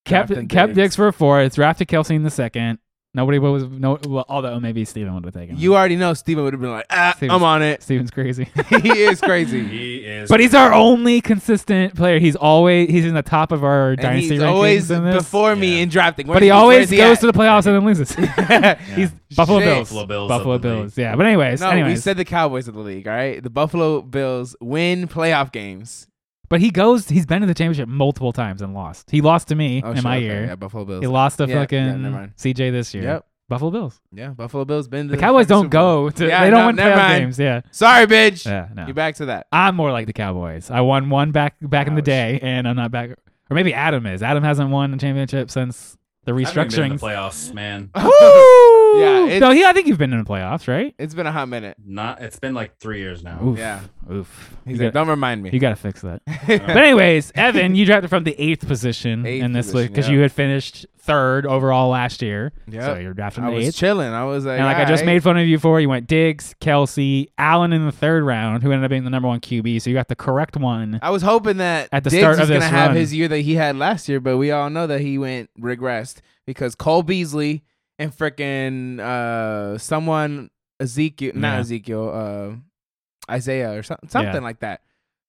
[SPEAKER 1] kept
[SPEAKER 2] Drafting
[SPEAKER 1] kept
[SPEAKER 2] Diggs.
[SPEAKER 1] Diggs for a fourth. Drafted Kelsey in the second. Nobody was no. Well, although maybe Steven would have taken. him.
[SPEAKER 2] You already know Steven would have been like, ah,
[SPEAKER 1] Steven's-
[SPEAKER 2] I'm
[SPEAKER 1] <laughs>
[SPEAKER 2] on it.
[SPEAKER 1] Steven's
[SPEAKER 2] <laughs>
[SPEAKER 1] crazy.
[SPEAKER 2] he
[SPEAKER 1] <laughs>
[SPEAKER 2] is crazy.
[SPEAKER 4] He is.
[SPEAKER 1] But he's our only consistent player. He's always he's in the top of our
[SPEAKER 2] and
[SPEAKER 1] dynasty
[SPEAKER 2] he's
[SPEAKER 1] rankings
[SPEAKER 2] always
[SPEAKER 1] in this.
[SPEAKER 2] before me
[SPEAKER 4] Yeah.
[SPEAKER 2] in drafting. Where-
[SPEAKER 1] but he always
[SPEAKER 2] where's he
[SPEAKER 1] goes
[SPEAKER 2] at?
[SPEAKER 1] to the playoffs and then
[SPEAKER 2] <laughs>
[SPEAKER 1] loses.
[SPEAKER 4] Yeah.
[SPEAKER 1] He's Buffalo
[SPEAKER 2] Shit.
[SPEAKER 1] Bills.
[SPEAKER 4] Buffalo Bills
[SPEAKER 1] Buffalo
[SPEAKER 4] of the league.
[SPEAKER 1] Bills. Yeah. But anyways,
[SPEAKER 2] no, we
[SPEAKER 1] anyways.
[SPEAKER 2] said the Cowboys of the league, all right? The Buffalo Bills win
[SPEAKER 1] <laughs>
[SPEAKER 2] playoff games.
[SPEAKER 1] but he goes. He's been to the championship multiple times and lost. He lost to me
[SPEAKER 2] Oh,
[SPEAKER 1] in
[SPEAKER 2] shit,
[SPEAKER 1] my
[SPEAKER 2] okay,
[SPEAKER 1] year.
[SPEAKER 2] Yeah, Buffalo Bills.
[SPEAKER 1] He lost to
[SPEAKER 2] Yeah, yeah,
[SPEAKER 1] fucking
[SPEAKER 2] never mind.
[SPEAKER 1] CJ this year.
[SPEAKER 2] Yep.
[SPEAKER 1] Buffalo Bills.
[SPEAKER 2] Yeah, Buffalo Bills been to
[SPEAKER 1] The Cowboys
[SPEAKER 2] fucking
[SPEAKER 1] don't
[SPEAKER 2] Super
[SPEAKER 1] go.
[SPEAKER 2] Bowl.
[SPEAKER 1] To,
[SPEAKER 2] Yeah,
[SPEAKER 1] they don't
[SPEAKER 2] no,
[SPEAKER 1] win
[SPEAKER 2] never
[SPEAKER 1] playoff
[SPEAKER 2] mind.
[SPEAKER 1] games. Yeah.
[SPEAKER 2] Sorry, bitch.
[SPEAKER 1] Yeah. No.
[SPEAKER 2] <laughs> You back to that.
[SPEAKER 1] I'm more like the Cowboys. I won one back back in the
[SPEAKER 2] Ouch.
[SPEAKER 1] day, and I'm not back. Or maybe Adam is. Adam hasn't won a championship since the
[SPEAKER 4] I haven't even been in
[SPEAKER 1] restructuring.
[SPEAKER 4] the playoffs, man.
[SPEAKER 1] Woo!
[SPEAKER 2] <laughs> Yeah, it's-
[SPEAKER 1] no, he. I think you've been in the playoffs, right?
[SPEAKER 2] It's been a hot minute.
[SPEAKER 4] Not. It's been like three years now.
[SPEAKER 1] Oof.
[SPEAKER 2] Yeah.
[SPEAKER 1] Oof.
[SPEAKER 2] He's
[SPEAKER 1] you,
[SPEAKER 2] like,
[SPEAKER 1] got,
[SPEAKER 2] don't remind me.
[SPEAKER 1] you got to fix that. but
[SPEAKER 2] <laughs>
[SPEAKER 1] anyways, Evan, you drafted from the eighth position
[SPEAKER 2] Eighth
[SPEAKER 1] in this
[SPEAKER 2] position,
[SPEAKER 1] league because
[SPEAKER 2] yeah.
[SPEAKER 1] you had finished third overall last year.
[SPEAKER 2] Yep.
[SPEAKER 1] So you're drafted
[SPEAKER 2] I
[SPEAKER 1] from the
[SPEAKER 2] was
[SPEAKER 1] eighth.
[SPEAKER 2] chilling. I was like,
[SPEAKER 1] and like I just
[SPEAKER 2] "Alright."
[SPEAKER 1] made fun of you for, you went Diggs, Kelsey, Allen in the third round, who ended up being the number one QB. So you got the correct one.
[SPEAKER 2] I was hoping that
[SPEAKER 1] At the
[SPEAKER 2] Diggs
[SPEAKER 1] start
[SPEAKER 2] was
[SPEAKER 1] of
[SPEAKER 2] gonna
[SPEAKER 1] this
[SPEAKER 2] have
[SPEAKER 1] run.
[SPEAKER 2] his year that he had last year, but we all know that he went regressed because Cole Beasley and freaking uh someone Ezekiel, not
[SPEAKER 1] Yeah.
[SPEAKER 2] Ezekiel, uh, Isaiah or something, something
[SPEAKER 1] Yeah.
[SPEAKER 2] like that.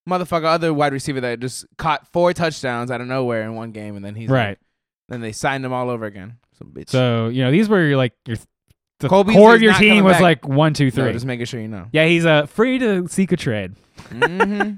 [SPEAKER 2] Motherfucker, other wide receiver that just caught four touchdowns out of nowhere in one game, and then he's like-
[SPEAKER 1] right.
[SPEAKER 2] then they signed him all over again. Some bitch.
[SPEAKER 1] So you know these were your like your the
[SPEAKER 2] Cole Beasley's
[SPEAKER 1] core of your
[SPEAKER 2] not
[SPEAKER 1] team
[SPEAKER 2] coming
[SPEAKER 1] was
[SPEAKER 2] back.
[SPEAKER 1] like one, two,
[SPEAKER 2] no,
[SPEAKER 1] three.
[SPEAKER 2] just making sure you know.
[SPEAKER 1] yeah, he's uh free to seek a trade, <laughs>
[SPEAKER 2] hmm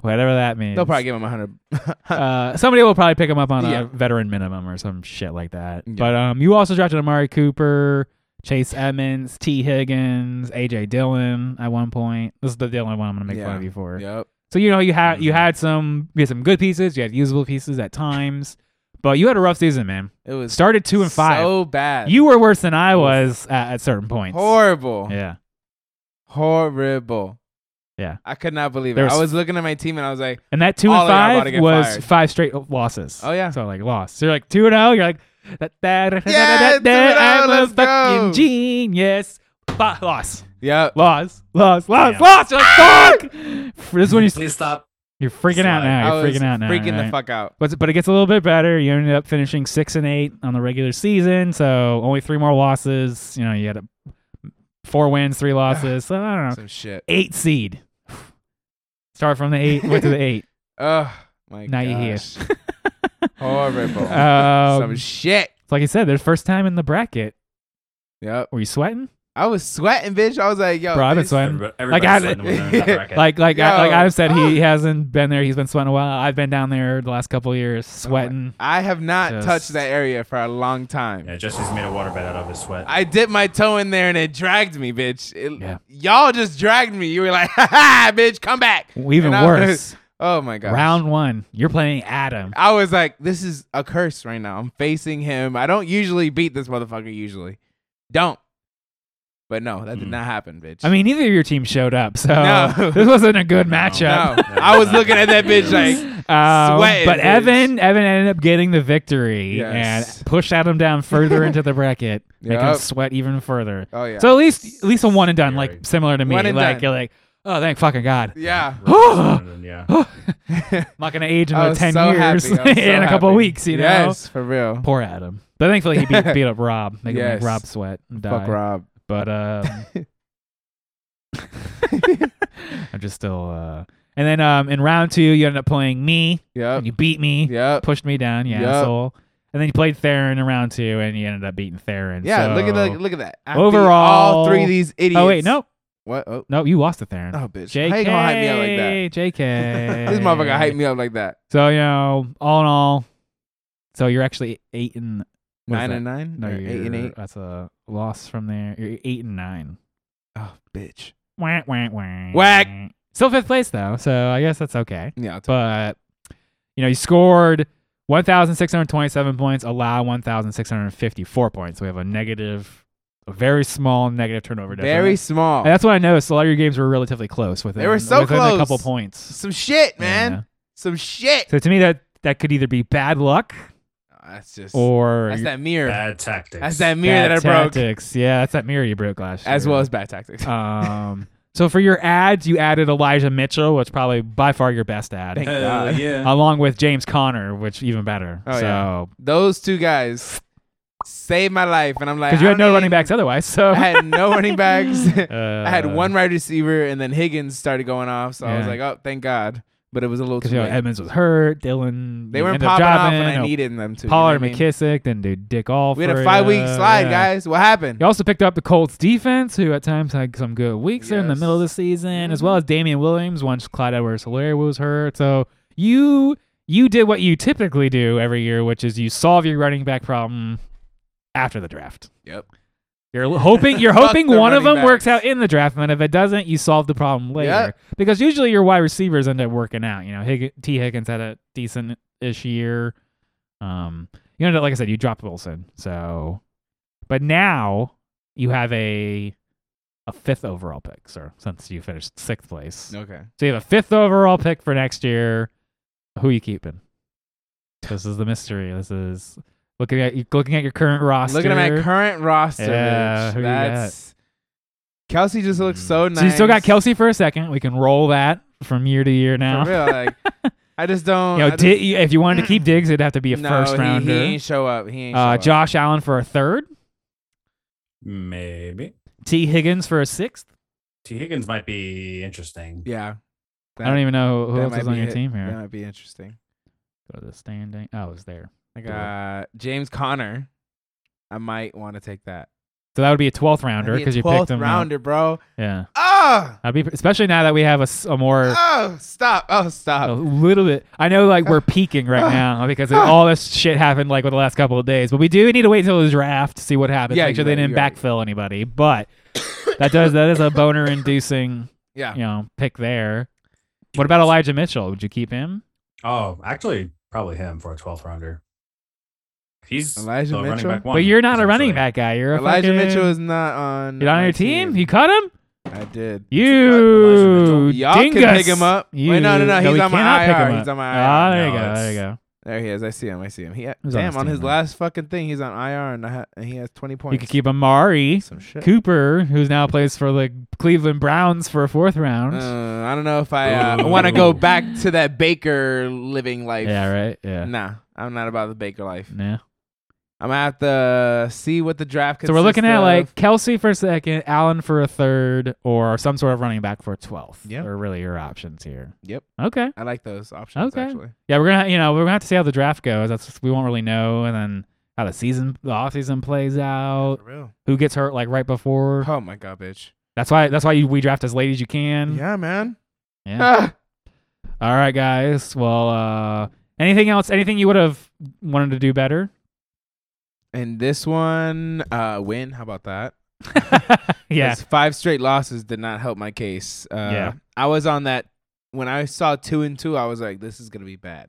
[SPEAKER 1] whatever that means.
[SPEAKER 2] <laughs> They'll probably give him
[SPEAKER 1] <laughs>
[SPEAKER 2] a hundred. <laughs>
[SPEAKER 1] uh, somebody will probably pick him up on
[SPEAKER 2] Yeah.
[SPEAKER 1] a veteran minimum or some shit like that.
[SPEAKER 2] Yeah.
[SPEAKER 1] But um, you also drafted Amari Cooper, Chase Emmons, T. Higgins, AJ Dillon at one point. This is the Dillon one I'm gonna make
[SPEAKER 2] Yeah. Mm-hmm.
[SPEAKER 1] fun of you for.
[SPEAKER 2] yep.
[SPEAKER 1] So you know you had you
[SPEAKER 4] Mhm.
[SPEAKER 1] had some you had some good pieces, you had usable pieces at times, but you had a rough season, man.
[SPEAKER 2] It was
[SPEAKER 1] Started two and five.
[SPEAKER 2] So bad.
[SPEAKER 1] you were worse than I was at, at certain points.
[SPEAKER 2] horrible.
[SPEAKER 1] Yeah.
[SPEAKER 2] horrible.
[SPEAKER 1] Yeah.
[SPEAKER 2] I could not believe
[SPEAKER 1] There
[SPEAKER 2] it. I
[SPEAKER 1] was-
[SPEAKER 2] was looking at my team and I was like,
[SPEAKER 1] And that two
[SPEAKER 2] All
[SPEAKER 1] and
[SPEAKER 2] of y'all Oh, about to
[SPEAKER 1] five
[SPEAKER 2] get
[SPEAKER 1] was
[SPEAKER 2] fired.
[SPEAKER 1] five straight losses.
[SPEAKER 2] Oh, yeah.
[SPEAKER 1] So like lost. So you're like two and oh, you're like that that that
[SPEAKER 2] Yeah,
[SPEAKER 1] that
[SPEAKER 2] two and oh,
[SPEAKER 1] that I'm a
[SPEAKER 2] let's go.
[SPEAKER 1] fucking genius. Lo- Loss.
[SPEAKER 2] yep.
[SPEAKER 1] Loss. Loss. Loss.
[SPEAKER 4] Yeah.
[SPEAKER 1] Loss. You're like, fuck. This is when you
[SPEAKER 2] <laughs>
[SPEAKER 4] Please stop.
[SPEAKER 1] you're freaking out
[SPEAKER 4] Slide.
[SPEAKER 1] now.
[SPEAKER 2] I
[SPEAKER 1] You're
[SPEAKER 2] was
[SPEAKER 1] freaking out now.
[SPEAKER 2] Freaking the
[SPEAKER 1] right?
[SPEAKER 2] fuck out.
[SPEAKER 1] But, but it gets a little bit better. You ended up finishing six and eight on the regular season, so only three more losses. You know, you had a, four wins,
[SPEAKER 2] <sighs>
[SPEAKER 1] three losses. so I don't know,
[SPEAKER 2] Some shit.
[SPEAKER 1] eight seed. Start from the eight, went
[SPEAKER 2] <laughs>
[SPEAKER 1] to the eight.
[SPEAKER 2] Ugh. My
[SPEAKER 1] Now you're here.
[SPEAKER 2] gosh. <laughs> horrible. Some
[SPEAKER 1] <laughs> Um,
[SPEAKER 2] shit.
[SPEAKER 1] like I said, their first time in the bracket.
[SPEAKER 2] Yep.
[SPEAKER 1] Were you sweating?
[SPEAKER 2] I was sweating, bitch. I was like, yo.
[SPEAKER 1] Bro, I've been
[SPEAKER 2] this-
[SPEAKER 1] sweating.
[SPEAKER 4] Everybody, everybody's
[SPEAKER 1] I-
[SPEAKER 4] letting them in
[SPEAKER 1] <laughs>
[SPEAKER 4] that bracket.
[SPEAKER 1] Like like I, like
[SPEAKER 2] Yo. Oh.
[SPEAKER 1] Adam said, he hasn't been there. He's been sweating a while. I've been down there the last couple of years
[SPEAKER 2] Oh
[SPEAKER 1] sweating.
[SPEAKER 2] I have not
[SPEAKER 1] Just-
[SPEAKER 2] touched that area for a long time.
[SPEAKER 4] yeah, Jesse's made a waterbed out of his sweat.
[SPEAKER 2] I dipped my toe in there and it dragged me, bitch. It-
[SPEAKER 1] Yeah.
[SPEAKER 2] Y'all just dragged me. You were like, <laughs> ha ha, bitch, come back.
[SPEAKER 1] Even
[SPEAKER 2] And I was- <laughs>
[SPEAKER 1] worse,
[SPEAKER 2] Oh my god.
[SPEAKER 1] round one, you're playing Adam.
[SPEAKER 2] I was like, this is a curse right now. I'm facing him. I don't usually beat this motherfucker, usually. Don't. But no, that did
[SPEAKER 4] Mm.
[SPEAKER 2] not happen, bitch.
[SPEAKER 1] Hmm. I mean, neither of your teams showed up, so
[SPEAKER 2] No.
[SPEAKER 1] <laughs> this wasn't a good
[SPEAKER 4] No.
[SPEAKER 1] matchup.
[SPEAKER 2] no.
[SPEAKER 4] <laughs>
[SPEAKER 2] I was looking at that
[SPEAKER 1] <gasps>
[SPEAKER 2] bitch like,
[SPEAKER 1] <laughs> Um,
[SPEAKER 2] Sweating,
[SPEAKER 1] but
[SPEAKER 2] bitch.
[SPEAKER 1] Evan, Evan ended up getting the victory
[SPEAKER 2] Yes.
[SPEAKER 1] and pushed Adam down further into the
[SPEAKER 2] <laughs>
[SPEAKER 1] bracket, making him
[SPEAKER 2] Yup.
[SPEAKER 1] sweat even further.
[SPEAKER 2] oh yeah.
[SPEAKER 1] So at least, at least a one and done,
[SPEAKER 4] Scary.
[SPEAKER 1] like similar to me.
[SPEAKER 2] One and
[SPEAKER 1] Like
[SPEAKER 2] done.
[SPEAKER 1] you're like, oh, thank fucking god, <laughs>
[SPEAKER 2] yeah.
[SPEAKER 1] <gasps>
[SPEAKER 4] yeah.
[SPEAKER 1] I'm not gonna age
[SPEAKER 2] I
[SPEAKER 1] another
[SPEAKER 2] was
[SPEAKER 1] ten <laughs>
[SPEAKER 2] so
[SPEAKER 1] years
[SPEAKER 2] happy. I was so
[SPEAKER 1] in a couple
[SPEAKER 2] happy.
[SPEAKER 1] weeks. You know,
[SPEAKER 2] Yes, for real.
[SPEAKER 1] poor Adam. But thankfully, he
[SPEAKER 2] <laughs>
[SPEAKER 1] beat, beat up Rob, making
[SPEAKER 2] Yes.
[SPEAKER 1] Rob sweat and die.
[SPEAKER 2] Fuck Rob.
[SPEAKER 1] But
[SPEAKER 2] <laughs>
[SPEAKER 1] um, <laughs> I'm just still. Uh... And then um, in round two, you ended up playing me.
[SPEAKER 2] Yep.
[SPEAKER 1] And you beat me.
[SPEAKER 2] Yep.
[SPEAKER 1] pushed me down, you
[SPEAKER 2] Yup.
[SPEAKER 1] asshole. And then you played Theron in round two, and you ended up beating Theron.
[SPEAKER 2] Yeah,
[SPEAKER 1] so-
[SPEAKER 2] look at the, look at that. I beat all
[SPEAKER 1] Overall-
[SPEAKER 2] three of these idiots.
[SPEAKER 1] Oh wait, nope,
[SPEAKER 2] What? Oh,
[SPEAKER 1] nope, you lost to Theron.
[SPEAKER 2] oh bitch.
[SPEAKER 1] JK,
[SPEAKER 2] How you gonna hype me up like that?
[SPEAKER 1] JK,
[SPEAKER 2] <laughs> This motherfucker hyped me up like that.
[SPEAKER 1] So you know, all in all, so you're actually eight and what is
[SPEAKER 2] Nine
[SPEAKER 1] that?
[SPEAKER 2] and nine?
[SPEAKER 1] no,
[SPEAKER 2] Or
[SPEAKER 1] you're,
[SPEAKER 2] eight and eight.
[SPEAKER 1] That's a loss from there. You're eight and nine.
[SPEAKER 2] Oh, bitch.
[SPEAKER 1] Wah, wah, wah.
[SPEAKER 2] Whack.
[SPEAKER 1] Still fifth place though, so I guess that's okay.
[SPEAKER 2] Yeah. I'll t-
[SPEAKER 1] But you know, you scored 1,627 points, allow 1,654 points. We have a negative, a very small negative turnover difference.
[SPEAKER 2] Very small.
[SPEAKER 1] And that's what I noticed. A lot of your games were relatively close within,
[SPEAKER 2] They were so
[SPEAKER 1] within a
[SPEAKER 2] close.
[SPEAKER 1] couple points.
[SPEAKER 2] Some shit, man.
[SPEAKER 1] Yeah.
[SPEAKER 2] Some shit.
[SPEAKER 1] So to me, that that could either be bad luck
[SPEAKER 2] Oh, that's just.
[SPEAKER 1] or
[SPEAKER 2] that's that mirror.
[SPEAKER 4] Bad tactics.
[SPEAKER 2] That's that mirror
[SPEAKER 1] bad
[SPEAKER 2] that I broke.
[SPEAKER 1] tactics. Yeah, that's that mirror you broke last year.
[SPEAKER 2] As well as bad tactics.
[SPEAKER 1] um, <laughs> so for your ads, you added Elijah Mitchell, which probably by far your best ad,
[SPEAKER 2] Thank-
[SPEAKER 4] <laughs> Hell
[SPEAKER 2] God.
[SPEAKER 1] <laughs>
[SPEAKER 4] yeah.
[SPEAKER 1] along with James Conner, which even better.
[SPEAKER 2] Oh,
[SPEAKER 1] so
[SPEAKER 2] Those two guys saved my life, and I'm like,
[SPEAKER 1] because you
[SPEAKER 2] I
[SPEAKER 1] had
[SPEAKER 2] don't
[SPEAKER 1] no
[SPEAKER 2] need-
[SPEAKER 1] running backs otherwise. So
[SPEAKER 2] <laughs> I had no running backs. <laughs> I
[SPEAKER 1] <laughs>
[SPEAKER 2] had
[SPEAKER 1] Uh,
[SPEAKER 2] one wide receiver, and then Higgins started going off. So I was
[SPEAKER 1] Yeah.
[SPEAKER 2] like, oh, thank God. But it was a little too
[SPEAKER 1] because you know,
[SPEAKER 2] late.
[SPEAKER 1] Edmonds was hurt, Dylan
[SPEAKER 2] They
[SPEAKER 1] you
[SPEAKER 2] weren't
[SPEAKER 1] end up
[SPEAKER 2] popping off,
[SPEAKER 1] dropping,
[SPEAKER 2] and I
[SPEAKER 1] you know,
[SPEAKER 2] needed them to. you know
[SPEAKER 1] Pollard, uh,
[SPEAKER 2] what I mean?
[SPEAKER 1] McKissick, then dude Dick All.
[SPEAKER 2] We had a five week slide, guys. What happened?
[SPEAKER 1] You also picked up the Colts defense, who at times had some good weeks there in the
[SPEAKER 2] Yes.
[SPEAKER 1] middle of the season, as
[SPEAKER 2] Mhm.
[SPEAKER 1] well as Damian Williams once Clyde Edwards Hilaire was hurt. So you you did what you typically do every year, which is you solve your running back problem after the draft.
[SPEAKER 2] Yep.
[SPEAKER 1] You're l- hoping
[SPEAKER 2] <laughs>
[SPEAKER 1] you're
[SPEAKER 2] Fuck
[SPEAKER 1] hoping
[SPEAKER 2] the
[SPEAKER 1] one of them
[SPEAKER 2] running
[SPEAKER 1] works out
[SPEAKER 2] backs.
[SPEAKER 1] in the draft, and if it doesn't, you solve the problem later.
[SPEAKER 2] Yep.
[SPEAKER 1] Because usually your wide receivers end up working out. You know, Hig- T. Higgins had a decent ish year. Um, you ended up, like I said, you dropped Wilson. So, but now you have a a fifth overall pick, sir, since you finished sixth place.
[SPEAKER 2] Okay.
[SPEAKER 1] So you have a fifth overall pick for next year. Who you keeping? This is the mystery. This is looking at you looking at your current roster.
[SPEAKER 2] Looking at my current roster,
[SPEAKER 1] Yeah,
[SPEAKER 2] Mitch,
[SPEAKER 1] who you
[SPEAKER 2] that's Kelsey just looks
[SPEAKER 4] Mm.
[SPEAKER 2] so nice.
[SPEAKER 1] So you still got Kelsey for a second. We can roll that from year to year now.
[SPEAKER 2] For real, like
[SPEAKER 1] <laughs>
[SPEAKER 2] I just don't.
[SPEAKER 1] You know,
[SPEAKER 2] I just,
[SPEAKER 1] Di- if you wanted to
[SPEAKER 2] <clears throat>
[SPEAKER 1] keep Diggs, it'd have to be a
[SPEAKER 2] no,
[SPEAKER 1] first
[SPEAKER 2] he-
[SPEAKER 1] rounder.
[SPEAKER 2] He, ain't show up. He ain't. Show
[SPEAKER 1] uh,
[SPEAKER 2] up.
[SPEAKER 1] Josh Allen for a third.
[SPEAKER 4] Maybe.
[SPEAKER 1] T. Higgins for a sixth.
[SPEAKER 4] T. Higgins might be interesting.
[SPEAKER 2] Yeah.
[SPEAKER 1] I don't even know who
[SPEAKER 2] that
[SPEAKER 1] else
[SPEAKER 2] might
[SPEAKER 1] is on
[SPEAKER 2] be
[SPEAKER 1] your
[SPEAKER 2] it.
[SPEAKER 1] team here.
[SPEAKER 2] That might be interesting.
[SPEAKER 1] Go to the standing. Oh, it's there.
[SPEAKER 2] I
[SPEAKER 1] Cool.
[SPEAKER 2] got James Connor. I might want to take that.
[SPEAKER 1] So that would be a twelfth rounder
[SPEAKER 2] That'd be a
[SPEAKER 1] because you picked
[SPEAKER 2] 12th
[SPEAKER 1] him. up.
[SPEAKER 2] rounder, bro.
[SPEAKER 1] Yeah,
[SPEAKER 2] Oh,
[SPEAKER 1] I'd be especially now that we have a, s- a more
[SPEAKER 2] oh, stop. Oh,
[SPEAKER 1] a
[SPEAKER 2] stop.
[SPEAKER 1] little bit. I know like we're peaking right
[SPEAKER 2] Ah.
[SPEAKER 1] now because of all this shit happened like with the last couple of days, but we do need to wait till the draft to see what happens.
[SPEAKER 2] Yeah,
[SPEAKER 1] make sure
[SPEAKER 2] you're
[SPEAKER 1] they
[SPEAKER 2] right,
[SPEAKER 1] didn't
[SPEAKER 2] you're right.
[SPEAKER 1] backfill anybody. But that does that is a boner inducing
[SPEAKER 2] Yeah.
[SPEAKER 1] you know pick there. What about Elijah Mitchell? Would you keep him?
[SPEAKER 4] Oh, actually, probably him for a 12th rounder. He's
[SPEAKER 2] Elijah
[SPEAKER 4] the running
[SPEAKER 2] Mitchell?
[SPEAKER 4] back one.
[SPEAKER 1] but you're not a running
[SPEAKER 4] essentially.
[SPEAKER 1] back guy. You're a
[SPEAKER 2] Elijah
[SPEAKER 1] fucking-
[SPEAKER 2] Mitchell is not on.
[SPEAKER 1] You're not on
[SPEAKER 2] my
[SPEAKER 1] your team. You cut him.
[SPEAKER 2] I did.
[SPEAKER 1] You
[SPEAKER 2] Y'all can
[SPEAKER 1] dingus.
[SPEAKER 2] pick him up.
[SPEAKER 1] You,
[SPEAKER 2] Wait, no, no, no, he's
[SPEAKER 1] we
[SPEAKER 2] on my
[SPEAKER 1] cannot pick
[SPEAKER 2] IR.
[SPEAKER 1] him
[SPEAKER 2] He's
[SPEAKER 1] up.
[SPEAKER 2] on my
[SPEAKER 1] Ah,
[SPEAKER 2] IR.
[SPEAKER 1] there you
[SPEAKER 4] No,
[SPEAKER 1] go.
[SPEAKER 4] it's-
[SPEAKER 1] There you go.
[SPEAKER 2] There he is. I see him. I see him. He
[SPEAKER 1] Who's on
[SPEAKER 2] damn
[SPEAKER 1] his
[SPEAKER 2] on
[SPEAKER 1] team
[SPEAKER 2] his
[SPEAKER 1] now?
[SPEAKER 2] last fucking thing. He's on IR and I ha- and he has twenty points.
[SPEAKER 1] You could keep Amari
[SPEAKER 2] some shit.
[SPEAKER 1] Cooper, who's now plays for the Cleveland Browns for a fourth round.
[SPEAKER 2] Uh, I don't know if I uh,
[SPEAKER 4] Ooh.
[SPEAKER 2] want to go back to that Baker living life.
[SPEAKER 1] yeah, right. Yeah.
[SPEAKER 2] Nah, I'm not about the Baker life.
[SPEAKER 1] Yeah.
[SPEAKER 2] I'm gonna have to uh, see what the draft.
[SPEAKER 1] So we're looking
[SPEAKER 2] consists
[SPEAKER 1] at
[SPEAKER 2] of.
[SPEAKER 1] like Kelsey for a second, Allen for a third, or some sort of running back for a twelfth.
[SPEAKER 2] Yeah.
[SPEAKER 1] Are really your options here.
[SPEAKER 2] Yep.
[SPEAKER 1] Okay.
[SPEAKER 2] I like those options
[SPEAKER 1] Okay.
[SPEAKER 2] actually.
[SPEAKER 1] Yeah, we're gonna you know, we're gonna have to see how the draft goes. That's we won't really know and then how the season the off season plays out,
[SPEAKER 2] For real.
[SPEAKER 1] who gets hurt like right before.
[SPEAKER 2] Oh my god, bitch.
[SPEAKER 1] That's why that's why you, we draft as late as you can.
[SPEAKER 2] Yeah, man.
[SPEAKER 1] Yeah.
[SPEAKER 2] Ah,
[SPEAKER 1] All right, guys. Well, uh anything else? Anything you would have wanted to do better?
[SPEAKER 2] <laughs> and this one, uh, win. How about that?
[SPEAKER 1] yeah.
[SPEAKER 2] 'Cause Five straight losses did not help my case. Uh,
[SPEAKER 1] Yeah.
[SPEAKER 2] I was on that when I saw two and two. I was like, this is gonna be bad.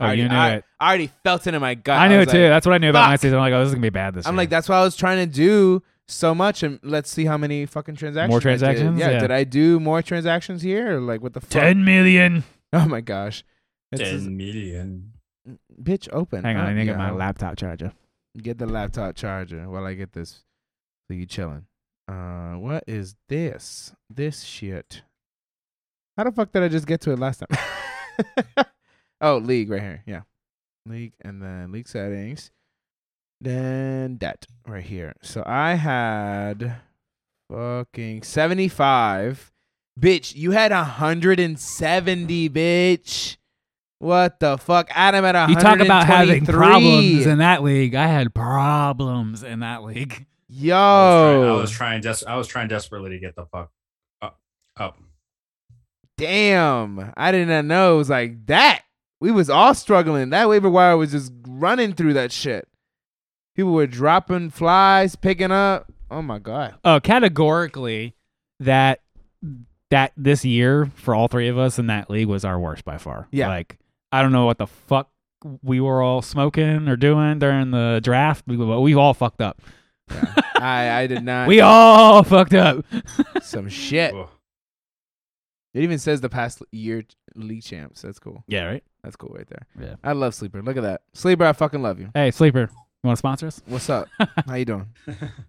[SPEAKER 1] Oh,
[SPEAKER 2] I already,
[SPEAKER 1] you knew
[SPEAKER 2] I,
[SPEAKER 1] it.
[SPEAKER 2] I already felt it in my gut.
[SPEAKER 1] I knew
[SPEAKER 2] was
[SPEAKER 1] it too.
[SPEAKER 2] like-
[SPEAKER 1] That's what I knew about my
[SPEAKER 2] fuck.
[SPEAKER 1] season. I'm like, oh, this is gonna be bad this
[SPEAKER 2] I'm
[SPEAKER 1] year.
[SPEAKER 2] like, that's what I was trying to do so much, and let's see how many fucking transactions.
[SPEAKER 1] More
[SPEAKER 2] I did.
[SPEAKER 1] transactions?
[SPEAKER 2] Yeah,
[SPEAKER 1] Yeah.
[SPEAKER 2] Did I do more transactions here? Or like what the fuck?
[SPEAKER 1] ten million.
[SPEAKER 2] <laughs> Oh my gosh. It's just-
[SPEAKER 4] 10 million.
[SPEAKER 2] bitch, open.
[SPEAKER 1] Hang on,
[SPEAKER 2] up,
[SPEAKER 1] I need to get
[SPEAKER 2] yo.
[SPEAKER 1] my laptop charger.
[SPEAKER 2] Get the laptop charger while I get this. So you chilling? Uh, what is this? This shit. How the fuck did I just get to it last time? <laughs> oh, league right here. Yeah, league and then league settings. Then that right here. So I had fucking seventy five. Bitch, you had hundred and seventy, bitch. What the fuck? Adam at
[SPEAKER 1] You
[SPEAKER 2] hundred.
[SPEAKER 1] talk about having problems in that league. I had problems in that league.
[SPEAKER 2] Yo,
[SPEAKER 4] I
[SPEAKER 1] Oh.
[SPEAKER 4] was trying, I was trying, des- I was trying desperately to get the fuck up. up.
[SPEAKER 2] damn! I did not know it was like that. We was all struggling. That waiver wire was just running through that shit. People were dropping flies, picking up. Oh my god!
[SPEAKER 1] Oh, categorically, that that this year for all three of us in that league was our worst by far.
[SPEAKER 2] Yeah.
[SPEAKER 1] Like I don't know what the fuck we were all smoking or doing during the draft. We, we all fucked up.
[SPEAKER 2] I, I did
[SPEAKER 4] <laughs>
[SPEAKER 2] not.
[SPEAKER 1] We all fucked up.
[SPEAKER 2] some
[SPEAKER 1] Eh,
[SPEAKER 2] shit.
[SPEAKER 4] Ugh.
[SPEAKER 2] It even says the past year league champs. That's cool.
[SPEAKER 1] Yeah, right.
[SPEAKER 2] That's cool right there.
[SPEAKER 1] Yeah.
[SPEAKER 2] I love sleeper. Look at that, sleeper. I fucking love you.
[SPEAKER 1] Hey, sleeper, you want to sponsor us?
[SPEAKER 2] What's
[SPEAKER 4] <laughs>
[SPEAKER 2] up? How you doing?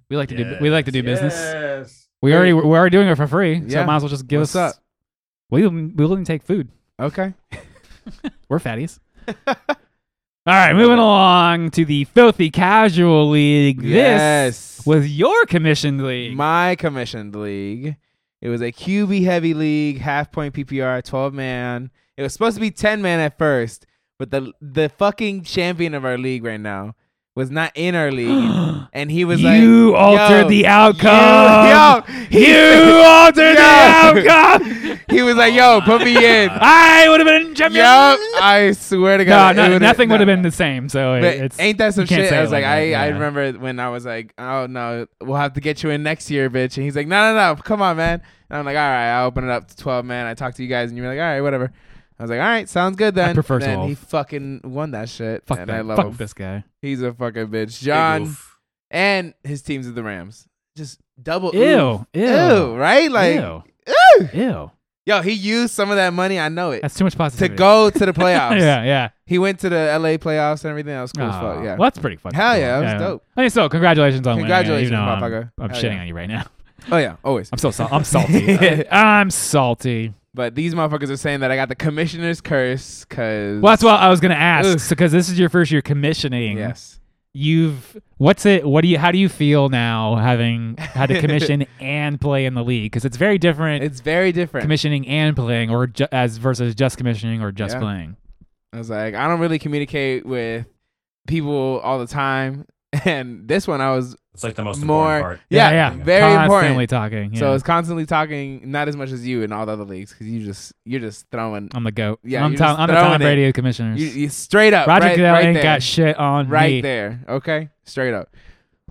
[SPEAKER 1] We like to do we like to do
[SPEAKER 4] Yes,
[SPEAKER 1] business.
[SPEAKER 4] yes.
[SPEAKER 1] We
[SPEAKER 2] Hey.
[SPEAKER 1] already we're already doing it for free, so
[SPEAKER 2] Yeah.
[SPEAKER 1] might as well just give
[SPEAKER 2] What's
[SPEAKER 1] us.
[SPEAKER 2] up?
[SPEAKER 1] We'll we'll even take food.
[SPEAKER 2] Okay.
[SPEAKER 1] We're
[SPEAKER 2] <laughs>
[SPEAKER 1] fatties. All right, moving along to the filthy casual league.
[SPEAKER 2] yes.
[SPEAKER 1] This was your commission league.
[SPEAKER 2] my commissioned league. It was a QB heavy league, half point PPR, 12 man. It was supposed to be 10 man at first, but the the fucking champion of our league right now was not
[SPEAKER 1] <gasps>
[SPEAKER 2] in our league. And he was like,
[SPEAKER 1] you altered
[SPEAKER 2] yo,
[SPEAKER 1] the
[SPEAKER 2] you-
[SPEAKER 1] outcome.
[SPEAKER 2] <laughs> yo,
[SPEAKER 1] <laughs> You,
[SPEAKER 2] he,
[SPEAKER 1] altered the
[SPEAKER 2] Yo.
[SPEAKER 1] outcome.
[SPEAKER 2] he was like, yo, put
[SPEAKER 1] <laughs>
[SPEAKER 2] me in. yup,
[SPEAKER 1] I would have been champion.
[SPEAKER 2] I swear to
[SPEAKER 1] No,
[SPEAKER 2] God.
[SPEAKER 1] no,
[SPEAKER 2] it would've-
[SPEAKER 1] nothing would have
[SPEAKER 2] no.
[SPEAKER 1] been the same. So it-
[SPEAKER 2] But
[SPEAKER 1] it's
[SPEAKER 2] ain't that some
[SPEAKER 1] can't
[SPEAKER 2] shit?
[SPEAKER 1] say
[SPEAKER 2] I
[SPEAKER 1] it
[SPEAKER 2] was like,
[SPEAKER 1] like
[SPEAKER 2] I,
[SPEAKER 1] that,
[SPEAKER 2] I
[SPEAKER 1] yeah.
[SPEAKER 2] remember when I was like, oh no, we'll have to get you in next year, bitch. And he's like, no, no, no, come on, man. And I'm like, all right, I'll open it up to 12, man. I talked to you guys, and you were like, all right, whatever. I was like, all right, sounds good then.
[SPEAKER 1] prefer
[SPEAKER 2] then
[SPEAKER 1] 12.
[SPEAKER 2] he fucking won that shit.
[SPEAKER 1] fuck
[SPEAKER 2] and
[SPEAKER 1] that.
[SPEAKER 2] I love
[SPEAKER 1] fuck
[SPEAKER 2] him.
[SPEAKER 1] this guy.
[SPEAKER 2] He's a fucking bitch.
[SPEAKER 4] Big
[SPEAKER 2] John
[SPEAKER 4] oof.
[SPEAKER 2] and his teams of the Rams. Just double oof.
[SPEAKER 1] Ew, ew,
[SPEAKER 2] Ew, right? Like,
[SPEAKER 1] ew, ew.
[SPEAKER 2] yo, he used some of that money. I know it.
[SPEAKER 1] That's too much
[SPEAKER 2] To
[SPEAKER 1] positivity. <laughs>
[SPEAKER 2] go to the playoffs.
[SPEAKER 1] yeah, yeah.
[SPEAKER 2] He went to the LA playoffs and everything. That was cool as
[SPEAKER 1] Aw,
[SPEAKER 2] fuck. Yeah.
[SPEAKER 1] Well, that's pretty fucking.
[SPEAKER 2] Hell
[SPEAKER 1] cool.
[SPEAKER 2] yeah, that was dope.
[SPEAKER 1] I mean, so congratulations on
[SPEAKER 2] Congratulations,
[SPEAKER 1] winning. it, even though
[SPEAKER 2] motherfucker.
[SPEAKER 1] I'm, I'm
[SPEAKER 2] Hell
[SPEAKER 1] shitting
[SPEAKER 2] yeah.
[SPEAKER 1] on you right now.
[SPEAKER 2] Oh yeah, always.
[SPEAKER 1] I'm so
[SPEAKER 2] <laughs>
[SPEAKER 1] sal- I'm salty. I'm salty.
[SPEAKER 2] But these motherfuckers are saying that I got the commissioner's curse because
[SPEAKER 1] Well, that's what I was gonna
[SPEAKER 2] Ugh.
[SPEAKER 1] ask. Because this is your first year commissioning.
[SPEAKER 2] yes.
[SPEAKER 1] You've what's it? What do you? How do you feel now having had
[SPEAKER 2] <laughs>
[SPEAKER 1] to commission and play in the league? Because it's very different
[SPEAKER 2] It's very different.
[SPEAKER 1] commissioning and playing, or ju- as versus just commissioning or just
[SPEAKER 2] Yeah.
[SPEAKER 1] playing.
[SPEAKER 2] I was like, I don't really communicate with people all the time, <laughs> and this one I was
[SPEAKER 4] It's like the most
[SPEAKER 2] more
[SPEAKER 4] important part.
[SPEAKER 2] yeah,
[SPEAKER 1] yeah.
[SPEAKER 2] very
[SPEAKER 1] Constantly
[SPEAKER 2] important.
[SPEAKER 1] talking. Yeah.
[SPEAKER 2] So it's constantly talking, not as much as you in all the other leagues because you just you're just throwing
[SPEAKER 1] I'm the goat.
[SPEAKER 2] Yeah,
[SPEAKER 1] I'm,
[SPEAKER 2] you're
[SPEAKER 1] Tom,
[SPEAKER 2] just
[SPEAKER 1] I'm the Tom
[SPEAKER 2] throwing it.
[SPEAKER 1] Brady of commissioners.
[SPEAKER 2] you, you straight up
[SPEAKER 1] Roger
[SPEAKER 2] right,
[SPEAKER 1] Goodell
[SPEAKER 2] right
[SPEAKER 1] ain't
[SPEAKER 2] there,
[SPEAKER 1] got shit on
[SPEAKER 2] right
[SPEAKER 1] me.
[SPEAKER 2] there. Okay, straight up.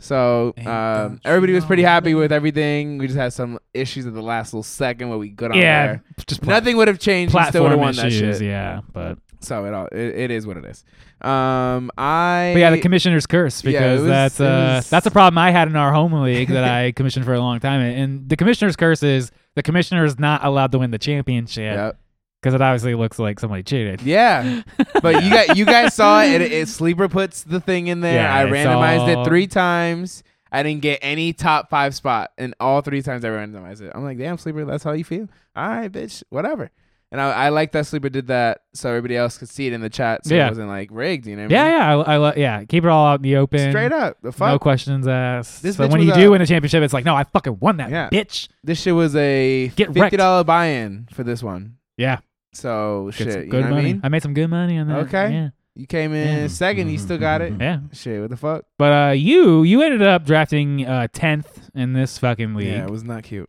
[SPEAKER 2] So
[SPEAKER 4] Ain't
[SPEAKER 2] um,
[SPEAKER 4] got
[SPEAKER 2] everybody
[SPEAKER 4] shit
[SPEAKER 2] was pretty
[SPEAKER 4] on
[SPEAKER 2] happy
[SPEAKER 4] me.
[SPEAKER 2] with everything. We just had some issues at the last little second where we got on
[SPEAKER 1] Yeah,
[SPEAKER 2] there.
[SPEAKER 1] just pla-
[SPEAKER 2] Nothing would have changed. We still would have
[SPEAKER 1] platform
[SPEAKER 2] won that
[SPEAKER 1] issues.
[SPEAKER 2] shit.
[SPEAKER 1] Yeah, but
[SPEAKER 2] So it all it, it is what it is. Um, I
[SPEAKER 1] but yeah, the commissioner's curse
[SPEAKER 2] Yeah, it
[SPEAKER 1] because
[SPEAKER 2] was-
[SPEAKER 1] that's
[SPEAKER 2] it
[SPEAKER 1] uh
[SPEAKER 2] was-
[SPEAKER 1] that's a problem I had in our home league that
[SPEAKER 2] <laughs>
[SPEAKER 1] I commissioned for a long time, and the commissioner's curse is the commissioner is not allowed to win the championship
[SPEAKER 2] Yep.
[SPEAKER 1] because it obviously looks like somebody cheated. <laughs>
[SPEAKER 2] yeah, but you got you guys saw it. it, it- Sleeper puts the thing in there.
[SPEAKER 1] Yeah,
[SPEAKER 2] I
[SPEAKER 1] it's
[SPEAKER 2] randomized
[SPEAKER 1] all-
[SPEAKER 2] it three times. I didn't get any top five spot, and all three times I randomized it. I'm like, damn, Sleeper, that's how you feel. All right, bitch, whatever. And I, I like that Sleeper did that, so everybody else could see it in the chat, so
[SPEAKER 1] Yeah.
[SPEAKER 2] it wasn't like rigged. You know? What I
[SPEAKER 1] Yeah,
[SPEAKER 2] mean?
[SPEAKER 1] yeah, I, I lo- yeah. Keep it all out in the open.
[SPEAKER 2] Straight up, the fuck.
[SPEAKER 1] no questions asked.
[SPEAKER 2] This
[SPEAKER 1] so
[SPEAKER 2] bitch
[SPEAKER 1] when you
[SPEAKER 2] was
[SPEAKER 1] do
[SPEAKER 2] a-
[SPEAKER 1] win a championship, it's like, no, I fucking won that,
[SPEAKER 2] Yeah.
[SPEAKER 1] bitch.
[SPEAKER 2] This shit was a
[SPEAKER 1] Get wrecked.
[SPEAKER 2] fifty dollar buy-in for this one.
[SPEAKER 1] Yeah,
[SPEAKER 2] So
[SPEAKER 1] get some
[SPEAKER 2] shit, you
[SPEAKER 1] good
[SPEAKER 2] know
[SPEAKER 1] money.
[SPEAKER 2] what I mean?
[SPEAKER 1] made some good money on that.
[SPEAKER 2] Okay.
[SPEAKER 1] yeah, Mm-hmm.
[SPEAKER 2] You came in
[SPEAKER 4] Yeah.
[SPEAKER 2] second, you still got it.
[SPEAKER 1] yeah.
[SPEAKER 2] Shit, what the fuck?
[SPEAKER 1] But uh, you you ended up drafting uh tenth in this fucking league,
[SPEAKER 2] Yeah, it was not cute.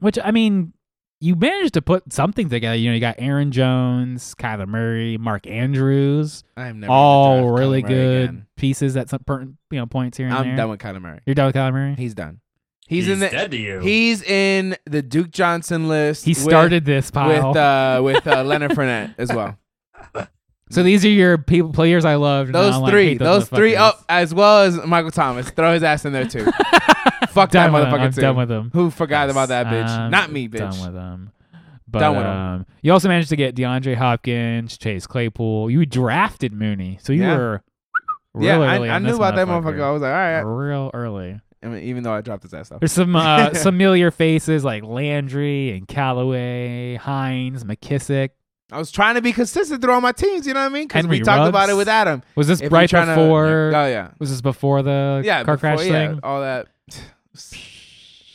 [SPEAKER 1] which I mean, you managed to put something together. You know, you got Aaron Jones, Kyler Murray, Mark Andrews,
[SPEAKER 2] I am never
[SPEAKER 1] all really good pieces at some per, you know points here and
[SPEAKER 2] I'm
[SPEAKER 1] there.
[SPEAKER 2] done with Kyler Murray.
[SPEAKER 1] You're done with Kyler Murray.
[SPEAKER 2] He's done. He's, in the
[SPEAKER 4] dead to you.
[SPEAKER 2] he's in the Duke Johnson list.
[SPEAKER 1] He
[SPEAKER 2] with-
[SPEAKER 1] started this
[SPEAKER 2] with
[SPEAKER 1] pile.
[SPEAKER 2] uh, with uh,
[SPEAKER 1] <laughs>
[SPEAKER 2] Leonard Fournette as well.
[SPEAKER 1] so these are your people players I loved.
[SPEAKER 2] Those
[SPEAKER 1] Now I'm like,
[SPEAKER 2] three,
[SPEAKER 1] hate
[SPEAKER 2] those three
[SPEAKER 1] motherfuckers.
[SPEAKER 2] up as well as Michael Thomas. Throw his ass in there
[SPEAKER 1] <laughs>
[SPEAKER 2] too. Fuck that
[SPEAKER 1] Done with them.
[SPEAKER 2] motherfucker
[SPEAKER 1] I'm
[SPEAKER 2] too.
[SPEAKER 1] done with them.
[SPEAKER 2] Who forgot about that bitch?
[SPEAKER 1] I'm
[SPEAKER 2] not me,
[SPEAKER 1] Done
[SPEAKER 2] bitch.
[SPEAKER 1] with them. But
[SPEAKER 2] Done with 'em.
[SPEAKER 1] um, you also managed to get DeAndre Hopkins, Chase Claypool. You drafted Mooney, so you
[SPEAKER 2] Yeah.
[SPEAKER 1] were real
[SPEAKER 2] Yeah, I,
[SPEAKER 1] early
[SPEAKER 2] I
[SPEAKER 1] on
[SPEAKER 2] knew
[SPEAKER 1] this
[SPEAKER 2] about that motherfucker. I was like, all right.
[SPEAKER 1] Real early.
[SPEAKER 2] I mean, even though I dropped his ass off.
[SPEAKER 1] There's some
[SPEAKER 2] <laughs>
[SPEAKER 1] uh, familiar faces like Landry and Callaway, Hines, McKissick.
[SPEAKER 2] I was trying to be consistent through all my teams. You know what I mean? Because
[SPEAKER 1] Henry
[SPEAKER 2] we talked
[SPEAKER 1] Ruggs.
[SPEAKER 2] about it with Adam.
[SPEAKER 1] Was this
[SPEAKER 2] If you're
[SPEAKER 1] right
[SPEAKER 2] trying to-
[SPEAKER 1] before?
[SPEAKER 2] Oh yeah.
[SPEAKER 1] Was this before the
[SPEAKER 2] yeah,
[SPEAKER 1] car
[SPEAKER 2] before-
[SPEAKER 1] crash
[SPEAKER 2] yeah,
[SPEAKER 1] thing?
[SPEAKER 2] all that. <sighs>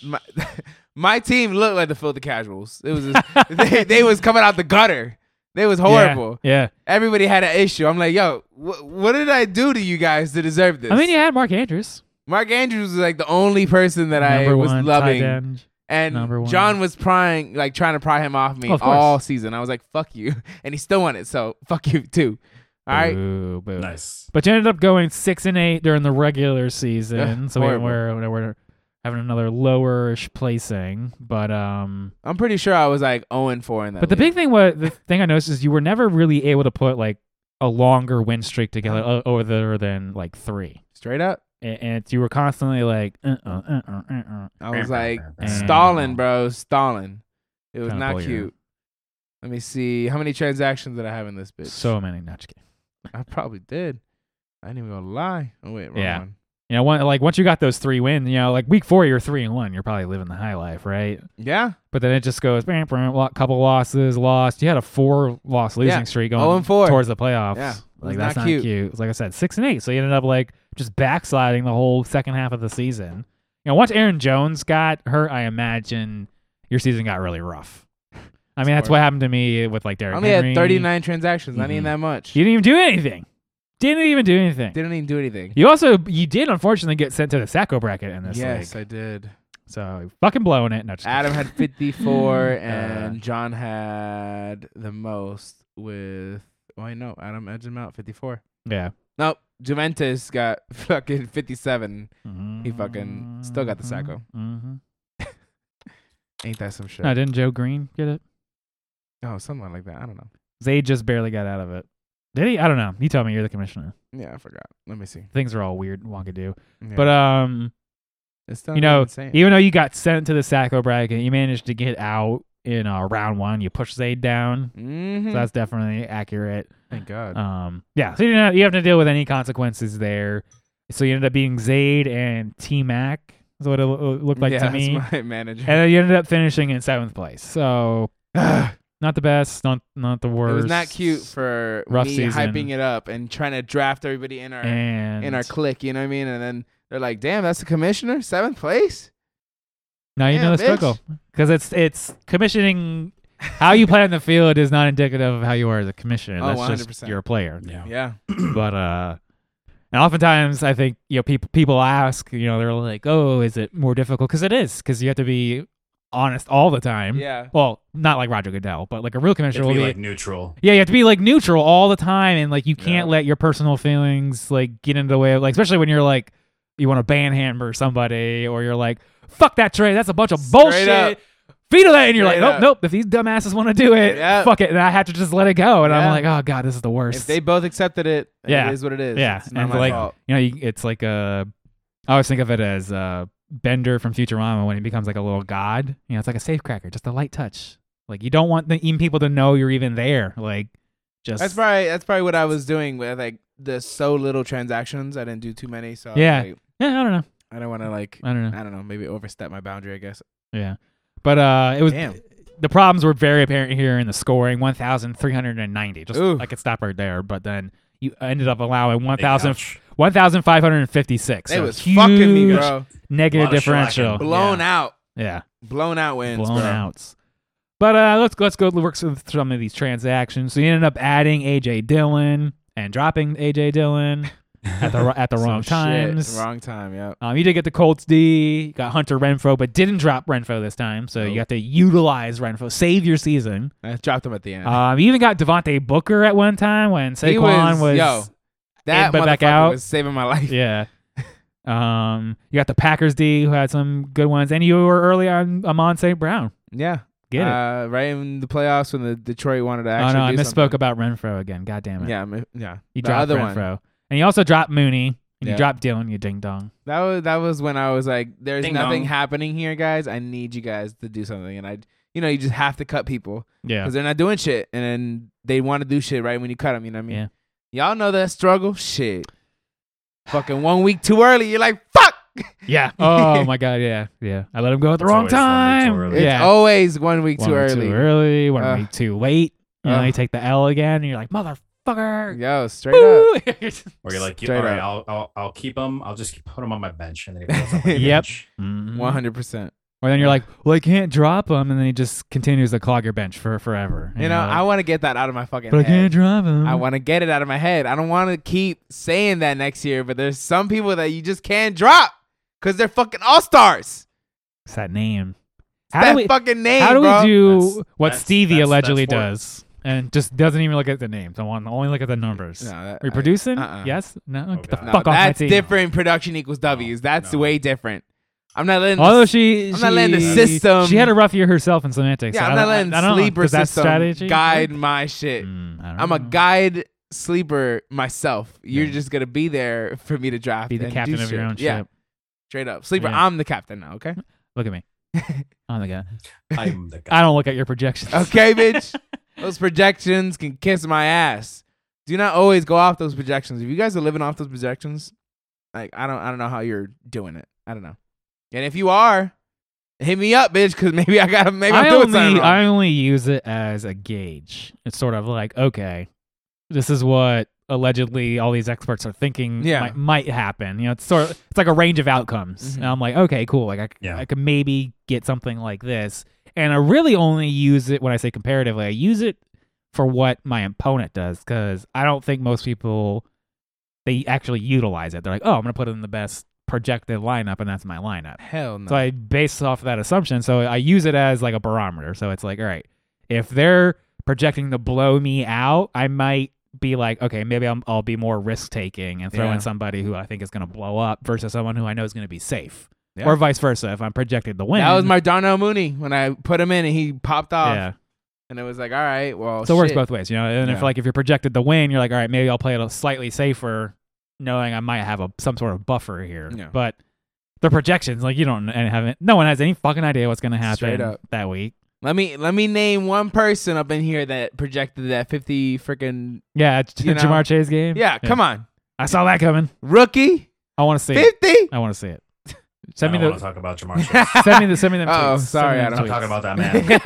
[SPEAKER 2] My, <laughs> my team looked like the filthy casuals. It was
[SPEAKER 1] <laughs>
[SPEAKER 2] just, they, they was coming out the gutter. They was
[SPEAKER 1] Yeah,
[SPEAKER 2] horrible.
[SPEAKER 1] Yeah,
[SPEAKER 2] Everybody had an issue. I'm like, yo, wh- what did I do to you guys to deserve this?
[SPEAKER 1] I mean, you had Mark Andrews,
[SPEAKER 2] Mark Andrews was like the only person that I
[SPEAKER 1] number
[SPEAKER 2] was
[SPEAKER 1] one tight
[SPEAKER 2] loving,
[SPEAKER 1] end. number
[SPEAKER 2] and
[SPEAKER 1] one.
[SPEAKER 2] John was prying, like trying to pry him off me
[SPEAKER 1] Oh, of course.
[SPEAKER 2] all season. I was like, fuck you, <laughs> and he still won it. So fuck you too. All right,
[SPEAKER 1] Boo, boo.
[SPEAKER 4] nice.
[SPEAKER 1] But you ended up going six and eight during the regular season,
[SPEAKER 2] Yeah,
[SPEAKER 1] so we
[SPEAKER 2] horrible.
[SPEAKER 1] we're we're having another lowerish placing. But um,
[SPEAKER 2] I'm pretty sure I was like 0 and 4 in that.
[SPEAKER 1] but the big
[SPEAKER 2] league.
[SPEAKER 1] thing was the thing I noticed is you were never really able to put like a longer win streak together
[SPEAKER 2] Uh-huh.
[SPEAKER 1] o- over than like three.
[SPEAKER 2] Straight up.
[SPEAKER 1] And, and it's- you were constantly like, uh uh, uh uh, uh uh.
[SPEAKER 2] I was like,
[SPEAKER 1] Mm.
[SPEAKER 2] stalling, bro, stalling. It was
[SPEAKER 1] Kinda
[SPEAKER 2] not
[SPEAKER 1] bullying.
[SPEAKER 2] cute. Let me see how many transactions did I have in this bitch.
[SPEAKER 1] So many. Not just kidding.
[SPEAKER 2] I probably did. I didn't even gonna lie. Oh wait, wrong
[SPEAKER 1] Yeah.
[SPEAKER 2] one.
[SPEAKER 1] You know, one, like once you got those three wins, you know, like week four, you're three and one. You're probably living the high life, right?
[SPEAKER 2] Yeah.
[SPEAKER 1] But then it just goes, bam, bam, lo- couple losses, lost. You had a four loss losing
[SPEAKER 2] Yeah.
[SPEAKER 1] streak going
[SPEAKER 2] Oh and four.
[SPEAKER 1] towards the playoffs.
[SPEAKER 2] Yeah.
[SPEAKER 1] Like
[SPEAKER 2] It's
[SPEAKER 1] that's
[SPEAKER 2] not
[SPEAKER 1] not
[SPEAKER 2] cute.
[SPEAKER 1] cute. Like I said, six and eight. So you ended up like just backsliding the whole second half of the season. You know, once Aaron Jones got hurt, I imagine your season got really rough. I mean, that's
[SPEAKER 2] Sure.
[SPEAKER 1] what happened to me with like
[SPEAKER 2] I
[SPEAKER 1] Derrick
[SPEAKER 2] only
[SPEAKER 1] Henry. Mm-hmm.
[SPEAKER 2] had 39 transactions. Not even
[SPEAKER 4] Mhm.
[SPEAKER 2] that much.
[SPEAKER 1] You didn't even do anything. Didn't even do anything.
[SPEAKER 2] Didn't even do anything.
[SPEAKER 1] You also you did unfortunately get sent to the Sacco bracket in this
[SPEAKER 2] Yes,
[SPEAKER 1] league.
[SPEAKER 2] I did.
[SPEAKER 1] So fucking blowing it. No, just
[SPEAKER 2] Adam had 54 and John had the most with. Oh, I know. Adam edged him out 54.
[SPEAKER 1] yeah.
[SPEAKER 2] Nope. Juventus got <laughs> fucking 57. He fucking still got the Sacco.
[SPEAKER 1] Mm-hmm.
[SPEAKER 2] Ain't that some shit?
[SPEAKER 1] No, didn't Joe Green get it?
[SPEAKER 2] Oh, something like that. I don't know.
[SPEAKER 1] They just barely got out of it. Did he? I don't know. You tell me. You're the commissioner.
[SPEAKER 2] Yeah, I forgot. Let me see.
[SPEAKER 1] Things are all weird and wackadoo.
[SPEAKER 2] Yeah.
[SPEAKER 1] But um,
[SPEAKER 2] it's still
[SPEAKER 1] you know,
[SPEAKER 2] insane.
[SPEAKER 1] even though you got sent to the Sacco bracket, you managed to get out in uh, round one. You pushed Zayd down.
[SPEAKER 2] Mhm.
[SPEAKER 1] So that's definitely accurate.
[SPEAKER 2] <laughs> Thank God.
[SPEAKER 1] Um, yeah. So you didn't have, you have to deal with any consequences there. So you ended up being Zayd and T Mac. Is what it lo- looked like
[SPEAKER 2] yeah,
[SPEAKER 1] to me.
[SPEAKER 2] that's <laughs> my manager.
[SPEAKER 1] And then you ended up finishing in seventh place.
[SPEAKER 2] <sighs>
[SPEAKER 1] So
[SPEAKER 2] Ugh,
[SPEAKER 1] not the best, not not the
[SPEAKER 2] it
[SPEAKER 1] worst.
[SPEAKER 2] was not cute for
[SPEAKER 1] Rough
[SPEAKER 2] me
[SPEAKER 1] season.
[SPEAKER 2] hyping it up and trying to draft everybody in our
[SPEAKER 1] and
[SPEAKER 2] in our clique. You know what I mean? And then they're like, "Damn, that's the commissioner, seventh place."
[SPEAKER 1] now you
[SPEAKER 2] Yeah,
[SPEAKER 1] know the
[SPEAKER 2] bitch.
[SPEAKER 1] struggle because it's it's commissioning. How you play on the field is not indicative of how you are as a commissioner.
[SPEAKER 2] Oh,
[SPEAKER 1] That's just
[SPEAKER 2] 100%.
[SPEAKER 1] you're a player.
[SPEAKER 4] Yeah.
[SPEAKER 2] Yeah,
[SPEAKER 1] But uh, and oftentimes I think you know people people ask you know they're like oh is it more difficult because it is because you have to be honest all the time.
[SPEAKER 2] yeah.
[SPEAKER 1] Well, not like Roger Goodell, but like a real
[SPEAKER 4] It
[SPEAKER 1] commissioner
[SPEAKER 4] be
[SPEAKER 1] will be
[SPEAKER 4] like neutral.
[SPEAKER 1] Yeah, you have to be like neutral all the time, and like you can't
[SPEAKER 4] Yeah.
[SPEAKER 1] let your personal feelings like get into the way of like, especially when you're like you want to ban him or somebody, or you're like, fuck that trade, that's a bunch of bullshit.
[SPEAKER 2] up.
[SPEAKER 1] Veto that, and you're like, "Oh,
[SPEAKER 2] Straight
[SPEAKER 1] nope,
[SPEAKER 2] up.
[SPEAKER 1] nope. If these dumbasses want to do it,
[SPEAKER 2] Yeah.
[SPEAKER 1] fuck it, and I have to just let it go. And I'm
[SPEAKER 2] Yeah.
[SPEAKER 1] like, oh god, this is the worst.
[SPEAKER 2] If they both accepted it, then
[SPEAKER 1] Yeah.
[SPEAKER 2] it is what it is.
[SPEAKER 1] yeah,
[SPEAKER 2] it's not
[SPEAKER 1] and
[SPEAKER 2] my
[SPEAKER 1] like
[SPEAKER 2] fault.
[SPEAKER 1] you know, you, it's like a. I always think of it as uh, Bender from Futurama when he becomes like a little god. You know, it's like a safecracker, just a light touch. Like you don't want the even people to know you're even there. Like just
[SPEAKER 2] That's probably that's probably what I was doing with like the so little transactions. I didn't do too many, so I was
[SPEAKER 1] Yeah. Uh,
[SPEAKER 2] like,
[SPEAKER 1] yeah, I don't know.
[SPEAKER 2] I don't want to like
[SPEAKER 1] I don't know.
[SPEAKER 2] I don't know maybe overstep my boundary. I guess.
[SPEAKER 1] Yeah. But uh, it was
[SPEAKER 2] Damn.
[SPEAKER 1] the problems were very apparent here in the scoring 1,390. Just
[SPEAKER 2] Ooh.
[SPEAKER 1] I could stop right there, but then you ended up allowing 1,000
[SPEAKER 4] <laughs> Ouch.
[SPEAKER 1] 1,556.
[SPEAKER 2] It
[SPEAKER 1] so
[SPEAKER 2] was
[SPEAKER 1] huge
[SPEAKER 2] fucking me, bro.
[SPEAKER 1] Negative
[SPEAKER 4] Lot of
[SPEAKER 1] differential.
[SPEAKER 4] shellacking.
[SPEAKER 2] Blown out,
[SPEAKER 1] Yeah,
[SPEAKER 2] blown out
[SPEAKER 1] yeah.
[SPEAKER 2] wins,
[SPEAKER 1] blown
[SPEAKER 2] bro.
[SPEAKER 1] outs. But uh, let's let's go work through some of these transactions. So you ended up adding AJ Dillon and dropping AJ Dillon at
[SPEAKER 2] <laughs>
[SPEAKER 1] the at the
[SPEAKER 2] Some
[SPEAKER 1] wrong
[SPEAKER 2] shit.
[SPEAKER 1] times.
[SPEAKER 2] Wrong time, yeah.
[SPEAKER 1] Um, you did get the Colts D, got Hunter Renfro, but didn't drop Renfro this time. So
[SPEAKER 2] Nope.
[SPEAKER 1] you got to utilize Renfro, save your season.
[SPEAKER 2] I dropped him at the end.
[SPEAKER 1] Um, you even got Devontae Booker at one time when
[SPEAKER 2] He
[SPEAKER 1] Saquon was,
[SPEAKER 2] yo, that
[SPEAKER 1] in, but
[SPEAKER 2] motherfucker
[SPEAKER 1] back out.
[SPEAKER 2] was saving my
[SPEAKER 1] <laughs>
[SPEAKER 2] life.
[SPEAKER 1] yeah. Um, you got the Packers D, who had some good ones, and you were early on Amon St. Brown.
[SPEAKER 2] Yeah,
[SPEAKER 1] Get it?
[SPEAKER 2] Uh, right in the playoffs when the Detroit wanted to
[SPEAKER 1] Oh
[SPEAKER 2] actually.
[SPEAKER 1] no, I
[SPEAKER 2] do
[SPEAKER 1] misspoke
[SPEAKER 2] something.
[SPEAKER 1] about Renfro again. God damn it!
[SPEAKER 2] Yeah, I mi- yeah.
[SPEAKER 1] you
[SPEAKER 2] the
[SPEAKER 1] dropped
[SPEAKER 2] other
[SPEAKER 1] Renfro,
[SPEAKER 2] one.
[SPEAKER 1] and you also dropped Mooney, and you
[SPEAKER 2] Yeah.
[SPEAKER 1] dropped Dylan. You ding dong.
[SPEAKER 2] That was that was when I was like, "There's
[SPEAKER 4] Ding
[SPEAKER 2] nothing
[SPEAKER 4] dong.
[SPEAKER 2] happening here, guys. I need you guys to do something." And I, you know, you just have to cut people
[SPEAKER 1] Yeah.
[SPEAKER 2] <laughs> because they're not doing shit, and then they want to do shit right when you cut them. You know what I mean?
[SPEAKER 1] Yeah.
[SPEAKER 2] Y'all know that struggle, shit. Fucking one week too early, you're like, "Fuck." <laughs>
[SPEAKER 1] Yeah. Oh my god. Yeah. Yeah. I let him go at the
[SPEAKER 4] It's
[SPEAKER 1] wrong
[SPEAKER 4] always one week too
[SPEAKER 1] time.
[SPEAKER 4] early.
[SPEAKER 2] It's
[SPEAKER 1] Yeah.
[SPEAKER 2] always one week
[SPEAKER 1] one
[SPEAKER 2] too
[SPEAKER 1] week
[SPEAKER 2] early. Uh,
[SPEAKER 1] too early, one
[SPEAKER 2] Ugh.
[SPEAKER 1] week too late. You know,
[SPEAKER 2] Ugh.
[SPEAKER 1] you take the L again, and you're like, <laughs> motherfucker.
[SPEAKER 2] Yo, straight up.
[SPEAKER 1] Woo!
[SPEAKER 4] Or you're like, you,
[SPEAKER 2] Straight
[SPEAKER 4] all right,
[SPEAKER 2] up.
[SPEAKER 4] I'll, I'll I'll keep him. I'll just keep, put him on my bench, and then he goes on
[SPEAKER 1] <laughs>
[SPEAKER 4] my
[SPEAKER 1] Yep.
[SPEAKER 4] bench.
[SPEAKER 1] Mhm.
[SPEAKER 2] One hundred percent.
[SPEAKER 1] Or then you're like, well, I can't drop him, and then he just continues to clog your bench for forever.
[SPEAKER 2] You know, I
[SPEAKER 1] like,
[SPEAKER 2] want to get that out of my fucking
[SPEAKER 1] Mm-hmm. but I
[SPEAKER 2] head.
[SPEAKER 1] can't drop him.
[SPEAKER 2] I want to get it out of my head. I don't want to keep saying that next year, but there's some people that you just can't drop because they're fucking all stars.
[SPEAKER 1] It's that name. How
[SPEAKER 2] That
[SPEAKER 1] do we?
[SPEAKER 2] fucking name,
[SPEAKER 1] how do
[SPEAKER 2] bro.
[SPEAKER 1] we do
[SPEAKER 4] That's-
[SPEAKER 1] what
[SPEAKER 4] that's-
[SPEAKER 1] Stevie
[SPEAKER 4] that's-
[SPEAKER 1] allegedly
[SPEAKER 4] that's
[SPEAKER 1] does, and just doesn't even look at the names? I want only look at the numbers.
[SPEAKER 2] No, that-
[SPEAKER 1] Are you producing?
[SPEAKER 2] uh-uh.
[SPEAKER 1] Yes. No.
[SPEAKER 4] Oh,
[SPEAKER 1] Get the
[SPEAKER 4] God. No,
[SPEAKER 1] fuck
[SPEAKER 2] no,
[SPEAKER 1] off my
[SPEAKER 2] that's
[SPEAKER 1] team.
[SPEAKER 2] different. Production equals
[SPEAKER 1] Oh,
[SPEAKER 2] W's. That's
[SPEAKER 4] no.
[SPEAKER 2] way different. I'm not letting.
[SPEAKER 1] Although
[SPEAKER 2] this-
[SPEAKER 1] she,
[SPEAKER 2] I'm
[SPEAKER 1] she
[SPEAKER 2] not letting the system-
[SPEAKER 1] She had a rough year herself in semantics. so
[SPEAKER 2] yeah, I'm
[SPEAKER 1] I
[SPEAKER 2] not
[SPEAKER 1] don't-
[SPEAKER 2] letting
[SPEAKER 1] I, I don't know.
[SPEAKER 2] sleeper
[SPEAKER 1] Does that
[SPEAKER 2] system
[SPEAKER 1] strategy
[SPEAKER 2] guide my shit.
[SPEAKER 1] Mm, I don't
[SPEAKER 2] I'm a
[SPEAKER 1] know.
[SPEAKER 2] guide sleeper myself. You're
[SPEAKER 1] Yeah.
[SPEAKER 2] just gonna be there for me to draft.
[SPEAKER 1] Be the
[SPEAKER 2] and do
[SPEAKER 1] captain of your
[SPEAKER 2] shit.
[SPEAKER 1] own ship.
[SPEAKER 2] Yeah, straight up sleeper.
[SPEAKER 1] Yeah.
[SPEAKER 2] I'm the captain now. Okay.
[SPEAKER 1] Look at
[SPEAKER 2] <laughs>
[SPEAKER 1] me. I'm the guy.
[SPEAKER 4] I'm the guy.
[SPEAKER 1] I don't look at your projections.
[SPEAKER 2] Okay, bitch. those projections can kiss my ass. Do not always go off those projections. If you guys are living off those projections, like I don't, I don't know how you're doing it. I don't know. And if you are, hit me up, bitch, because maybe I gotta, maybe I'm
[SPEAKER 1] I
[SPEAKER 2] doing
[SPEAKER 1] only
[SPEAKER 2] something wrong.
[SPEAKER 1] I only use it as a gauge. It's sort of like okay, this is what allegedly all these experts are thinking
[SPEAKER 2] Yeah.
[SPEAKER 1] might, might happen. You know, it's sort of it's like a range of outcomes,
[SPEAKER 2] Mhm.
[SPEAKER 1] and I'm like, okay, cool. Like I, c-
[SPEAKER 4] Yeah.
[SPEAKER 1] I could maybe get something like this, and I really only use it when I say comparatively. I use it for what my opponent does because I don't think most people they actually utilize it. They're like, oh, I'm gonna put it in the best projected lineup, and that's my lineup.
[SPEAKER 2] Hell no.
[SPEAKER 1] So I base it off of that assumption. So I use it as like a barometer. So it's like, all right, if they're projecting to blow me out, I might be like, okay, maybe I'm, I'll be more risk taking and throw
[SPEAKER 2] Yeah.
[SPEAKER 1] in somebody who I think is going to blow up versus someone who I know is going to be safe,
[SPEAKER 2] Yeah.
[SPEAKER 1] or vice versa. If I'm projected to win,
[SPEAKER 2] that was my Darnell Mooney when I put him in and he popped off,
[SPEAKER 1] yeah.
[SPEAKER 2] and it was like, all right, well,
[SPEAKER 1] so it works
[SPEAKER 2] shit.
[SPEAKER 1] both ways, you know. And if
[SPEAKER 2] Yeah.
[SPEAKER 1] like if you're projected to win, you're like, all right, maybe I'll play it slightly safer, knowing I might have a some sort of buffer here.
[SPEAKER 2] Yeah.
[SPEAKER 1] But the projections, like you don't and haven't, no one has any fucking idea what's going to happen
[SPEAKER 2] Straight up.
[SPEAKER 1] that week.
[SPEAKER 2] Let me let me name one person up in here that projected that fifty freaking
[SPEAKER 1] Yeah, it's
[SPEAKER 2] You know?
[SPEAKER 1] <laughs> Jamar Chase game.
[SPEAKER 2] yeah. Come on,
[SPEAKER 1] I saw that coming.
[SPEAKER 2] rookie
[SPEAKER 1] I want to see it.
[SPEAKER 2] fifty.
[SPEAKER 1] I want to see
[SPEAKER 4] <laughs>
[SPEAKER 1] it.
[SPEAKER 4] I
[SPEAKER 1] Send me
[SPEAKER 4] don't want
[SPEAKER 1] the
[SPEAKER 4] to talk about Jamar.
[SPEAKER 1] <laughs>
[SPEAKER 4] Chase.
[SPEAKER 1] send
[SPEAKER 2] <laughs>
[SPEAKER 1] me the send me them.
[SPEAKER 2] Uh-oh,
[SPEAKER 1] tweets.
[SPEAKER 2] Oh, sorry,
[SPEAKER 1] Send
[SPEAKER 2] I
[SPEAKER 1] me
[SPEAKER 4] I'm
[SPEAKER 1] them
[SPEAKER 4] not talking about that man.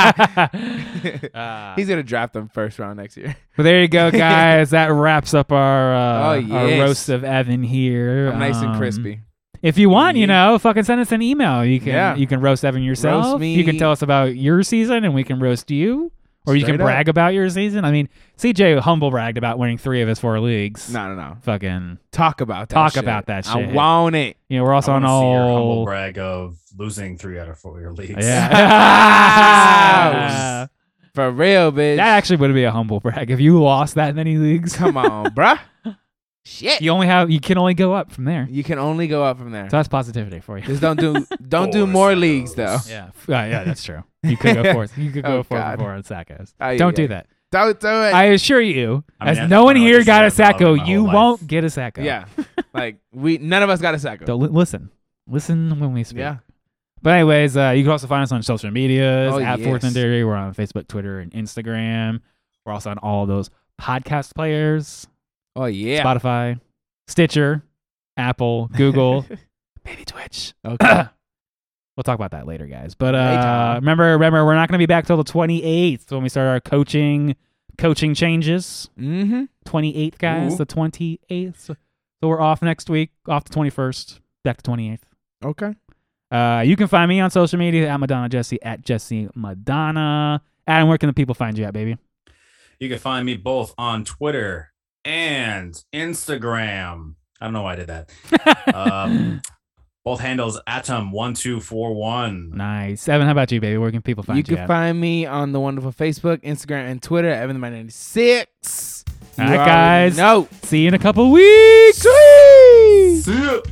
[SPEAKER 1] <laughs> tweets. Uh,
[SPEAKER 2] He's gonna draft them first round next year. <laughs>
[SPEAKER 1] but there you go, guys. That wraps up our uh,
[SPEAKER 2] Oh,
[SPEAKER 1] our
[SPEAKER 2] yes.
[SPEAKER 1] roast of Evan here.
[SPEAKER 2] I'm nice and
[SPEAKER 1] Um,
[SPEAKER 2] crispy.
[SPEAKER 1] If you want, you
[SPEAKER 2] Yeah.
[SPEAKER 1] know, fucking send us an email. You can
[SPEAKER 2] Yeah.
[SPEAKER 1] you can roast Evan yourself.
[SPEAKER 2] Roast me.
[SPEAKER 1] You can tell us about your season, and we can roast you, or you can
[SPEAKER 2] Straight up.
[SPEAKER 1] brag about your season. I mean, CJ humble bragged about winning three of his four leagues.
[SPEAKER 2] No, no, no.
[SPEAKER 1] Fucking,
[SPEAKER 2] Talk about that
[SPEAKER 1] Talk
[SPEAKER 2] shit.
[SPEAKER 1] about that
[SPEAKER 2] I
[SPEAKER 1] shit.
[SPEAKER 2] want it.
[SPEAKER 1] you know, we're also
[SPEAKER 4] I
[SPEAKER 1] on
[SPEAKER 4] wanna see your humble
[SPEAKER 1] all
[SPEAKER 4] brag of losing three out of four of your leagues. <laughs>
[SPEAKER 1] Yeah.
[SPEAKER 2] Ouch. For real, bitch.
[SPEAKER 1] that actually would be a humble brag if you lost that many leagues.
[SPEAKER 2] <laughs> Come
[SPEAKER 1] <laughs>
[SPEAKER 2] on, bruh. Shit.
[SPEAKER 1] You only have you can only go up from there.
[SPEAKER 2] You can only go up from there.
[SPEAKER 1] So that's positivity for
[SPEAKER 2] <laughs>
[SPEAKER 1] you.
[SPEAKER 2] Just don't do
[SPEAKER 1] <laughs>
[SPEAKER 2] don't do
[SPEAKER 4] Four
[SPEAKER 2] more
[SPEAKER 4] zeros.
[SPEAKER 2] leagues though. <laughs>
[SPEAKER 1] Yeah, f- uh, yeah, yeah, that's true. You could go for you could go
[SPEAKER 2] Oh,
[SPEAKER 1] for
[SPEAKER 2] God.
[SPEAKER 1] four on Sackos.
[SPEAKER 2] Ay,
[SPEAKER 1] Don't
[SPEAKER 2] ay,
[SPEAKER 1] do
[SPEAKER 2] ay.
[SPEAKER 1] that.
[SPEAKER 2] Don't do it.
[SPEAKER 1] I assure you,
[SPEAKER 4] I mean,
[SPEAKER 1] as
[SPEAKER 4] at
[SPEAKER 1] no
[SPEAKER 4] that
[SPEAKER 1] one
[SPEAKER 4] point, I
[SPEAKER 1] here
[SPEAKER 4] just
[SPEAKER 1] got a
[SPEAKER 4] said I've been
[SPEAKER 1] Sacco,
[SPEAKER 4] my whole
[SPEAKER 1] you
[SPEAKER 4] life.
[SPEAKER 1] won't get a Sacco. <laughs>
[SPEAKER 2] yeah. like we none of us got a sack.
[SPEAKER 1] Don't li- listen. Listen when we speak.
[SPEAKER 2] Yeah.
[SPEAKER 1] But anyways, uh, you can also find us on social medias
[SPEAKER 2] Oh,
[SPEAKER 1] at
[SPEAKER 2] yes.
[SPEAKER 1] Fourth and Dairy. We're on Facebook, Twitter, and Instagram. We're also on all those podcast players.
[SPEAKER 2] Oh yeah.
[SPEAKER 1] Spotify, Stitcher, Apple,
[SPEAKER 2] <laughs>
[SPEAKER 1] Google, maybe Twitch.
[SPEAKER 2] Okay.
[SPEAKER 1] <clears throat> We'll talk about that later, guys. But uh,
[SPEAKER 2] Later.
[SPEAKER 1] remember, remember, we're not going to be back till the twenty eighth when we start our coaching coaching changes.
[SPEAKER 2] mm-hmm.
[SPEAKER 1] Twenty eighth, guys.
[SPEAKER 4] Ooh.
[SPEAKER 1] The twenty eighth. So we're off next week, off the twenty first, back to twenty eighth.
[SPEAKER 2] Okay.
[SPEAKER 1] Uh, you can find me on social media at Madonna Jesse at Jesse Madonna. Adam, where can the people find you at, baby?
[SPEAKER 4] You can find me both on Twitter and Instagram. I don't know why I did that. Um, both handles Atom1241.
[SPEAKER 1] <laughs> nice. Evan, how about you, baby? Where can people find you?
[SPEAKER 2] you can
[SPEAKER 1] at?
[SPEAKER 2] find me on the wonderful Facebook, Instagram, and Twitter at Evan the Man 96.
[SPEAKER 1] All right, guys.
[SPEAKER 2] No.
[SPEAKER 1] See you in a couple weeks.
[SPEAKER 4] See ya.